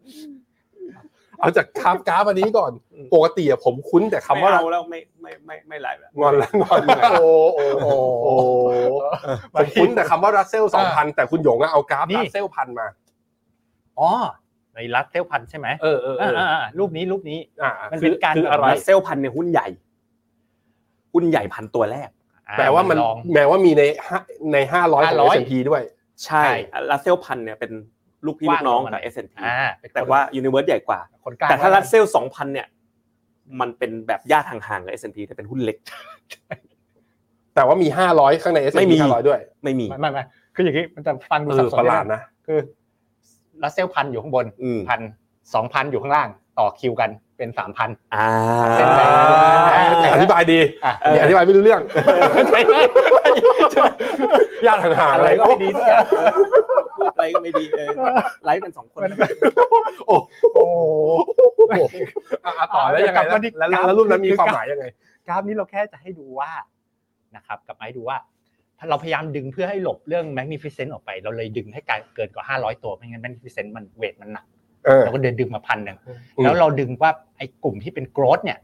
[SPEAKER 2] เอาจากคาบกราฟอันนี้ก่อนปกติอะผมคุ้นแต่คำ
[SPEAKER 3] คำ
[SPEAKER 2] ว่า
[SPEAKER 3] ว่าเราแล้วไม่ไม่ไม่ไม่ไลฟ์แล้ว
[SPEAKER 2] งอนแล้วงอนแล้ว
[SPEAKER 4] โอ้โอ้โอ้
[SPEAKER 2] ผมคุ้นแต่คำว่ารัสเซลสองพันแต่คุณหยงอะเอากราฟ
[SPEAKER 4] นี่
[SPEAKER 2] รัสเซลพันมา
[SPEAKER 4] อ๋อในรัฐเทลพันธุ์ใช่ไหม
[SPEAKER 2] เออเออเออ
[SPEAKER 4] อ่าอ่ารูปนี้รูปนี้
[SPEAKER 2] อ่า
[SPEAKER 4] มัน
[SPEAKER 2] คื
[SPEAKER 4] เป็นการ
[SPEAKER 2] คืออะไร
[SPEAKER 3] เซลพันเนี่ยหุ้นใหญ่ หุ้นใหญ่พันตัวแรก
[SPEAKER 4] อ่
[SPEAKER 2] แปลว่ามัน
[SPEAKER 4] ลอง
[SPEAKER 2] แปลว่ามีในห้าในห้าร้อยของ
[SPEAKER 4] 500
[SPEAKER 2] S&P ด้วย
[SPEAKER 3] ใช่
[SPEAKER 4] ใช่
[SPEAKER 3] ลัสเซลพันเนี่ยเป็นลูกพี่ลูกน้องกับ S&P
[SPEAKER 4] อ่า
[SPEAKER 3] แต่ว่ายูนิเวิร์สใหญ่กว่า
[SPEAKER 4] คนกลาง
[SPEAKER 3] แต่ถ้าลัสเซลสองพันเนี่ย มันเป็นแบบญาติห่างๆกับ S&P แต่เป็นหุ้นเล็ก
[SPEAKER 2] แต่ว่ามีห้าร้อยข้างใน
[SPEAKER 3] ไม่
[SPEAKER 2] S&P
[SPEAKER 3] มี
[SPEAKER 2] ห้าร้อยด้วย
[SPEAKER 3] ไม่มี
[SPEAKER 4] ไม่ไม่ไม่คืออย่างนี้มันจะฟังดู
[SPEAKER 2] เอ
[SPEAKER 4] สั
[SPEAKER 2] อบ
[SPEAKER 4] สน
[SPEAKER 2] ประหลาดนะ
[SPEAKER 4] คือรัสเซลพันอยู่ข้างบน
[SPEAKER 3] อืม
[SPEAKER 4] พันสองพันอยู่ข้างล่างต่อคิวกันเป็นสามพัน
[SPEAKER 3] อ่า
[SPEAKER 4] เส้นแบ่ง อ่า
[SPEAKER 2] อธิบายดี
[SPEAKER 4] อ่ะ
[SPEAKER 3] เออ
[SPEAKER 2] อ
[SPEAKER 3] อ
[SPEAKER 2] ธิบายไม่รู้เรื่องญาติห่างๆ
[SPEAKER 3] อะ
[SPEAKER 2] อะไรไร
[SPEAKER 3] ก็
[SPEAKER 2] ก็
[SPEAKER 3] ไม่ดีทุกอย่างเออพูดอะไรก็ไม่ดีเออไลฟ์กันสองคน
[SPEAKER 4] โอ้โห
[SPEAKER 2] อ่ะอ่ะต่อแล้วยังไง
[SPEAKER 4] กลับมาที่
[SPEAKER 2] แล้วแล้วแล้วรุ่นนั้นมีความหมายยังไง
[SPEAKER 4] กราฟนี้เราแค่จะให้ดูว่านะครับกลับมาให้ดูว่า ถ้าเราพยายามดึงเพื่อให้หลบเรื่อง magnificent ออกไป เราเลยดึงให้กลายเกินกว่า 500 ตัวไม่งั้น magnificent มันเวทมันหนัก
[SPEAKER 2] เออ
[SPEAKER 4] เราก็เดินดึงมาพันหนึ่ง
[SPEAKER 2] อืม
[SPEAKER 4] แล้วเราดึงว่าไอ้กลุ่มที่เป็น growth เนี่ย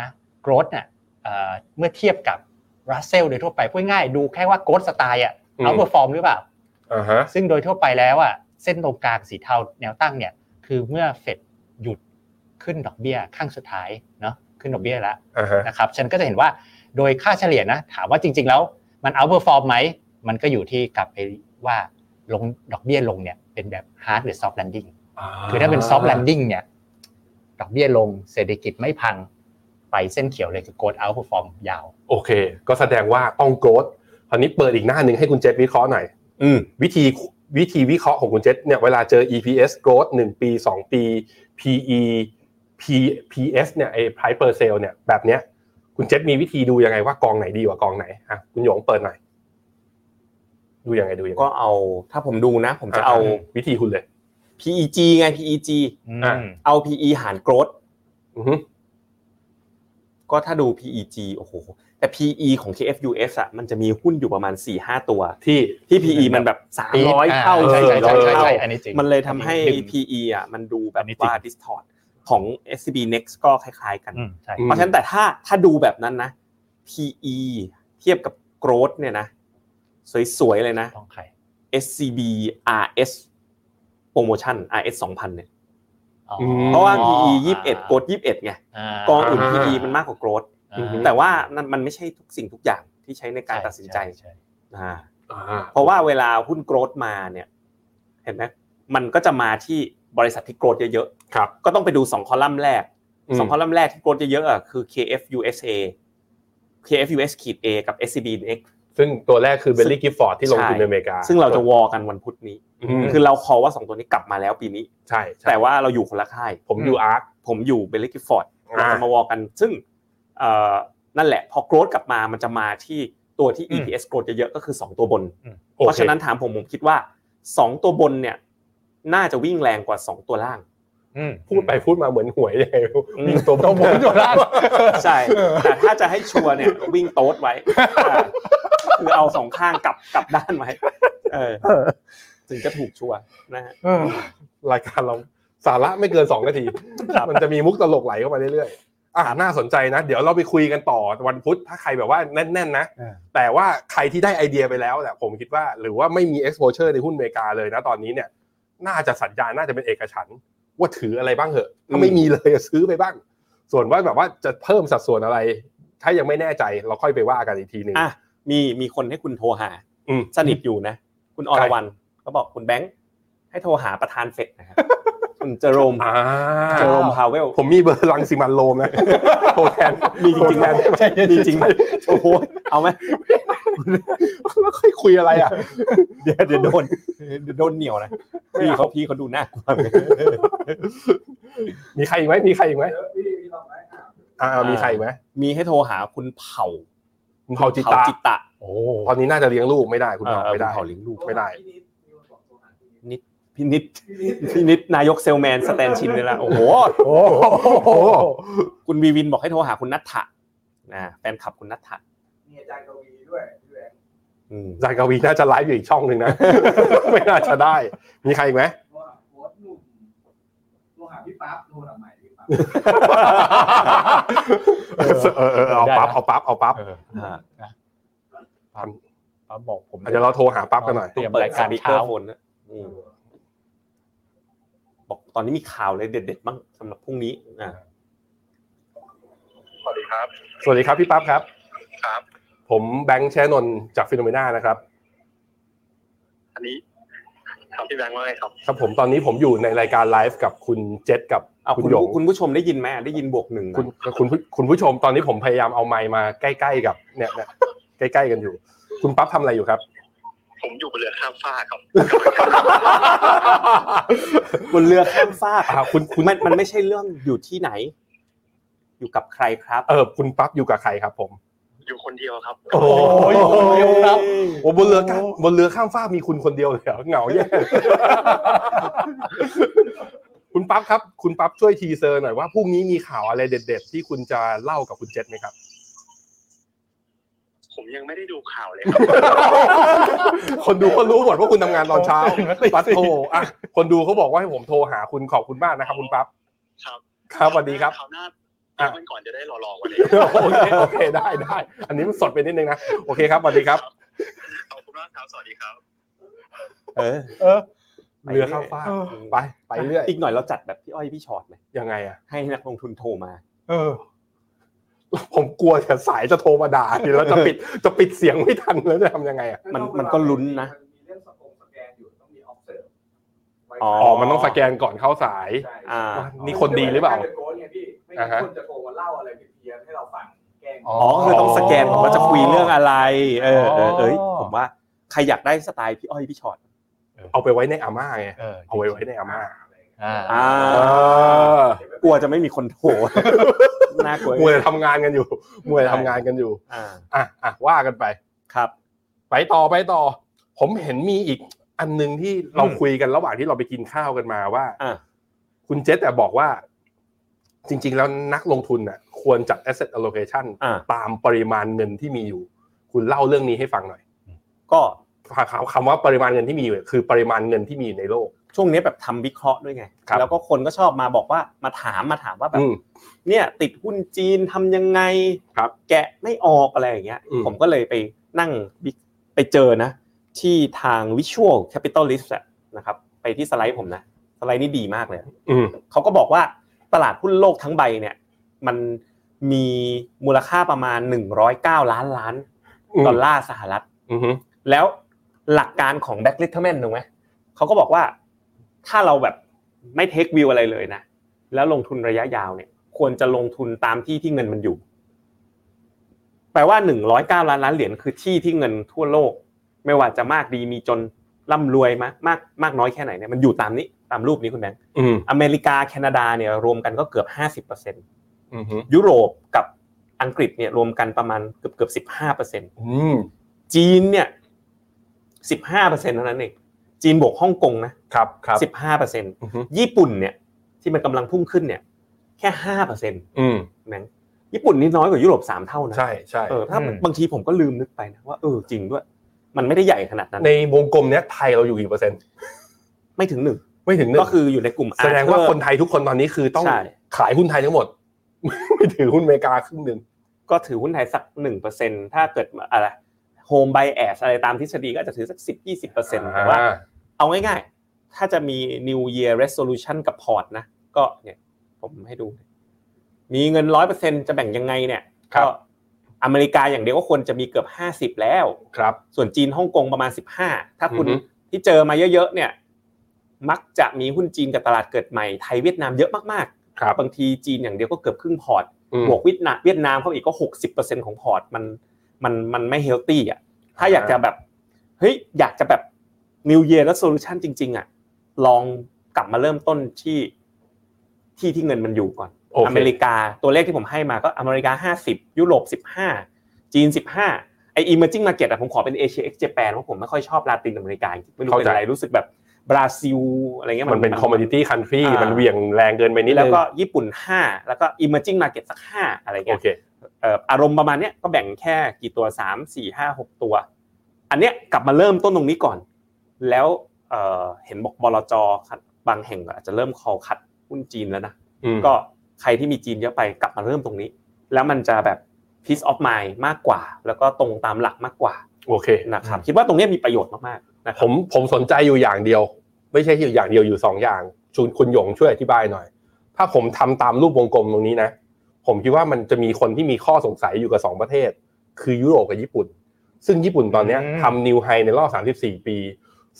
[SPEAKER 4] นะ growth เนี่ยเอ่อเมื่อเทียบกับ Russell โดยทั่วไปพูดง่ายๆดูแค่ว่า growth style อ่ะเอาเปอร์ฟอร์มหรือเปล่า
[SPEAKER 2] อ่าฮะ
[SPEAKER 4] ซึ่งโดยทั่วไปแล้วอ่ะเส้นตรงกลางสีเทาแนวตั้งเนี่ย คือเมื่อเฟดหยุดขึ้นดอกเบี้ยข้างสุดท้ายเนาะขึ้นดอกเบี้ยแล้ว
[SPEAKER 2] อ่าฮะ
[SPEAKER 4] นะครับฉันก็จะเห็นว่าโดยค่าเฉลี่ยนะ ถามว่าจริง ๆ แล้วมันเอาเ e อร์ฟอร์มไหม มันก็อยู่ที่กลับไปว่าลงดอกเบี้ยลงเนี่ยเป็นแบบ hard หรือ soft landing คือถ้าเป็น soft landing เนี่ยดอกเบี้ยลงเศรษฐกิจไม่พังไปเส้นเขียวเลยคือ g o ด out perform ยาว
[SPEAKER 2] โอเค ก็แสดงว่าต้องโกรธคราวนี้เปิดอีกหน้าหนึ่งให้คุณเจษวิเคราะห์หน่อยวิธีวิธีวิเคราะห์ของคุณเจษเนี่ยเวลาเจอ EPS growth 1 ปี 2 ปี PE P PS เนี่ยไอ้ price per sale เนี่ยแบบเนี้ยคุณเจษมีวิธีดูยังไงว่ากองไหนดีกว่ากองไหนอ่ะคุณหยงเปิดหน่อยดูยังไงดูยังไง
[SPEAKER 3] ก็เอาถ้าผมดูนะ ผมจะเอา
[SPEAKER 2] วิธีคุณเลย
[SPEAKER 3] PEG ไง PEG
[SPEAKER 2] อ่ะ
[SPEAKER 3] เอา PE หาร growth
[SPEAKER 2] อือฮึ
[SPEAKER 3] ก็ถ้าดู PEG โอ้โห แต่ PE ของ KFUS อ่ะ มันจะมีหุ้นอยู่ประมาณ 4-5 ตัว
[SPEAKER 2] ที่
[SPEAKER 3] ที่ PE มันแบบ 300 เท่า
[SPEAKER 4] ใช่ใช่
[SPEAKER 3] 400
[SPEAKER 4] ใช่ใช่
[SPEAKER 3] เท่า
[SPEAKER 4] ใช่อันนี้จริง
[SPEAKER 3] มันเลยทำให้
[SPEAKER 4] อันนี้จริง
[SPEAKER 3] PE อ่ะ มันดูแบ
[SPEAKER 4] อั
[SPEAKER 3] บ
[SPEAKER 4] นนี้จริง
[SPEAKER 3] ว่า distort ของ SCB Next ก็คล้ายๆกัน
[SPEAKER 4] อืมใช่
[SPEAKER 2] อืม
[SPEAKER 3] เพราะฉะนั้นแต่ถ้าถ้าดูแบบนั้นนะ PE เทียบกับ growth เนี่ยนะ สวยๆ เลยนะ
[SPEAKER 4] ต้องใคร
[SPEAKER 3] SCB RS โปรโมชั่น RS 2,000เนี่ย
[SPEAKER 4] อ๋อ
[SPEAKER 3] เพราะว่า PE 21 โกด21ไง
[SPEAKER 4] อ่าก
[SPEAKER 3] องอื่น
[SPEAKER 2] อ่า
[SPEAKER 3] PE มันมากกว่าโกรด
[SPEAKER 4] อ่
[SPEAKER 3] แต่ว่านั่นมันไม่ใช่ทุกสิ่งทุกอย่างที่ใช้ในการตัดสินใจ
[SPEAKER 4] ช่ช่
[SPEAKER 3] อ่า
[SPEAKER 2] อ่า
[SPEAKER 3] เพราะว่าเวลาหุ้นโกรดมาเนี่ย เห็นไหมมันก็จะมาที่บริษัทที่โกรดเยอะ
[SPEAKER 2] ครับ
[SPEAKER 3] ๆ ก็ต้องไปดู 2 คอลัมน์แรก
[SPEAKER 2] อืม
[SPEAKER 3] 2 คอลัมน์แรกที่โกรดเยอะๆอ่ะคือ KFUSA KFUS ขีด A กับ SCB Next
[SPEAKER 2] ซึ่งตัวแรกคือเบลลี่กิฟฟอร์ดที่ลงทุนในอเมริกา
[SPEAKER 3] ซึ่งเราจะวอกันวันพุธนี้
[SPEAKER 2] อืม
[SPEAKER 3] คือเราคอว่า 2 ตัวนี้กลับมาแล้วปีนี้
[SPEAKER 2] ใช่ใช่
[SPEAKER 3] แต่ว่าเราอยู่คนละค่าย
[SPEAKER 2] ผมอยู่อาร์ค
[SPEAKER 3] ผมอยู่เบลลิกิฟอร์ด
[SPEAKER 2] อ่า
[SPEAKER 3] เราจะมาวอลกัน ซึ่งเอ่อนั่นแหละ พอโกรธกลับมามันจะมาที่ตัวที่ EPS โกรธเยอะๆก็คือ 2 ตัวบน
[SPEAKER 2] โอค
[SPEAKER 3] เพราะฉะนั้นถามผมผมคิดว่า 2 ตัวบนเนี่ย น่าจะวิ่งแรงกว่า 2 ตัวล่าง
[SPEAKER 4] อืม
[SPEAKER 2] พูดไปพูดมาเหมือนหวยยังไงไม่รู้
[SPEAKER 3] อืม
[SPEAKER 2] วิ่งตัวต้องหมดตัวล่าง
[SPEAKER 3] ใช่ แต่ถ้าจะให้ชัวร์เนี่ย วิ่งโต๊ดไว้อ่าคือเอาสองข้างกลับกลับด้านไว้เออถึงจะถูกชัวร์นะฮะ
[SPEAKER 2] รายการเราสาระไม่เกินสองนาที มันจะมีมุกตลกไหลเข้ามาเรื่อยๆอ่าน่าสนใจนะ เดี๋ยวเราไปคุยกันต่อวันพุธถ้าใครแบบว่าแน่นๆนะ
[SPEAKER 4] เออ
[SPEAKER 2] แต่ว่าใครที่ได้ไอเดียไปแล้วเนี่ยผมคิดว่าหรือว่าไม่มี exposure ในหุ้นอเมริกาเลยนะตอนนี้เนี่ย น่าจะสัญญาณน่าจะเป็นเอกฉันท์ ว่าถืออะไรบ้างเหอะถ้าไม่มีเลยอะซื้อไปบ้าง ส่วนว่าแบบว่าจะเพิ่มสัดส่วนอะไร ถ้ายังไม่แน่ใจเราค่อยไปว่ากันอีกทีหนึ่ง
[SPEAKER 3] อ่ะมีมีคนให้คุณโทรหา
[SPEAKER 2] อืม
[SPEAKER 3] สนิทอยู่นะ คุณอรวรันก็บอกคุณแบงค์ให้โทรหาประธานเฟด นะครับ คุณเจอโรม
[SPEAKER 2] อ่า
[SPEAKER 3] เจอโรมพาวเวล
[SPEAKER 2] ผมมีเบอร์ลังสิมันโลมนะโทรแทน
[SPEAKER 3] มีจริงๆ
[SPEAKER 2] โทแท น
[SPEAKER 3] ใช่ใช่มีจริง โอ้โหเอาไหม
[SPEAKER 2] แล้วค่อยคุย อะไรอ่ะ
[SPEAKER 3] เดี๋ยวเดี๋ยวโดนเดี๋ยวโดนเหนียวนะพี่เขาพี่เขาดูน่ากลัวเลย
[SPEAKER 2] มีใครอีกไหมมีใครอีกไหม
[SPEAKER 5] เออพี่พี่ลองไหมอ่ะ
[SPEAKER 2] อ่า
[SPEAKER 3] อ่ามี
[SPEAKER 2] มีใครอีกไหม
[SPEAKER 3] มีให้โทรหาคุณเผ่า
[SPEAKER 2] คุณเผาจิตตา
[SPEAKER 3] จิตตะ
[SPEAKER 4] โอ้
[SPEAKER 2] ตอนนี้น่าจะเลี้ยงลูกไม่ได้คุณ
[SPEAKER 3] เออ
[SPEAKER 2] เผา
[SPEAKER 3] เออ
[SPEAKER 2] ไม่
[SPEAKER 3] คุณ
[SPEAKER 2] ได้
[SPEAKER 3] เผ่าเลี้ยงลูก
[SPEAKER 2] ไม่ได้
[SPEAKER 5] พี่นิดมีคนบอกโทรหาพี่นิด
[SPEAKER 3] พี่นิด
[SPEAKER 5] พี่นิด
[SPEAKER 3] พี่นิดนายกเซลแมนสแตนชินเลยละโอ้โห
[SPEAKER 2] โอ้โห
[SPEAKER 3] คุณวีวินบอกให้โทรหาคุณนัทธะนะแฟนคลับคุณนัทธะ
[SPEAKER 5] มีอาจารย์กวีด้วยพี่แบงค์
[SPEAKER 3] อืม
[SPEAKER 2] จายกวีน่าจะไลฟ์อยู่อีกช่องหนึ่งนะ ไม่น่าจะได้ มีใครอีกไหม
[SPEAKER 5] โทรหาโค้ชหนุ่มโทรหาพี่ปั๊บโทรหาใหม่พี่ปั๊บ
[SPEAKER 2] เออเออเออเอาปั๊บเอาปั๊บเอาปั๊บ
[SPEAKER 4] เออ
[SPEAKER 3] อ่า
[SPEAKER 4] นะปั๊บปั๊บบอกผม
[SPEAKER 2] เดี๋ยวเราโทรหาปั๊บกันหน่อย
[SPEAKER 4] เตรียมรายการเช้า
[SPEAKER 3] เปิดสปีกเกอร์โฟนนะอืมบอกตอนนี้มีข่าวอะไรเด็ดๆบ้างสำหรับพรุ่งนี้อ่ะ
[SPEAKER 6] สวัสดีครับ
[SPEAKER 2] สวัสดีครับพี่ปั๊บครับ
[SPEAKER 6] ครับ
[SPEAKER 2] ผมแบงค์แชนนท์จากฟิโนเมนานะครับ
[SPEAKER 6] อันนี้ครับพี่แบงค์ว่าไงครับ
[SPEAKER 2] ครับผมตอนนี้ผมอยู่ในรายการไลฟ์กับคุณเจษกับ
[SPEAKER 3] เอา
[SPEAKER 2] คุ
[SPEAKER 3] คุณ ณ
[SPEAKER 2] หยง
[SPEAKER 3] ผู้คุณผู้ชมได้ยินไหมได้ยินบวกหนึ่งนะ
[SPEAKER 2] คุณ คุณผู้คุณผู้ชมตอนนี้ผมพยายามเอาไมค์มาใกล้ๆกับเนี่ยเนี่ยใกล้ๆกันอยู่ คุณปั๊บทำอะไรอยู่ครับ
[SPEAKER 6] ผมอยู่บนเรือข้ามฟากครับ
[SPEAKER 3] บนเรือข้ามฟาก
[SPEAKER 2] อ่าคุณคุณ
[SPEAKER 3] มันมันไม่ใช่เรื่องอยู่ที่ไหน อยู่กับใครครับ
[SPEAKER 2] เออคุณปั๊บอยู่กับใครครับผม
[SPEAKER 6] อยู่คนเดียวครับ
[SPEAKER 2] โอ้ย
[SPEAKER 3] โอ้ย
[SPEAKER 2] ครับโอ้บนเรือข้ามบนเรือข้ามฟากมีคุณคนเดียวเลยเหรอเหงาแย่ คุณปั๊บครับ คุณปั๊บช่วยทีเซอร์หน่อยว่าพรุ่งนี้มีข่าวอะไรเด็ด ๆ ที่คุณจะเล่ากับคุณเจษไหม ครับ
[SPEAKER 6] ผมยังไม่ได้ดูข่าวเลยครับ
[SPEAKER 2] คนดูก็รู้หมดว่าคุณทำงานตอนเช้ า
[SPEAKER 4] ตีสี่
[SPEAKER 2] ปัดโทรอ่ะคนดูเขาบอกว่าให้ผมโทรหาคุณขอบคุณมากนะครับ คุณปั๊บ
[SPEAKER 6] ครับ
[SPEAKER 2] ครับสวัสดีครับ
[SPEAKER 6] ข่าวหน้า
[SPEAKER 2] อ่ะ
[SPEAKER 6] มันก่อนจะได้หล่อๆกว่านี้
[SPEAKER 2] โอเคโอเคได้ได้อันนี้มันสดไปนิดนึงนะโอเคครับสวัสดีครับ
[SPEAKER 6] ขอบคุณมากครับ สวัสดีครับ
[SPEAKER 3] เออ
[SPEAKER 4] เออ
[SPEAKER 2] เรือข้ามฟากไปไปเรื่อย
[SPEAKER 3] อีกหน่อยเราจัดแบบพี่อ้อยพี่ชอตไหม
[SPEAKER 2] ยังไงอ่ะ
[SPEAKER 3] ให้นักลงทุนโทรมา
[SPEAKER 4] เออ
[SPEAKER 2] ผมกลัวแต่สายจะโทรมาด่าทีแล้วจะปิดจะปิดเสียงไม่ทันแล้วจะทำยังไงอ่ะ
[SPEAKER 3] มันมันก็ลุ้นนะ
[SPEAKER 5] มันมีเรื่องสกงสแกนอยู่ต้องมีออฟเซิร์ฟ
[SPEAKER 3] อ๋อ
[SPEAKER 2] อ๋อมันต้องสแกนก่อนเข้าสาย
[SPEAKER 3] อ่า
[SPEAKER 2] นี่คนดีหรือเปล่า
[SPEAKER 5] ไม่ใช่โกงเนี่ยพี่ไม่งั้นคนจะโทรมาเล่าอะไรเพี้ยนๆให้เราฟังแกล้ง
[SPEAKER 4] อ๋
[SPEAKER 3] อ๋อคือต้องสแกนบอกว่าจะคุยเรื่องอะไร เออเออเอ้ย
[SPEAKER 4] อ๋อ
[SPEAKER 3] ผมว่าใครอยากได้สไตล์พี่อ้อยพี่ชอต
[SPEAKER 2] เอาไปไว้ในอาม่าไง
[SPEAKER 4] เออ
[SPEAKER 2] เอาไว้ไว้ในอาม่า
[SPEAKER 4] อ่า
[SPEAKER 3] อ่า
[SPEAKER 2] เออก
[SPEAKER 3] ลัวจะไม่มีคนโทร น่ากลัว
[SPEAKER 2] มวยทำงานกันอยู่มวยทำงานกันอยู่
[SPEAKER 3] อ่า
[SPEAKER 2] อ่ะอ่ะว่ากันไป
[SPEAKER 3] ครับ
[SPEAKER 2] ไปต่อไปต่อ ผมเห็นมีอีกอันหนึ่งที่เรา
[SPEAKER 4] อืม
[SPEAKER 2] คุยกันระหว่างที่เราไปกินข้าวกันมาว่า
[SPEAKER 3] อ่า
[SPEAKER 2] คุณเจษแต่บอกว่า จริง ๆ แล้วนักลงทุนน่ะ ควรจัด asset allocation
[SPEAKER 3] อ่า
[SPEAKER 2] ตามปริมาณเงินที่มีอยู่ คุณเล่าเรื่องนี้ให้ฟังหน่อย
[SPEAKER 3] ก็
[SPEAKER 2] คำว่าปริมาณเงินที่มีอยู่คือปริมาณเงินที่มีอยู่ในโลก
[SPEAKER 3] ช่วงนี้แบบทำวิเคราะห์ด้วยไง
[SPEAKER 2] ครับ
[SPEAKER 3] แล้วก็คนก็ชอบมาบอกว่ามาถามมาถามว่าแบบ
[SPEAKER 2] อืม
[SPEAKER 3] เนี่ย ติดหุ้นจีนทำยังไง
[SPEAKER 2] ครับ
[SPEAKER 3] แกะไม่ออกอะไรอย่างเงี้ย
[SPEAKER 2] อืม
[SPEAKER 3] ผมก็เลยไปนั่งวิไปเจอนะ ที่ทาง Visual Capitalist อะนะครับ ไปที่สไลด์ผมนะ สไลด์นี่ดีมากเลย
[SPEAKER 2] อืม
[SPEAKER 3] เขาก็บอกว่าตลาดหุ้นโลกทั้งใบเนี่ย มันมีมูลค่าประมาณ 109 ล้านล้าน
[SPEAKER 2] อืม
[SPEAKER 3] ดอลลาร์สหรัฐ
[SPEAKER 2] อืมฮึ
[SPEAKER 3] แล้วหลักการของแบ็กลิทเทอร์แมนถูกไหมเขาก็บอกว่าถ้าเราแบบไม่เทควิวอะไรเลยนะ แล้วลงทุนระยะยาวเนี่ย ควรจะลงทุนตามที่ที่เงินมันอยู่ แปลว่า 109 ล้านล้านเหรียญคือที่ที่เงินทั่วโลก ไม่ว่าจะมากดีมีจนร่ำรวยมากมากมากน้อยแค่ไหนเนี่ยมันอยู่ตามนี้ตามรูปนี้คุณแบงค์
[SPEAKER 2] อืม
[SPEAKER 3] อเมริกาแคนาดาเนี่ยรวมกันก็เกือบ 50%
[SPEAKER 2] อืมฮึ
[SPEAKER 3] ยุโรปกับอังกฤษเนี่ยรวมกันประมาณเกือบเกือบ15%
[SPEAKER 2] อืม
[SPEAKER 3] จีนเนี่ย15%เท่านั้นเองจีนบวกฮ่องกงนะครับ
[SPEAKER 2] ครับ
[SPEAKER 3] 15%
[SPEAKER 2] อืมฮึ
[SPEAKER 3] ญี่ปุ่นเนี่ยที่มันกำลังพุ่งขึ้นเนี่ยแค่5%
[SPEAKER 2] อืม
[SPEAKER 3] นะญี่ปุ่นนี่น้อยกว่ายุโรป 3 เท่านะ
[SPEAKER 2] ใช่ใช่
[SPEAKER 3] เออถ้า
[SPEAKER 4] อืม
[SPEAKER 3] บางทีผมก็ลืมนึกไปนะว่าเออจริงด้วย มันไม่ได้ใหญ่ขนาดนั้น
[SPEAKER 2] ในวงกลมเนี้ยไทยเราอยู่กี่เปอร์เซ็นต์
[SPEAKER 3] ไม่ถึงหนึ่ง
[SPEAKER 2] ไม่ถึงหนึ่ง
[SPEAKER 3] ก็คืออยู่ในกลุ่ม
[SPEAKER 2] แสดงว่า
[SPEAKER 3] Arthur
[SPEAKER 2] คนไทยทุกคนตอนนี้คือต้อง
[SPEAKER 3] ใช่
[SPEAKER 2] ขายหุ้นไทยทั้งหมด ไม่ถือหุ้นอเมริกาครึ่งหนึ่ง
[SPEAKER 3] ก็ถือหุ้นไทยสักหนึ่งเปอร์เซ็นถ้าเกิดอะไรโฮมไบแอสอะไรตามทฤษฎีก็อาจจะถือสักสิบยี่สิบเปอร์เซ็นต์แต่ว่าเอาง่ายๆ ถ้าจะมี New Year Resolution กับพอร์ตนะ ก็เนี่ย ผมให้ดู มีเงินร้อยเปอร์เซ็นจะแบ่งยังไงเนี่ย
[SPEAKER 2] ครับ
[SPEAKER 3] ก็อเมริกาอย่างเดียวก็ควรจะมีเกือบห้าสิบ50 แล้ว
[SPEAKER 2] ครับ
[SPEAKER 3] ส่วนจีนฮ่องกงประมาณ 15 ถ้าคุณ
[SPEAKER 2] อือฮึ
[SPEAKER 3] ที่เจอมาเยอะๆเนี่ย มักจะมีหุ้นจีนกับตลาดเกิดใหม่ไทยเวียดนามเยอะมาก
[SPEAKER 2] ครับ
[SPEAKER 3] ๆ บางทีจีนอย่างเดียวก็เกือบครึ่งพอร์ต
[SPEAKER 2] อืม
[SPEAKER 3] บวกเวียดนามเวียดนามเข้าอีกก็ 60%ของพอร์ตมันมันมันไม่เฮลตี้อ่ะ ถ้าอยากจะแบบเฮ้ยอยากจะแบบ New Year และ Solution จริง ๆอ่ะลองกลับมาเริ่มต้นที่ที่ที่เงินมันอยู่ก่อน
[SPEAKER 2] โอเค
[SPEAKER 3] อเมริกาตัวเลขที่ผมให้มาก็อเมริกา 50 ยุโรป 15 จีน 15 ไอ emerging market อะผมขอเป็นเอเชียเอ็กซ์เจแปนเพราะผมไม่ค่อยชอบลาตินอเมริกาจริงๆไม่รู้เป็นอะไรรู้สึกแบบบราซิลอะไรเงี้ย
[SPEAKER 2] มันเป็นคอมม o d ิตี้คันทรี
[SPEAKER 3] อ่ามั
[SPEAKER 2] มันเหวี่ยงแรงเกินไปนิด
[SPEAKER 3] แล้ว
[SPEAKER 2] นึง
[SPEAKER 3] ก็ญี่ปุ่น 5 แล้วก็ emerging market สัก 5 อะไรเงี้
[SPEAKER 2] โอย เค
[SPEAKER 3] เอ่ออารมณ์ประมาณเนี้ยก็แบ่งแค่กี่ตัวสามสี่ห้าหกตัว อันเนี้ยกลับมาเริ่มต้นตรงนี้ก่อน แล้วเอ่อเห็นบอกบลจครับบางแห่งอาจจะเริ่มคอคัดหุ้นจีนแล้วนะ
[SPEAKER 2] อืม
[SPEAKER 3] ก็ใครที่มีจีนเยอะไปกลับมาเริ่มตรงนี้ แล้วมันจะแบบ peace of mind มากกว่า แล้วก็ตรงตามหลักมากกว่า
[SPEAKER 2] โอเค
[SPEAKER 3] นะครับคิดว่าตรงเนี้ยมีประโยชน์มากๆนะค
[SPEAKER 2] ผ
[SPEAKER 3] รับ
[SPEAKER 2] มผมสนใจอยู่อย่างเดียว ไม่ใช่อยู่อย่างเดียวอยู่สองอย่างชุนคุณหยงช่วยอธิบายหน่อย ถ้าผมทำตามรูปวงกลมตรงนี้นะ ผมคิดว่ามันจะมีคนที่มีข้อสงสัยอยู่กับสองประเทศ คือยุโรปกับญี่ปุ่น ซึ่งญี่ปุ่นตอนเนี้ย
[SPEAKER 4] อืม
[SPEAKER 2] ทำนิวไฮในรอบ 34 ปี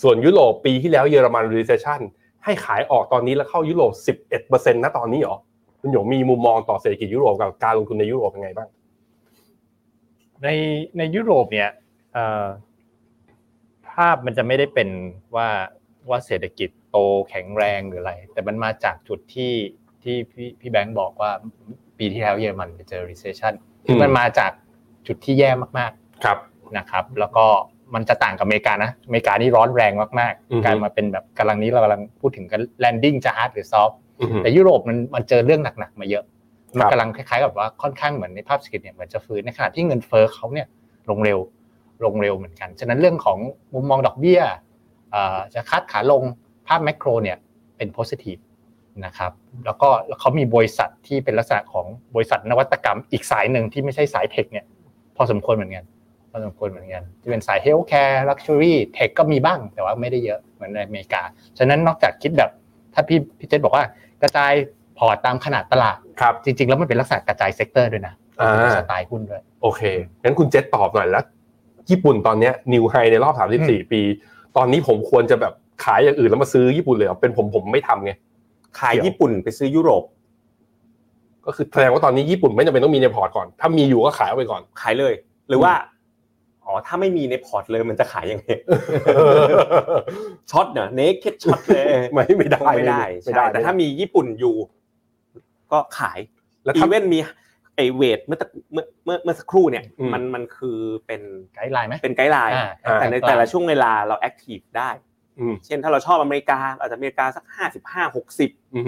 [SPEAKER 2] ส่วนยุโรปปีที่แล้วเยอรมันรีเซชชั o นให้ขายออกตอนนี้แล้วเข้ายุโรป 11%นะตอนนี้เหรอคุณหยงมีมุมมองต่อเศรษฐกิจยุโรปกับการลงทุนในยุโรปยังไงบ้าง
[SPEAKER 4] ในในยุโรปเนี่ยเอ่อภาพมันจะไม่ได้เป็นว่าว่าเศรษฐกิจโตแข็งแรงหรืออะไร แต่มันมาจากจุดที่ที่พี่พี่แบงค์บอกว่าปีที่แล้วเยอรมันไปเจอ recession ซึ่งมันมาจากจุดที่แย่มาก
[SPEAKER 2] ครับ
[SPEAKER 4] ๆนะครับ แล้วก็มันจะต่างกับอเมริกานะอเมริกานี่ร้อนแรงมาก
[SPEAKER 2] อือฮึ
[SPEAKER 4] ๆกลายมาเป็นแบบกำลังนี้เรากำลังพูดถึงกัน landing จะ hard หรือ soft
[SPEAKER 2] อือฮึ
[SPEAKER 4] แต่ยุโรปมันมันเจอเรื่องหนักๆมาเยอะ มัน
[SPEAKER 2] ครับ
[SPEAKER 4] กำลังคล้ายๆกับว่าค่อนข้างเหมือนในภาพเศรษฐกิจเนี่ยเหมือนจะฟื้นในขณะที่เงินเฟ้อเขาเนี่ยลงเร็วลงเร็วเหมือนกัน ฉะนั้นเรื่องของมุมมองดอกเบี้ยเอ่อจะคาดขาลงภาพแมกโรเนี่ยเป็นโพ i ิทีฟนะครับแล้วก็แล้วเขามีบริษัทที่เป็นลักษณะของบริษัทนวัตกรรมอีกสายหนึ่งที่ไม่ใช่สายเทคเนี่ยพอสมควรเหมือนกันพอสมควรเหมือนกันจะเป็นสายเฮลท์แคร์ลักชัวรี่เทคก็มีบ้างแต่ว่าไม่ได้เยอะเหมือนในอเมริกา ฉะนั้นนอกจากคิดแบบถ้าพี่พี่เจษบอกว่ากระจายพอร์ตตามขนาดตลาด
[SPEAKER 2] ครับ
[SPEAKER 4] จริงๆ แล้วมันเป็นลักษณะกระจายเซกเตอร์ด้วยนะ
[SPEAKER 2] อ่า
[SPEAKER 4] เป็นสไตล์หุ้นด้วย
[SPEAKER 2] โอเค งั้นคุณเจษตอบหน่อยแล้ว ญี่ปุ่นตอนเนี้ยนิวไฮในรอบ 34 ปี ตอนนี้ผมควรจะแบบขายอย่างอื่นแล้วมาซื้อญี่ปุ่นเลยเหรอเป็นผมผมไม่ทำไง
[SPEAKER 3] ขายญี่ปุ่นไปซื้อยุโรป
[SPEAKER 2] ก็คือแสดงว่าตอนนี้ญี่ปุ่นไม่จำเป็นต้องมีในพอร์ตก่อน ถ้ามีอยู่ก็ขายเอาไปก่ อน
[SPEAKER 3] ขายเลย หรือว่าอ๋อถ้าไม่มีในพอร์ตเลยมันจะขายยังไง ช็อตเนอะเนคเก็ตช็อตเลย
[SPEAKER 2] ไม่ไม่ได้
[SPEAKER 3] ไม่ได้
[SPEAKER 2] ไม่
[SPEAKER 3] ใช่
[SPEAKER 2] ได้
[SPEAKER 3] แต่ถ้ามีญี่ปุ่นอยู่ ก็ขาย
[SPEAKER 2] แล้ว
[SPEAKER 3] อี
[SPEAKER 2] ถ้า
[SPEAKER 3] เวนมีไอเวทเมื่อตะเมื่อเมื่อเมื่อสักครู่เนี่ย
[SPEAKER 2] อืม
[SPEAKER 3] มันมันคือเป็น
[SPEAKER 4] ไกด์ไลน์ไหม
[SPEAKER 3] เป็นไกด์ไลน์
[SPEAKER 4] อ่า
[SPEAKER 2] อ่า
[SPEAKER 3] แต่ในแต่ละช่วงเวลาเราแอคทีฟได้
[SPEAKER 2] อืม
[SPEAKER 3] เช่นถ้าเราชอบอเมริกาอาจจะอเมริกาสักห้าสิบห้าหกสิบ
[SPEAKER 2] อืม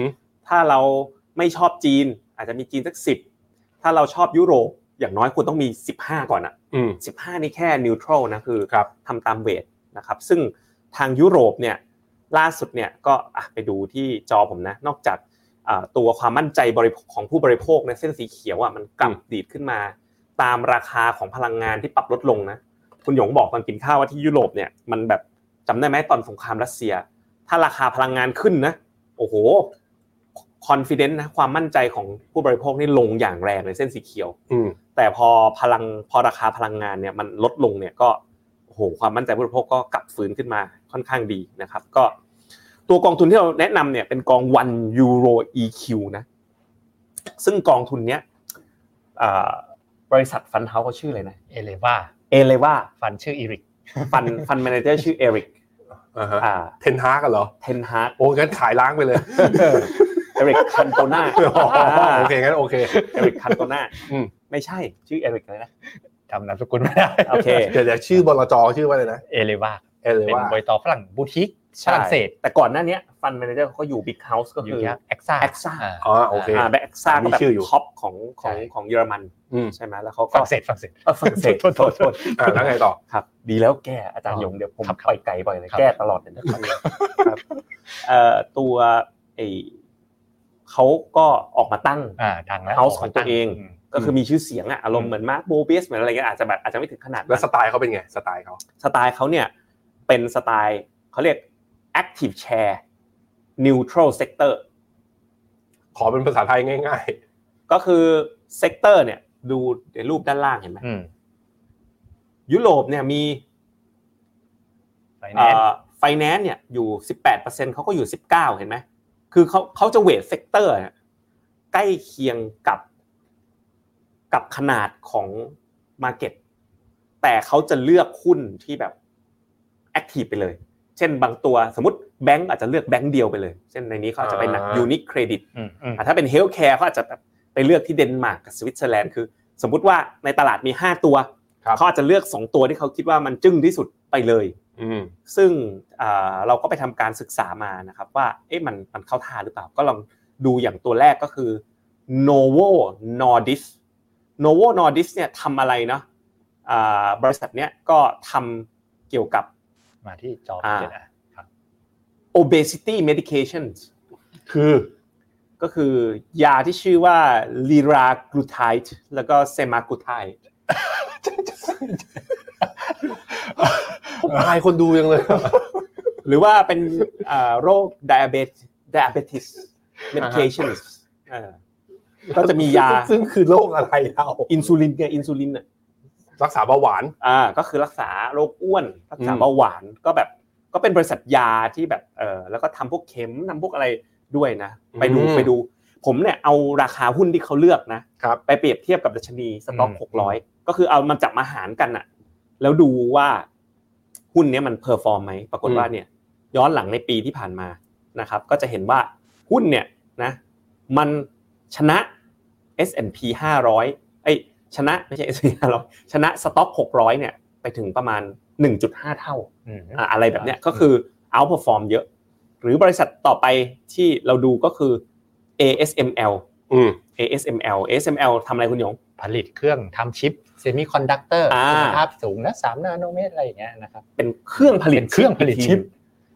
[SPEAKER 3] ถ้าเราไม่ชอบจีน อาจจะมีจีนสักสิบถ้าเราชอบยุโรปอย่างน้อยคุณต้องมีสิบห้าก่อนอะ
[SPEAKER 2] อืม
[SPEAKER 3] 15 นี่แค่นิวทรัลนะคือ
[SPEAKER 2] ครับ
[SPEAKER 3] ทำตามเวทนะครับซึ่งทางยุโรปเนี่ยล่าสุดเนี่ยก็อ่ะไปดูที่จอผมนะ นอกจากอ่าตัวความมั่นใจบริโภคของผู้บริโภคในะเส้นสีเขียวอ่ะมันกลับ
[SPEAKER 2] อืม
[SPEAKER 3] ดีดขึ้นมา ตามราคาของพลังงานที่ปรับลดลงนะ คุณหยงบอกตอนกินข้าวว่าที่ยุโรปเนี่ยมันแบบจำได้ไหมตอนสงครามรัสเซีย ถ้าราคาพลังงานขึ้นนะ โอ้โหคอนฟิเดนซ์นะความมั่นใจของผู้บริโภคนี่ลงอย่างแรงในเส้นสีเขียว
[SPEAKER 2] อืม
[SPEAKER 3] แต่พอพลังพอราคาพลังงานเนี่ยมันลดลงเนี่ยก็โอ้โหความมั่นใจผู้บริโภคก็กลับฟื้นขึ้นมาค่อนข้างดีนะครับ ก็ตัวกองทุนที่เราแนะนำเนี่ยเป็นกอง one euro eq นะซึ่งกองทุนเนี้ยเอ่อบริษัทฟันเฮาส์เขาชื่ออะไรนะ
[SPEAKER 4] เอเลว่า
[SPEAKER 3] เอเลว่า
[SPEAKER 4] ฟันชื่ออีริก
[SPEAKER 3] ฟันฟันแมเนเจอร์ชื่อเอริก
[SPEAKER 2] อ่าฮะ
[SPEAKER 3] อ่า
[SPEAKER 2] เทนฮากันเหรอ
[SPEAKER 3] เทนฮาร์
[SPEAKER 2] โอ้งั้นขายล้างไป เลย
[SPEAKER 3] เอริกคันโตนา
[SPEAKER 2] อ๋อโอเคงั้นโอเค
[SPEAKER 3] เอริกคันโตนา
[SPEAKER 2] อืม
[SPEAKER 3] ไม่ใช่ชื่อเอริกเลยนะ
[SPEAKER 4] ทำนามสกุลไม่ได้
[SPEAKER 3] โอเค
[SPEAKER 2] เดี๋ยวเดี๋ยวชื่อบลจชื่อว่าอะไรนะ
[SPEAKER 4] เอเลว่า
[SPEAKER 2] เอเล
[SPEAKER 4] เป็น
[SPEAKER 2] ว่า
[SPEAKER 4] บริษัทฝรั่งบูติกฝรั่งเศส
[SPEAKER 3] แต่ก่อนหน้าเนี้ฟันแมเนเจอร์เขาก็อยู่บิ๊กเฮาส์ก็
[SPEAKER 4] อยู่
[SPEAKER 3] คือ
[SPEAKER 4] เนี้ยแอคซ่า
[SPEAKER 3] AXA
[SPEAKER 2] อ๋อโอเค
[SPEAKER 3] อ่าแบ็กซ่าก็แบ
[SPEAKER 2] มี
[SPEAKER 3] บ
[SPEAKER 2] ชื่ออยู่
[SPEAKER 3] ท็อปของของ
[SPEAKER 4] ใช่
[SPEAKER 3] ของเยอรมัน
[SPEAKER 2] อืม
[SPEAKER 3] ใช่ไหมแล้วเขา
[SPEAKER 4] ฝ
[SPEAKER 3] ก็
[SPEAKER 4] รั่งเศสฝรั่งเศส
[SPEAKER 3] เออฝรั่งเศส
[SPEAKER 4] โทษโทษโทษ
[SPEAKER 2] อ่าแล้วไงต่อ
[SPEAKER 3] ครับ ดีแล้วแก้อาจารย์ยงเดี๋ยวผม
[SPEAKER 4] ครับครับ
[SPEAKER 3] ไปไกลบ่อยเลย
[SPEAKER 4] ครับ
[SPEAKER 3] แก้ตลอดเลยนะครับครับเอ่อตัวไอเขาก็ออกมาตั้ง
[SPEAKER 4] อ่าดังแล้ว
[SPEAKER 3] House ของตัวเอง
[SPEAKER 4] ม
[SPEAKER 3] ก็คือมีชื่อเสียงอะอารมณ์เหมือนมาร์คโบเบสเหมือนอะไรเงี้ยอาจจะแบบอาจจะไม่ถึงขนาด
[SPEAKER 2] แล้
[SPEAKER 3] นั้
[SPEAKER 2] วน สไตล์เขาเป็นไงสไตล์เขา
[SPEAKER 3] สไตล์เขาเนี่ยเป็นสไตล์เขาเรียก active share neutral sector
[SPEAKER 2] ขอเป็นภาษาไทยง่าย
[SPEAKER 3] ก็คือ sector เนี่ยดูในรูปด้านล่างเห็นไหม
[SPEAKER 4] อืม
[SPEAKER 3] ยุโรปเนี่ยมี
[SPEAKER 4] ไฟแนนซ์
[SPEAKER 3] ไฟแนนซ์เนี่ยอยู่ 18%เขาก็อยู่ 19 เห็นไหมคือเขาเขาจะเวทเซกเตอร์ใกล้เคียงกับกับขนาดของ Market แต่เขาจะเลือกหุ้นที่แบบแอคทีฟไปเลย เช่นบางตัวสมมติแบงก์อาจจะเลือกแบงก์เดียวไปเลย เช่นในนี้เขาอาจจะไปหนักยูนิคเครดิต
[SPEAKER 4] อืมอืม
[SPEAKER 3] อ่ะถ้าเป็นเฮลท์แคร์เขาอาจจะแบบไปเลือกที่เดนมาร์กกับสวิตเซอร์แลนด์คือ สมมุติว่าในตลาดมี 5 ตัว
[SPEAKER 2] ๆครับ
[SPEAKER 3] เขาอาจจะเลือก 2 ตัวที่เขาคิดว่ามันจึ้งที่สุดไปเลย
[SPEAKER 2] อืม
[SPEAKER 3] ซึ่งอ่าเราก็ไปทำการศึกษามานะครับว่าเอ๊ะมันมันเข้าท่าหรือเปล่า ก็ลองดูอย่างตัวแรกก็คือ Novo Nordisk Novo Nordisk เนี่ยทำอะไรเนาะอ่าบริษัทเนี้ยก็ทำเกี่ยวกับ
[SPEAKER 4] มาที่จอ
[SPEAKER 3] อ่า
[SPEAKER 4] เจ็ดอ่ะ
[SPEAKER 3] obesity medications
[SPEAKER 2] คือ
[SPEAKER 3] ก็คือยาที่ชื่อว่าลีรากลูไทด์แล้วก็เซมากลูไทด์
[SPEAKER 2] ผมอายคนดูยังเลย
[SPEAKER 3] หรือว่าเป็นเอ่อโรค diabetes diabetes medications เออก็จะมียา
[SPEAKER 2] ซึ่งคือโรคอะไรเรา
[SPEAKER 3] อินซูลินเนี่ยอินซูลินอ่ะ
[SPEAKER 2] รักษาเบาหวาน
[SPEAKER 3] อ่าก็คือรักษาโรคอ้วน รักษา
[SPEAKER 2] อืม
[SPEAKER 3] เบาหวานก็แบบก็เป็นบริษัทยาที่แบบเออแล้วก็ทำพวกเข็มทำพวกอะไรด้วยนะ ไปดูไปดู ผมเนี่ยเอาราคาหุ้นที่เขาเลือกนะ
[SPEAKER 2] ครับ
[SPEAKER 3] ไปเปรียบเทียบกับดัชนีสต็อก
[SPEAKER 4] อืม
[SPEAKER 3] หกร้อยก็คือเอามันจับมาหารกันอะแล้วดูว่าหุ้นเนี้ยมันเพอร์ฟอร์มไหมปรากฏว่าเนี่ย ย้อนหลังในปีที่ผ่านมานะครับ ก็จะเห็นว่าหุ้นเนี่ยนะมันชนะ S&P 500เอ้ยชนะไม่ใช่ S&P 500ชนะสต็อก600เนี่ยไปถึงประมาณ 1.5 เท่า
[SPEAKER 4] อืม
[SPEAKER 3] อ่ะอะไรแบบเนี้ยก็คือ outperform เยอะ หรือบริษัทต่อไปที่เราดูก็คือ ASML
[SPEAKER 2] อืม
[SPEAKER 3] ASML ASML ทำอะไรคุณหยง
[SPEAKER 4] ผลิตเครื่องทำชิปเซมิคอนดักเตอร์
[SPEAKER 3] อ่า
[SPEAKER 4] คุณภาพสูงนะสามนาโนเมตรอะไรอย่างเงี้ยนะครับ
[SPEAKER 3] เป็นเครื่องผลิต
[SPEAKER 4] เป็นเครื่องผลิตชิป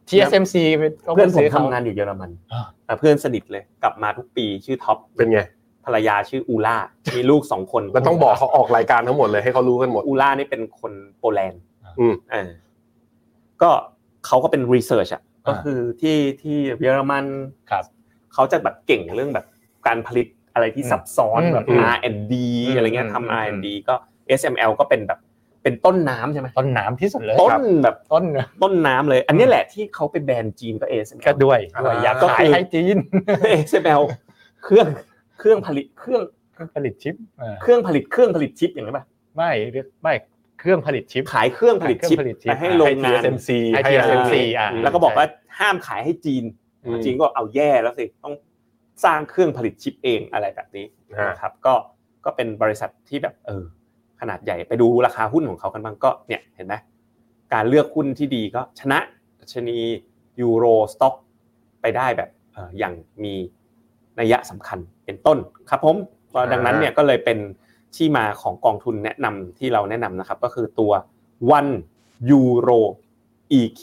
[SPEAKER 4] TSMC ป็ก็
[SPEAKER 3] เพื่อนผม
[SPEAKER 4] ซื้ข
[SPEAKER 3] ทำงานอยู่เยอรมัน
[SPEAKER 4] อ่า
[SPEAKER 3] แต่เพื่อนสนิทเลยกลับมาทุกปีชื่อท็อป
[SPEAKER 2] เป็นไง
[SPEAKER 3] ภรรยาชื่ออูล่ามีลูกสองคน
[SPEAKER 2] แล้วต้องบอกเขาออกรายการทั้งหมดเลยให้เขารู้กันหมด
[SPEAKER 3] อูล่านี่เป็นคนโปแลนด์
[SPEAKER 2] อืม
[SPEAKER 3] เออก็เขาก็เป็นรีเสิร์ชอ่ะก็คือที่ที่เยอรมัน
[SPEAKER 4] ครับ
[SPEAKER 3] เขาจะแบบเก่งเรื่องแบบการผลิตอะไรที่ซับซ้อน
[SPEAKER 4] อืม
[SPEAKER 3] แบบ
[SPEAKER 2] อืม
[SPEAKER 3] R&D
[SPEAKER 4] อืม
[SPEAKER 3] อะไรเงี้ย
[SPEAKER 4] อืมอื
[SPEAKER 3] ทำ
[SPEAKER 4] ม
[SPEAKER 3] R&D ก็ SML ก็เป็นแบบเป็นต้นน้ำใช่ไหม
[SPEAKER 4] ต้นน้ำที่สุดเลย
[SPEAKER 3] ต้น
[SPEAKER 4] ครับ
[SPEAKER 3] แบบ
[SPEAKER 4] ต้น
[SPEAKER 3] ต้นน้ำเลย อันนี้แหละที่เขาไปแบนจีนก็เอส
[SPEAKER 4] ก็ด้วยด้วย
[SPEAKER 2] อ่า
[SPEAKER 4] อยากขายให้ จีน
[SPEAKER 3] เอสเอลเครื่องเครื่องผลิตเครื่อง
[SPEAKER 4] ผลิตชิปอ่า
[SPEAKER 3] เครื่องผลิตเครื่องผลิตชิปอย่างนั้นป่ะ
[SPEAKER 4] ไม่เรียกไม่เครื่องผลิตชิป
[SPEAKER 3] ขายเครื่องผลิตชิป
[SPEAKER 4] ขายเครื่องผลิต
[SPEAKER 3] ไปให้โรง
[SPEAKER 4] ชิป
[SPEAKER 3] งาน
[SPEAKER 2] TSMC
[SPEAKER 4] ให้
[SPEAKER 2] ให้
[SPEAKER 4] TSMC อ่า
[SPEAKER 3] แล้วก็บอกว่าห้ามขายให้จีน
[SPEAKER 2] อืม
[SPEAKER 3] จีนก็เอาแย่แล้วสิต้องสร้างเครื่องผลิตชิปเองอะไรแบบนี้
[SPEAKER 2] อ่าน
[SPEAKER 3] นะครับ ก็ก็เป็นบริษัทที่แบบเออขนาดใหญ่ไปดูราคาหุ้นของเขากันบ้างก็เนี่ยเห็นไหมการเลือกหุ้นที่ดีก็ชนะดัชนียูโรสต็อกไปได้แบบเอออย่างมีนัยสำคัญเป็นต้นครับผมก็ดังนั้นเนี่ยก็เลยเป็นที่มาของกองทุนแนะนำที่เราแนะนำนะครับ ก็คือตัว one euro eq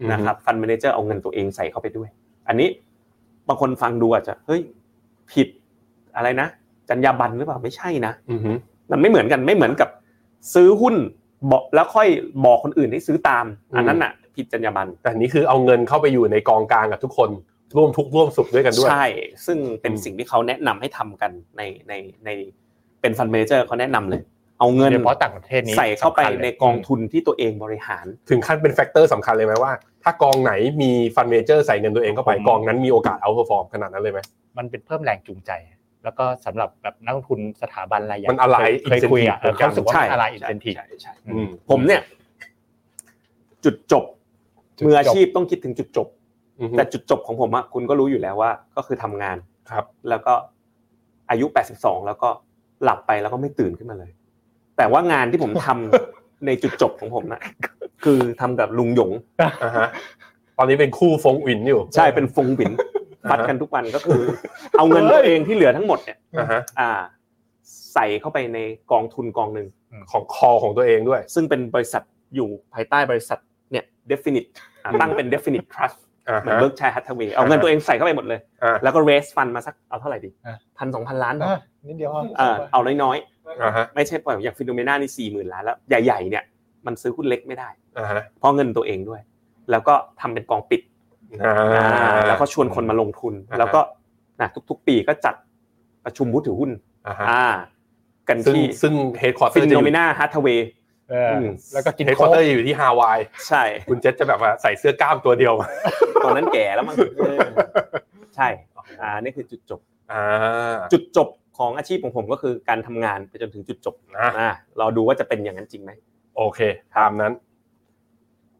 [SPEAKER 2] อืม
[SPEAKER 3] นะครับฟันเมนเจอร์เอาเงินตัวเองใส่เข้าไปด้วย อันนี้บางคนฟังดูอาจจะเฮ้ยผิดอะไรนะ จรรยาบรรณหรือเปล่าไม่ใช่นะ
[SPEAKER 2] อือหือ
[SPEAKER 3] มันไม่เหมือนกันไม่เหมือนกับซื้อหุ้นบอกแล้วค่อยบอกคนอื่นให้ซื้อตาม อันนั้นน่ะ ผิดจรรยาบรรณ
[SPEAKER 2] แต่อันนี้คือเอาเงินเข้าไปอยู่ในกองกลางกับทุกคนร่วมทุกข์ร่วมสุขด้วยกันด้วย
[SPEAKER 3] ใช่ ซึ่งเป็นสิ่งที่เขาแนะนำให้ทำกันในในในเป็นฟันเมนเจอร์เขาแนะนำเลย เอาเงิน
[SPEAKER 4] เฉพาะต่างประเทศนี้
[SPEAKER 3] ใส่เข้าไป
[SPEAKER 4] สำคัญลย
[SPEAKER 3] ในกองทุนที่ตัวเองบริหาร
[SPEAKER 2] ถึงขั้นเป็นแฟกเตอร์สำคัญเลยไหมว่า ถ้ากองไหนมีฟันเมเจอร์ใส่เงินตัวเองเข้าไปกองนั้นมีโอกาสเอาเ e อร์ฟอร์มขนาดนั้นเลยไหม
[SPEAKER 4] มันเป็นเพิ่มแรงจูงใจ แล้วก็สำหรับแบบนักลงทุนสถาบันรายใหญ่
[SPEAKER 2] มัน align
[SPEAKER 4] เคยคุย
[SPEAKER 2] incentive
[SPEAKER 4] อ่ะเออเขารู้สึกว่ามันอะไรอินเซนที
[SPEAKER 3] ใช่ใช่
[SPEAKER 2] อืม
[SPEAKER 3] ผมเนี่ย จุดจบ
[SPEAKER 4] จุดจบ
[SPEAKER 3] มืออาชีพต้องคิดถึงจุดจบ
[SPEAKER 2] อือหือ
[SPEAKER 3] แต่จุดจบของผมอะคุณก็รู้อยู่แล้วว่า ก็คือทำงาน
[SPEAKER 2] ครับ
[SPEAKER 3] แล้วก็อายุ 82 แล้วก็หลับไปแล้วก็ไม่ตื่นขึ้นมาเลย แต่ว่างานที่ผมทำ ในจุดจบของผมนะคือทำกับลุงหยง
[SPEAKER 2] อ่าฮะตอนนี้เป็นคู่ฟงอินอยู่
[SPEAKER 3] ใช่เป็นฟงบินฟัดกันทุกวันก็คือ เอาเงินตัวเองที่เหลือทั้งหมดเนี่ย
[SPEAKER 2] อ่าฮะ
[SPEAKER 3] อ่า ใส่เข้าไปในกองทุนกองหนึ่ง
[SPEAKER 2] ของคอของตัวเองด้วย
[SPEAKER 3] ซึ่งเป็นบริษัทอยู่ภายใต้บริษัทเนี่ย definite อ่ะตั้งเป็น definite trust
[SPEAKER 2] อ่า
[SPEAKER 3] เหมือน
[SPEAKER 2] ฮะ
[SPEAKER 3] เบิร์กชัยฮัตทเวย์เอาเงินตัวเองใส่เข้าไปหมดเลย
[SPEAKER 2] อ่า
[SPEAKER 3] แล้วก็เรสฟันมาสักเอาเท่าไหร่ดี
[SPEAKER 4] อ่ะ
[SPEAKER 3] พันสองพันล้านบาท
[SPEAKER 4] นิดเดียว
[SPEAKER 3] เออเอาน้อย
[SPEAKER 2] อ่าฮะ
[SPEAKER 3] ๆ ไม่ใช่ปล่อยอย่างฟิโนเมนานี่สี่หมื่นล้านแล้ว ใหญ่ ๆ เนี่ย มันซื้อหุ้นเล็กไม่ได้
[SPEAKER 2] อ่าฮะ
[SPEAKER 3] เพราะเงินตัวเองด้วย แล้วก็ทำเป็นกองปิด
[SPEAKER 2] อ่า
[SPEAKER 3] อ่าแล้วก็ชวนคนมาลงทุน
[SPEAKER 2] อ่าฮะ
[SPEAKER 3] แล้วก็นะทุกๆ ปีก็จัดประชุมผู้ถือหุ้น
[SPEAKER 2] อ่าฮะ
[SPEAKER 3] อ่ากัน
[SPEAKER 2] ซึ่ง
[SPEAKER 3] ที่
[SPEAKER 2] ซึ่งเฮดคอร์เตอ
[SPEAKER 3] ฟิ
[SPEAKER 2] ร์
[SPEAKER 3] น
[SPEAKER 2] จะอ
[SPEAKER 3] โน
[SPEAKER 2] ยู่
[SPEAKER 3] มิน่าฮัตเวย์
[SPEAKER 4] เออ
[SPEAKER 3] ม
[SPEAKER 4] แล้วก็กิน
[SPEAKER 2] เฮดค
[SPEAKER 4] โค้
[SPEAKER 2] อร์
[SPEAKER 4] ก
[SPEAKER 2] เตอร์อยู่ที่ฮาวาย
[SPEAKER 3] ใช่
[SPEAKER 2] คุณเจษจะแบบว่าใส่เสื้อกล้ามตัวเดียวมา
[SPEAKER 3] ตอนนั้นแก่แล้วมั้งเออใช่ อ่านี่คือจุดจบ
[SPEAKER 2] อ่า
[SPEAKER 3] จุดจบของอาชีพของผมก็คือการทำงานไปจนถึงจุดจบ
[SPEAKER 2] นะ
[SPEAKER 3] อ่าเราดูว่าจะเป็นอย่างนั้นจริงไหม
[SPEAKER 2] โอเค ตามนั้น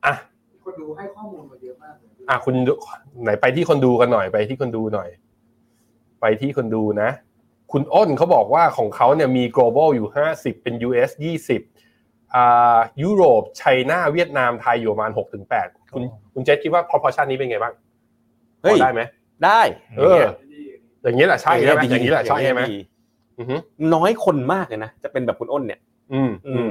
[SPEAKER 2] อ่ะ
[SPEAKER 5] คนดูให้ข้อมูลมาเยอะมากเลย
[SPEAKER 2] อ่ะคุณดูไหนไปที่คนดูกันหน่อยไปที่คนดูหน่อย ไปที่คนดูนะ คุณอ้นเขาบอกว่าของเขาเนี่ยมี global อยู่ 50 เป็น US 20อ่ายุโรปไชน่าเวียดนามไทยอยู่ประมาณ6ถึง8คุณคุณเจษคิดว่า proportion นี้เป็นไงบ้าง
[SPEAKER 3] เฮ้ย
[SPEAKER 2] พอได้ไหม
[SPEAKER 3] ได้
[SPEAKER 2] เออ อย่างนี้แหละใช่ใช่ไหมอย่างนี้แหละใช่ใช่ไหม
[SPEAKER 3] ดี
[SPEAKER 2] อือฮึ
[SPEAKER 3] น้อยคนมากเลยนะ จะเป็นแบบคุณอ้นเนี่ย
[SPEAKER 2] อืม
[SPEAKER 3] อื
[SPEAKER 2] อืม
[SPEAKER 3] ม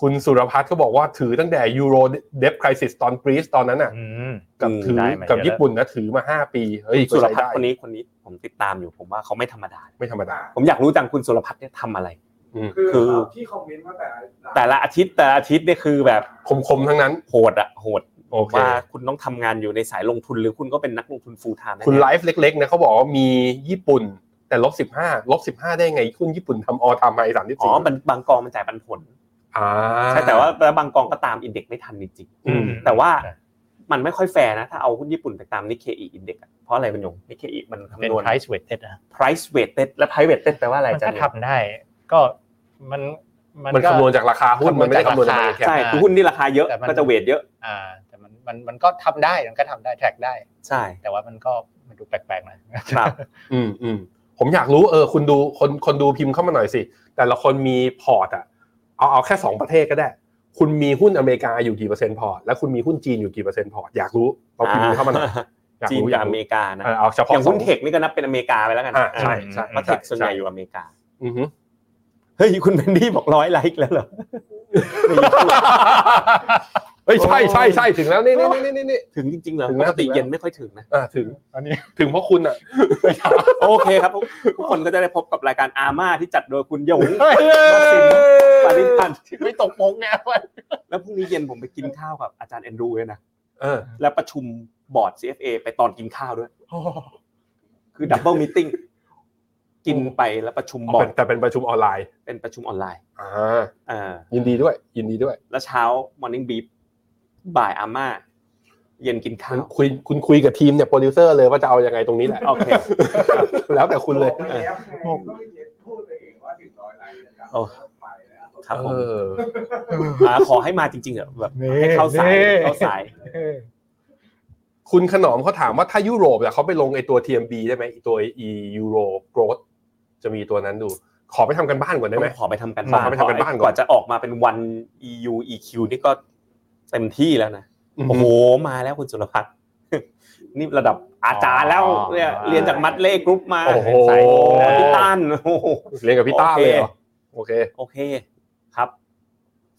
[SPEAKER 2] คุณสุรพัฒน์ก็บอกว่าถือตั้งแต่ยูโรเดฟคริสิสตอนกรีซตอนนั้นน่ะ
[SPEAKER 4] อืม
[SPEAKER 2] กับ
[SPEAKER 3] อืม
[SPEAKER 2] ถือ
[SPEAKER 4] ได้มาเยอะ
[SPEAKER 2] กับญี่ปุ่นนะถือมาห้าปีเฮ้ย
[SPEAKER 3] สุรพั
[SPEAKER 2] ก็ใช้
[SPEAKER 3] ฒ
[SPEAKER 2] ได้
[SPEAKER 3] น์คนนี้คนนี้ผมติดตามอยู่ผมว่าเขาไม่ธรรมดา
[SPEAKER 2] ไม่ธรรมดา
[SPEAKER 3] ผมอยากรู้จังคุณสุรพัฒน์เนี่ยทำอะไร
[SPEAKER 5] คือ
[SPEAKER 3] คือ
[SPEAKER 5] ที่คอมเมนต์ว่าแต่ละ
[SPEAKER 3] แต่ละอาทิตย์แต่ละอาทิตย์เนี่ยคือแบบ
[SPEAKER 2] คมๆทั้งนั้น
[SPEAKER 3] โหดอะโหด
[SPEAKER 2] โอเค
[SPEAKER 3] ว่าคุณต้องทำงานอยู่ในสายลงทุนหรือคุณก็เป็นนักลงทุนฟูลไทม์
[SPEAKER 2] คุณไลฟ์เล็กๆนะเขาบอกว่ามีญี่ปุ่นแต่ลบสิบห้าลบสิบห้าได้ไง คุณญี่ปุ่นทำออทำไฮสามที่
[SPEAKER 3] อ๋อ
[SPEAKER 2] สี่
[SPEAKER 3] มันบางกองมันจ่ายปันผล
[SPEAKER 2] อ่า
[SPEAKER 3] ใช่แต่ว่าแล้วบางกองก็ตามอินเด็กซ์ไม่ทันจริงๆ
[SPEAKER 2] อืม
[SPEAKER 3] แต่ว่ามันไม่ค่อยแฟร์นะ ถ้าเอาหุ้นญี่ปุ่นไปตามนิเคอิอินเด็กซ์เพราะอะไรคุณยงนิเคอิมัน
[SPEAKER 4] เป็
[SPEAKER 3] คำ
[SPEAKER 4] น
[SPEAKER 3] นวณ
[SPEAKER 4] price weighted นะ
[SPEAKER 3] price weighted และ price weighted แปลว่าอะไร
[SPEAKER 4] มัน
[SPEAKER 3] อาจาร
[SPEAKER 4] ก็
[SPEAKER 3] ย์
[SPEAKER 4] ทำได้ ก็มัน
[SPEAKER 2] มัน
[SPEAKER 4] ก็
[SPEAKER 2] คำนวณจากราคาหุ้นมันไม่ได้คำนวณจากมาร์เก็ตแคป
[SPEAKER 3] ใช่
[SPEAKER 4] อ่า
[SPEAKER 3] คือหุ้นที่ราคาเยอะ
[SPEAKER 4] แต่มัน
[SPEAKER 3] ก็จะเวทเยอะ
[SPEAKER 4] อ่าแต่มันมันมันก็ทำได้มันก็ทำได้แทร็กได้
[SPEAKER 3] ใช่
[SPEAKER 4] แต่ว่ามันก็มันดูแปลกๆนะครับ
[SPEAKER 2] อืมอืมผมอยากรู้เออคุณดูคนคนดูพิมพ์เข้ามาหน่อยสิ แต่ละคนมีพอร์ตอะเอาเอาแค่สองประเทศก็ได้ คุณมีหุ้นอเมริกาอยู่กี่เปอร์เซ็นต์พอร์ตและคุณมีหุ้นจีนอยู่กี่เปอร์เซ็นต์พอร์ตอยากรู้เอาพิมพ์เข้ามาหน่อย อยาก
[SPEAKER 3] จีน
[SPEAKER 2] รู้อ
[SPEAKER 3] กั
[SPEAKER 2] ยา
[SPEAKER 3] บ
[SPEAKER 2] ก
[SPEAKER 3] อเม
[SPEAKER 2] รู้
[SPEAKER 3] ริกานะ
[SPEAKER 2] เออเอาเฉพาะ
[SPEAKER 3] อย่างหุ้น
[SPEAKER 2] ส
[SPEAKER 3] เทคนี่ก็นับเป็นอเมริกาไปแล้วกัน
[SPEAKER 2] อ่าใช่ใช่
[SPEAKER 3] เพราะเทคส่วนใหญ่
[SPEAKER 2] ใช่
[SPEAKER 3] อยู่อเมริกา
[SPEAKER 2] อือฮึ
[SPEAKER 3] เฮ้ยคุณแมนดี้บอกร้อยไลค์แล้วเหรอ
[SPEAKER 2] เฮ้ยใช่ใช่ใช่ถึงแล้วนี่นี่นี่นี่นี่
[SPEAKER 3] ถึงจริงๆเหรอ
[SPEAKER 2] ถึง
[SPEAKER 3] ป
[SPEAKER 2] แล้ว
[SPEAKER 3] กติ
[SPEAKER 2] ถึงแล้ว
[SPEAKER 3] เย็นไม่ค่อยถึงนะ
[SPEAKER 2] อ่าถึง
[SPEAKER 4] อันนี้
[SPEAKER 2] ถึงเพราะคุณอ่ะ
[SPEAKER 3] โอเคครับผมทุกคนก็จะได้พบกับรายการอาม่าที่จัดโดยคุณหยง
[SPEAKER 4] เฮ้ย
[SPEAKER 3] มาสินปาริพันธ์
[SPEAKER 4] ไม่ตกมงเนี่ยวัน
[SPEAKER 3] แล้วพรุ่งนี้เย็นผมไปกินข้าวกับอาจารย์แอนดรูเลยนะ
[SPEAKER 2] เออ
[SPEAKER 3] และประชุมบอร์ด CFA ไปตอนกินข้าวด้วย คือดับเบิลม e ติ้งกินไปแล้วประชุมบอร์ด
[SPEAKER 2] แต่เป็นประชุมออนไลน์
[SPEAKER 3] เป็นประชุมออนไลน์
[SPEAKER 2] อ่า
[SPEAKER 3] เอ่า
[SPEAKER 2] ยินดีด้วย ยินดีด้วย
[SPEAKER 3] แล้วเช้า Morning Beef บ่ายอาม่า เย็นกินข้าว
[SPEAKER 2] คุยคุณคุยกับทีมเนี่ยโปรดิวเซอร์เลยว่าจะเอายังไงตรง นี้แหละ
[SPEAKER 3] โอเค
[SPEAKER 2] แล้วแต่คุณเลย
[SPEAKER 5] บอกไปแล้วไงก็ไม่เห็นพูดเลยว่าถึงร้อยไลค์นะครับ
[SPEAKER 3] โอ้
[SPEAKER 5] ไปแล้ว
[SPEAKER 3] ครับผม
[SPEAKER 2] เออ
[SPEAKER 3] อ่าขอให้มาจริงๆเหรอะแบบ
[SPEAKER 4] นี่
[SPEAKER 3] ให้เข้าสายเข้าสาย
[SPEAKER 2] คุณขนอมเขาถามว่าถ้ายุโรปเนี่ยเขาไปลงไอตัว TMB ได้ไหมไอ้ตัว e Euro Growth จะมีตัวนั้นดู ขอไปทำกันบ้านก่อนได้ไหม
[SPEAKER 3] ต้องขอไปทำกันบ้าน
[SPEAKER 2] ขอไปทำกันบ้านก่อน
[SPEAKER 3] ว่าจะออกมาเป็นวัน EU EQ นี่ก็เต็มที่แล้วนะ โอ้โห มาแล้วคุณสุรพัฒน์ นี่ระดับอาจารย์แล้ว
[SPEAKER 4] อ๋อ
[SPEAKER 3] เนี่ยเรียนจากมัดเล่กรุ๊ปมา
[SPEAKER 2] โอ้โห
[SPEAKER 3] สายพี่ต้าน โอ้โห
[SPEAKER 2] เรียนกับพี่ต้าเลยเหรอโอเค
[SPEAKER 3] โอเคครับ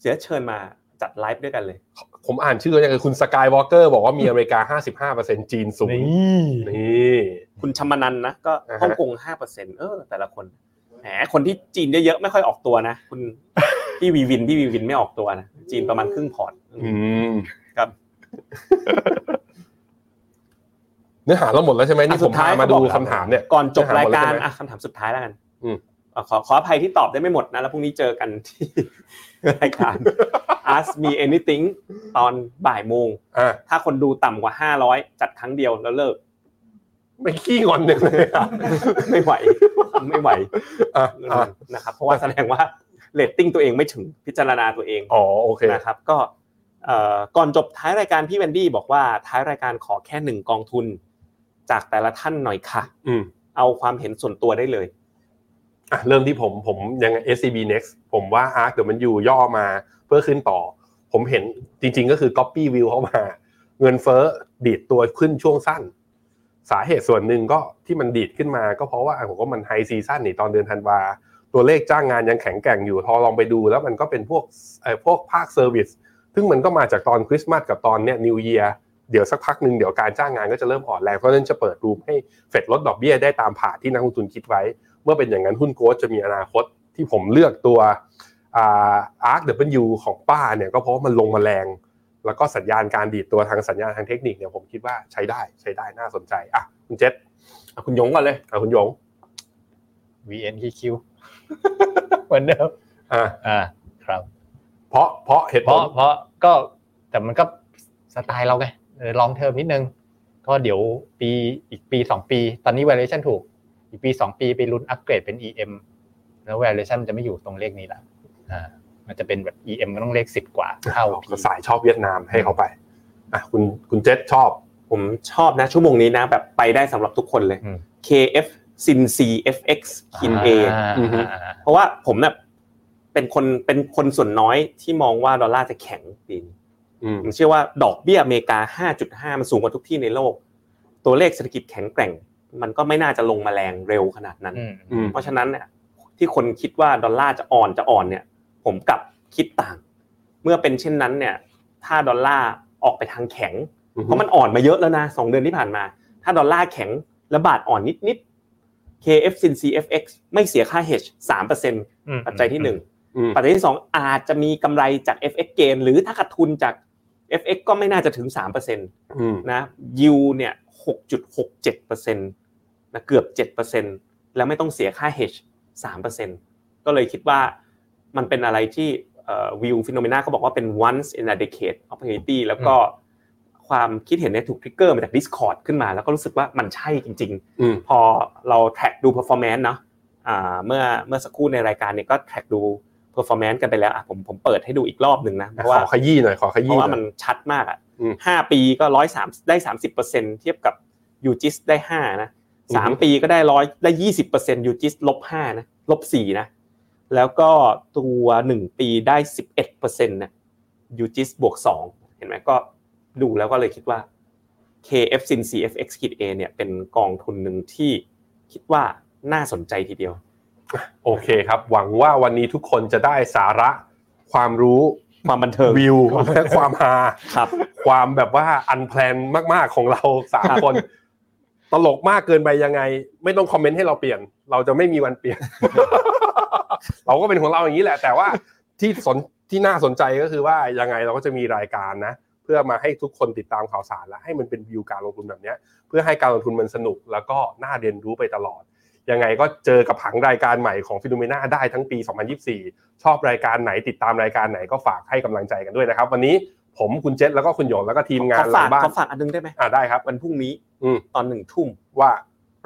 [SPEAKER 3] เสียเชิญมาจัดไลฟ์ด้วยกันเลย
[SPEAKER 2] ผมอ่านชื่อเนี่ยคือคุณสกายวอล์กเกอร์บอกว่ามีอเมริกา 55%จีนสูง
[SPEAKER 4] นี่
[SPEAKER 2] นี่
[SPEAKER 3] คุณชมนันนะก็
[SPEAKER 2] อ่าฮะ
[SPEAKER 3] ฮ่องกงห้าเปอร์เซ็นเออ แต่ละคนแหมคนที่จีนเยอะๆไม่ค่อยออกตัวนะ คุณ พี่วีวินพี่วีวินไม่ออกตัวนะจีนประมาณครึ่งพอร์ต
[SPEAKER 2] อืม
[SPEAKER 3] ครับ
[SPEAKER 2] เนื้อหาเราหมดแล้วใช่ไหม
[SPEAKER 3] อั
[SPEAKER 2] นี่ผมพามาดูคำถามเนี่ย
[SPEAKER 3] ก่อนจบรายการ
[SPEAKER 2] เนื้อหาหมดแล้วใช่ไหม
[SPEAKER 3] อ่ะคำถามสุดท้ายแล้วกัน
[SPEAKER 2] อืม
[SPEAKER 3] อ่ะขอขออภัยที่ตอบได้ไม่หมดนะ แล้วพรุ่งนี้เจอกันที่ ราย การ Ask Me Anything ตอนบ่ายโมง
[SPEAKER 2] อ่ะ
[SPEAKER 3] ถ้าคนดูต่ำกว่า 500 จัดครั้งเดียวแล้วเลิก
[SPEAKER 2] ไม่ขี้งอนหนึ่งเลยอ่ะ
[SPEAKER 3] ไม่ไหว ไม่ไหว
[SPEAKER 2] อ่ะอ่ะ
[SPEAKER 3] นะครับเพราะว่าแสดงว่าเรตติ้งตัวเองไม่ถึงพิจารณาตัวเอง
[SPEAKER 2] อ๋อโอเค
[SPEAKER 3] นะครับก็เอ่อก่อนจบท้ายรายการพี่แวนดี้บอกว่าท้ายรายการขอแค่หนึ่งกองทุน จากแต่ละท่านหน่อยค่ะ
[SPEAKER 2] อืม
[SPEAKER 3] เอาความเห็นส่วนตัวได้เลย
[SPEAKER 2] อ่ะเริ่มที่ผมผมยัง SCB Next ผมว่า ARK เดี๋ยวมันอยู่ย่อมาเพื่อขึ้นต่อ ผมเห็นจริง ๆ ก็คือ Copy View เข้ามา เงินเฟ้อดีดตัวขึ้นช่วงสั้น สาเหตุส่วนหนึ่งก็ที่มันดีดขึ้นมาก็เพราะว่าอ่ะผมก็มันไฮซีซั่นนี่ตอนเดือนธันวา ตัวเลขจ้างงานยังแข็งแกร่งอยู่พอลองไปดูแล้วมันก็เป็นพวกเอ่อพวกภาคเซอร์วิสซึ่งมันก็มาจากตอนคริสต์มาสกับตอนเนี้ยนิวเยียเดี๋ยวสักพักหนึ่งเดี๋ยวการจ้างงานก็จะเริ่มอ่อนแรงเพราะฉะนั้นจะเปิดรูมให้เฟดลดดอกเบี้ยได้ตามผ่าที่นักลงทุนคิดไว้ เมื่อเป็นอย่างนั้นหุ้นโกลด์จะมีอนาคตที่ผมเลือกตัวอาร์คเดบิลยูของป้าเนี่ยก็เพราะว่ามันลงมาแรง แล้วก็สัญญาณการดีดตัวทางสัญญาณทางเทคนิคเนี่ยผมคิดว่าใช้ได้ใช้ได้น่าสนใจอ่ะคุณเจษ
[SPEAKER 3] เอาคุณหยงก่อนเลย
[SPEAKER 2] อ่ะคุณหยง
[SPEAKER 4] VNQQ เหมือนเดิม
[SPEAKER 2] อ่ะ
[SPEAKER 4] อ่าครับ
[SPEAKER 2] เพราะเพราะเหตุ
[SPEAKER 4] เพ
[SPEAKER 2] ผล
[SPEAKER 4] ราะเพราะก็แต่มันก็สไตล์เราไงลองเทอมนิดนึง ก็เดี๋ยวปีอีกปีสองปี ตอนนี้ valuation ถูก อีกปีสองปีไปลุ้นอัปเกรดเป็น EM แล้ว valuation มันจะไม่อยู่ตรงเลขนี้ละอ่ามันจะเป็นแบบ EM มันต้องเลขสิบกว่าเท่า P
[SPEAKER 2] ก็สายชอบเวียดนามให้เขาไปอ่ะคุณคุณเจษชอบ
[SPEAKER 3] ผมชอบนะชั่วโมงนี้นะ แบบไปได้สำหรับทุกคนเลย
[SPEAKER 4] อืม
[SPEAKER 3] KF sin C FX kin A
[SPEAKER 4] า
[SPEAKER 2] อือฮึ
[SPEAKER 4] อ่า
[SPEAKER 3] เพราะว่าผมเนี่ยเป็นคนเป็นคนส่วนน้อยที่มองว่าดอลลาร์จะแข็งปีนี้
[SPEAKER 2] อืม
[SPEAKER 3] ผมเชื่อว่าดอกเบี้ยอเมริกา 5.5 มันสูงกว่าทุกที่ในโลก ตัวเลขเศรษฐกิจแข็งแกร่ง มันก็ไม่น่าจะลงมาแรงเร็วขนาดนั้น
[SPEAKER 4] อืม
[SPEAKER 2] อืม
[SPEAKER 3] เพราะฉะนั้นเนี่ยที่คนคิดว่าดอลลาร์จะอ่อนจะอ่อนเนี่ย ผมกลับคิดต่าง เมื่อเป็นเช่นนั้นเนี่ย ถ้าดอลลาร์ออกไปทางแข็ง เพราะมันอ่อนมาเยอะแล้วนะสองเดือนที่ผ่านมา ถ้าดอลลาร์แข็งและบาทอ่อนนิดนิดๆ KF sin CFX ไม่เสียค่า hedge สามเปอร์เซ็นต์
[SPEAKER 4] อืม
[SPEAKER 3] ปัจจัยที่หนึ่ง
[SPEAKER 2] อืม
[SPEAKER 3] ปัจจัยที่สองอาจจะมีกำไรจาก FX gain หรือถ้าขาดทุนจาก FX ก็ไม่น่าจะถึงสามเปอร์เซ็นต์
[SPEAKER 2] อืม
[SPEAKER 3] นะยิวเนี่ยหกจุดหกเจ็ดเปอร์เซ็นต์นะเกือบเจ็ดเปอร์เซ็นต์แล้วไม่ต้องเสียค่า hedge สามเปอร์เซ็นต์ก็เลยคิดว่ามันเป็นอะไรที่วิวฟิโนเมนาเขาบอกว่าเป็น once in a decade opportunity แล้วก็ความคิดเห็นเนี่ยถูกทริกเกอร์มาจาก Discord ขึ้นมา แล้วก็รู้สึกว่ามันใช่จริง
[SPEAKER 2] อืม
[SPEAKER 3] ๆ พอเราแท็กดู performance เนาะอ่าเมื่อเมื่อสักครู่ในรายการเนี่ยก็แท็กดู performance กันไปแล้วอ่ะผมผมเปิดให้ดูอีกรอบหนึ่งนะเพ
[SPEAKER 2] อ่ะข
[SPEAKER 3] ราะว่า
[SPEAKER 2] อขยี้หน่อยขอข
[SPEAKER 3] เพ
[SPEAKER 2] ยี้
[SPEAKER 3] ราะ
[SPEAKER 2] ห
[SPEAKER 3] ว่า
[SPEAKER 2] น่
[SPEAKER 3] มั
[SPEAKER 2] อน ย
[SPEAKER 3] ชัดมากอ่ะ
[SPEAKER 2] อืม
[SPEAKER 3] ห้าปีก็ร้อยสามได้สามสิบเปอร์เซ็นเทียบกับยูจิสได้ห้านะ
[SPEAKER 2] อือฮึ
[SPEAKER 3] สามปีก็ได้ร้อยได้ยี่สิบเปอร์เซ็นยูจิสลบห้านะลบสี่นะ แล้วก็ตัวหนึ่งปีได้สิบเอ็ดเปอร์เซ็นต์นะยูจิสบวกสองเห็นไหมก็ดูแล้วก็เลยคิดว่า KF Sin CFX Kit A เนี่ยเป็นกองทุนหนึ่งที่คิดว่าน่าสนใจทีเดียว
[SPEAKER 2] โอเคครับ หวังว่าวันนี้ทุกคนจะได้สาระความรู้
[SPEAKER 3] ความบันเทิง
[SPEAKER 2] วิวและ ความฮา
[SPEAKER 3] ครับ
[SPEAKER 2] ความแบบว่าอันแพลนมาก ๆ ของเราสามคน ตลกมากเกินไปยังไง ไม่ต้องคอมเมนต์ให้เราเปลี่ยน เราจะไม่มีวันเปลี่ยน เราก็เป็นของเราอย่างนี้แหละ แต่ว่าที่สนที่น่าสนใจก็คือว่ายังไงเราก็จะมีรายการนะ เพื่อมาให้ทุกคนติดตามข่าวสารและให้มันเป็นวิวการลงทุนแบบเนี้ย เพื่อให้การลงทุนมันสนุกแล้วก็น่าเรียนรู้ไปตลอด ยังไงก็เจอกับผังรายการใหม่ของฟิโนเมนาได้ทั้งปี 2024 ชอบรายการไหนติดตามรายการไหนก็ฝากให้กำลังใจกันด้วยนะครับ วันนี้ผมคุณเจษแล้วก็คุณหยงแล้วก็ทีมงาน
[SPEAKER 3] ขอ
[SPEAKER 2] หลั
[SPEAKER 3] ฝาง ก
[SPEAKER 2] บ้าน
[SPEAKER 3] ขอฝากอันนึงได้ไหม
[SPEAKER 2] อ่าได้ครับ
[SPEAKER 3] วันพรุ่งนี้
[SPEAKER 2] อืม
[SPEAKER 3] ตอนหนึ่งทุ่ม
[SPEAKER 2] ว่า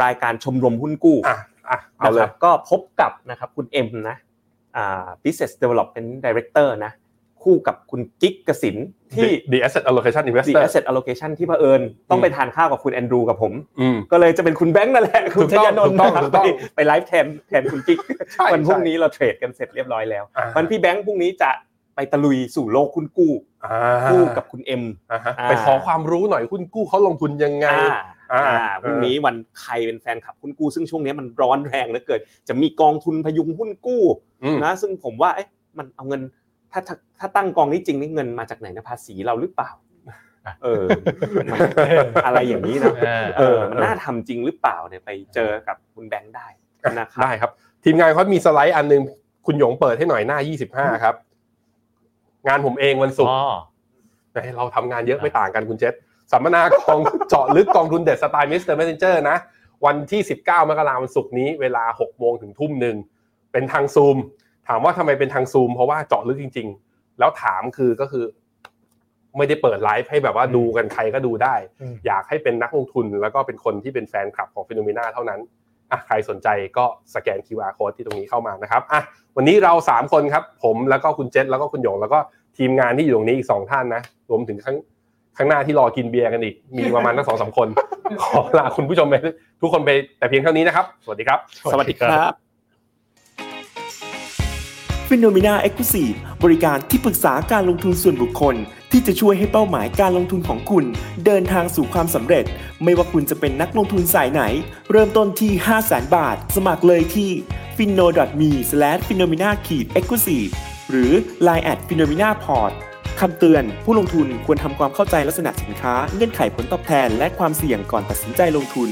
[SPEAKER 2] ร
[SPEAKER 3] ายการชมรมหุ้นกู้
[SPEAKER 2] อ่ะอ่ะเอา
[SPEAKER 3] นะ
[SPEAKER 2] เล
[SPEAKER 3] ครั
[SPEAKER 2] ย
[SPEAKER 3] บก็พบกับนะครับคุณเอ็มนะอ่า business development director นะคู่กับคุณกิ๊กกสินที่
[SPEAKER 2] The- The Asset Allocation
[SPEAKER 3] The
[SPEAKER 2] Investor
[SPEAKER 3] asset allocation ที่เผอิญต้องไปทานข้าวกับคุณแอนดรูกับผม
[SPEAKER 2] อืม
[SPEAKER 3] ก็เลยจะเป็นคุณแบงค์นั่นแหละ คุณ
[SPEAKER 2] ถูกต้อง
[SPEAKER 3] ชยานนท์นะครับ
[SPEAKER 2] ถูกต้อง
[SPEAKER 3] ไปไปไลฟ์แทนแทนคุณกิ๊ก
[SPEAKER 2] ใช่
[SPEAKER 3] วันพรุ่ง
[SPEAKER 2] ใช่
[SPEAKER 3] นี้เราเทรดกันเสร็จเรียบร้อยแล้ว
[SPEAKER 2] อ่ะ
[SPEAKER 3] วันพี่แบงค์พรุ่งนี้จะไปตะลุยสู่โลกคุณกู้
[SPEAKER 2] อ่า
[SPEAKER 3] คู่กับคุณเอ็ม
[SPEAKER 2] อ่าฮะ
[SPEAKER 3] อ่า
[SPEAKER 2] ไปขอความรู้หน่อยหุ้นกู้เขาลงทุนยังไง
[SPEAKER 3] อ่า
[SPEAKER 2] อ่า
[SPEAKER 3] อ่า
[SPEAKER 2] เออ
[SPEAKER 3] พรุ่งนี้วันใครเป็นแฟนคลับหุ้นกู้ ซึ่งช่วงนี้มันร้อนแรงเหลือเกินจะมีกองทุนพยุงหุ้นกู้
[SPEAKER 2] อืม
[SPEAKER 3] นะ ซึ่งผมว่าเอ๊ะมันเอาเงินถ้าถ้าถ้าตั้งกองนี้จริงนี่เงินมาจากไหนนะภาษีเราหรือเปล่า เออมันอะไรอย่างนี้นะ
[SPEAKER 4] อ่า
[SPEAKER 3] เออมันน่าทำจริงหรือเปล่าเนี่ยไปเจอกับคุณแบงค์ได้นะครับ
[SPEAKER 2] ได้ครับ ทีมงานเขามีสไลด์อันหนึง คุณหยงเปิดให้หน่อยหน้า 25 ครับ งานผมเองวันศุกร์
[SPEAKER 4] อ๋อ
[SPEAKER 2] เฮ้ยเราทำงานเยอะไม่ต่างกันคุณเจษสัมมนากอง เจาะลึกกองทุนเด็ดสไตล์มิสเตอร์เมสเซนเจอร์นะ วันที่ 19 มกราคมวันศุกร์นี้เวลา 6 โมงถึงทุ่มหนึ่ง เป็นทางซูม ถามว่าทำไมเป็นทางซูม เพราะว่าเจาะลึกจริง ๆ แล้วถามคือก็คือ ไม่ได้เปิดไลฟ์ให้แบบว่าดูกันใครก็ดูได้
[SPEAKER 4] อืม
[SPEAKER 2] อยากให้เป็นนักลงทุน แล้วก็เป็นคนที่เป็นแฟนคลับของฟิโนเมนาเท่านั้น อ่ะใครสนใจก็สแกน QR code ที่ตรงนี้เข้ามานะครับอ่ะวันนี้เรา 3 คนครับ ผมแล้วก็คุณเจษแล้วก็คุณหยง แล้วก็ทีมงานที่อยู่ตรงนี้อีก 2 ท่านนะรวมถึงข้างข้างหน้าที่รอกินเบียร์กันอีก มีประมาณทั้งสองสามคน ขอลาคุณผู้ชมไปทุกคนไปแต่เพียงเท่านี้นะครับ สวัสดีครับ
[SPEAKER 3] สวัสดีครับ
[SPEAKER 8] f i n o m e n a e x c l u s i v e บริการที่ปรึกษาการลงทุนส่วนบุคคล ที่จะช่วยให้เป้าหมายการลงทุนของคุณ เดินทางสู่ความสำเร็จ ไม่ว่าคุณจะเป็นนักลงทุนสายไหน เริ่มต้นที่ 5 0 0 0 0 0 บาท สมัครเลยที่ f i n o m e f i n o m e n a e x c l u s i v e หรือ line at f i n o m e n a p o r t คำเตือน ผู้ลงทุนควรทำความเข้าใจลักษณะสินค้า เงื่อนไขผลตอบแทน และความเสี่ยงก่อนตัดสินใจลงทุน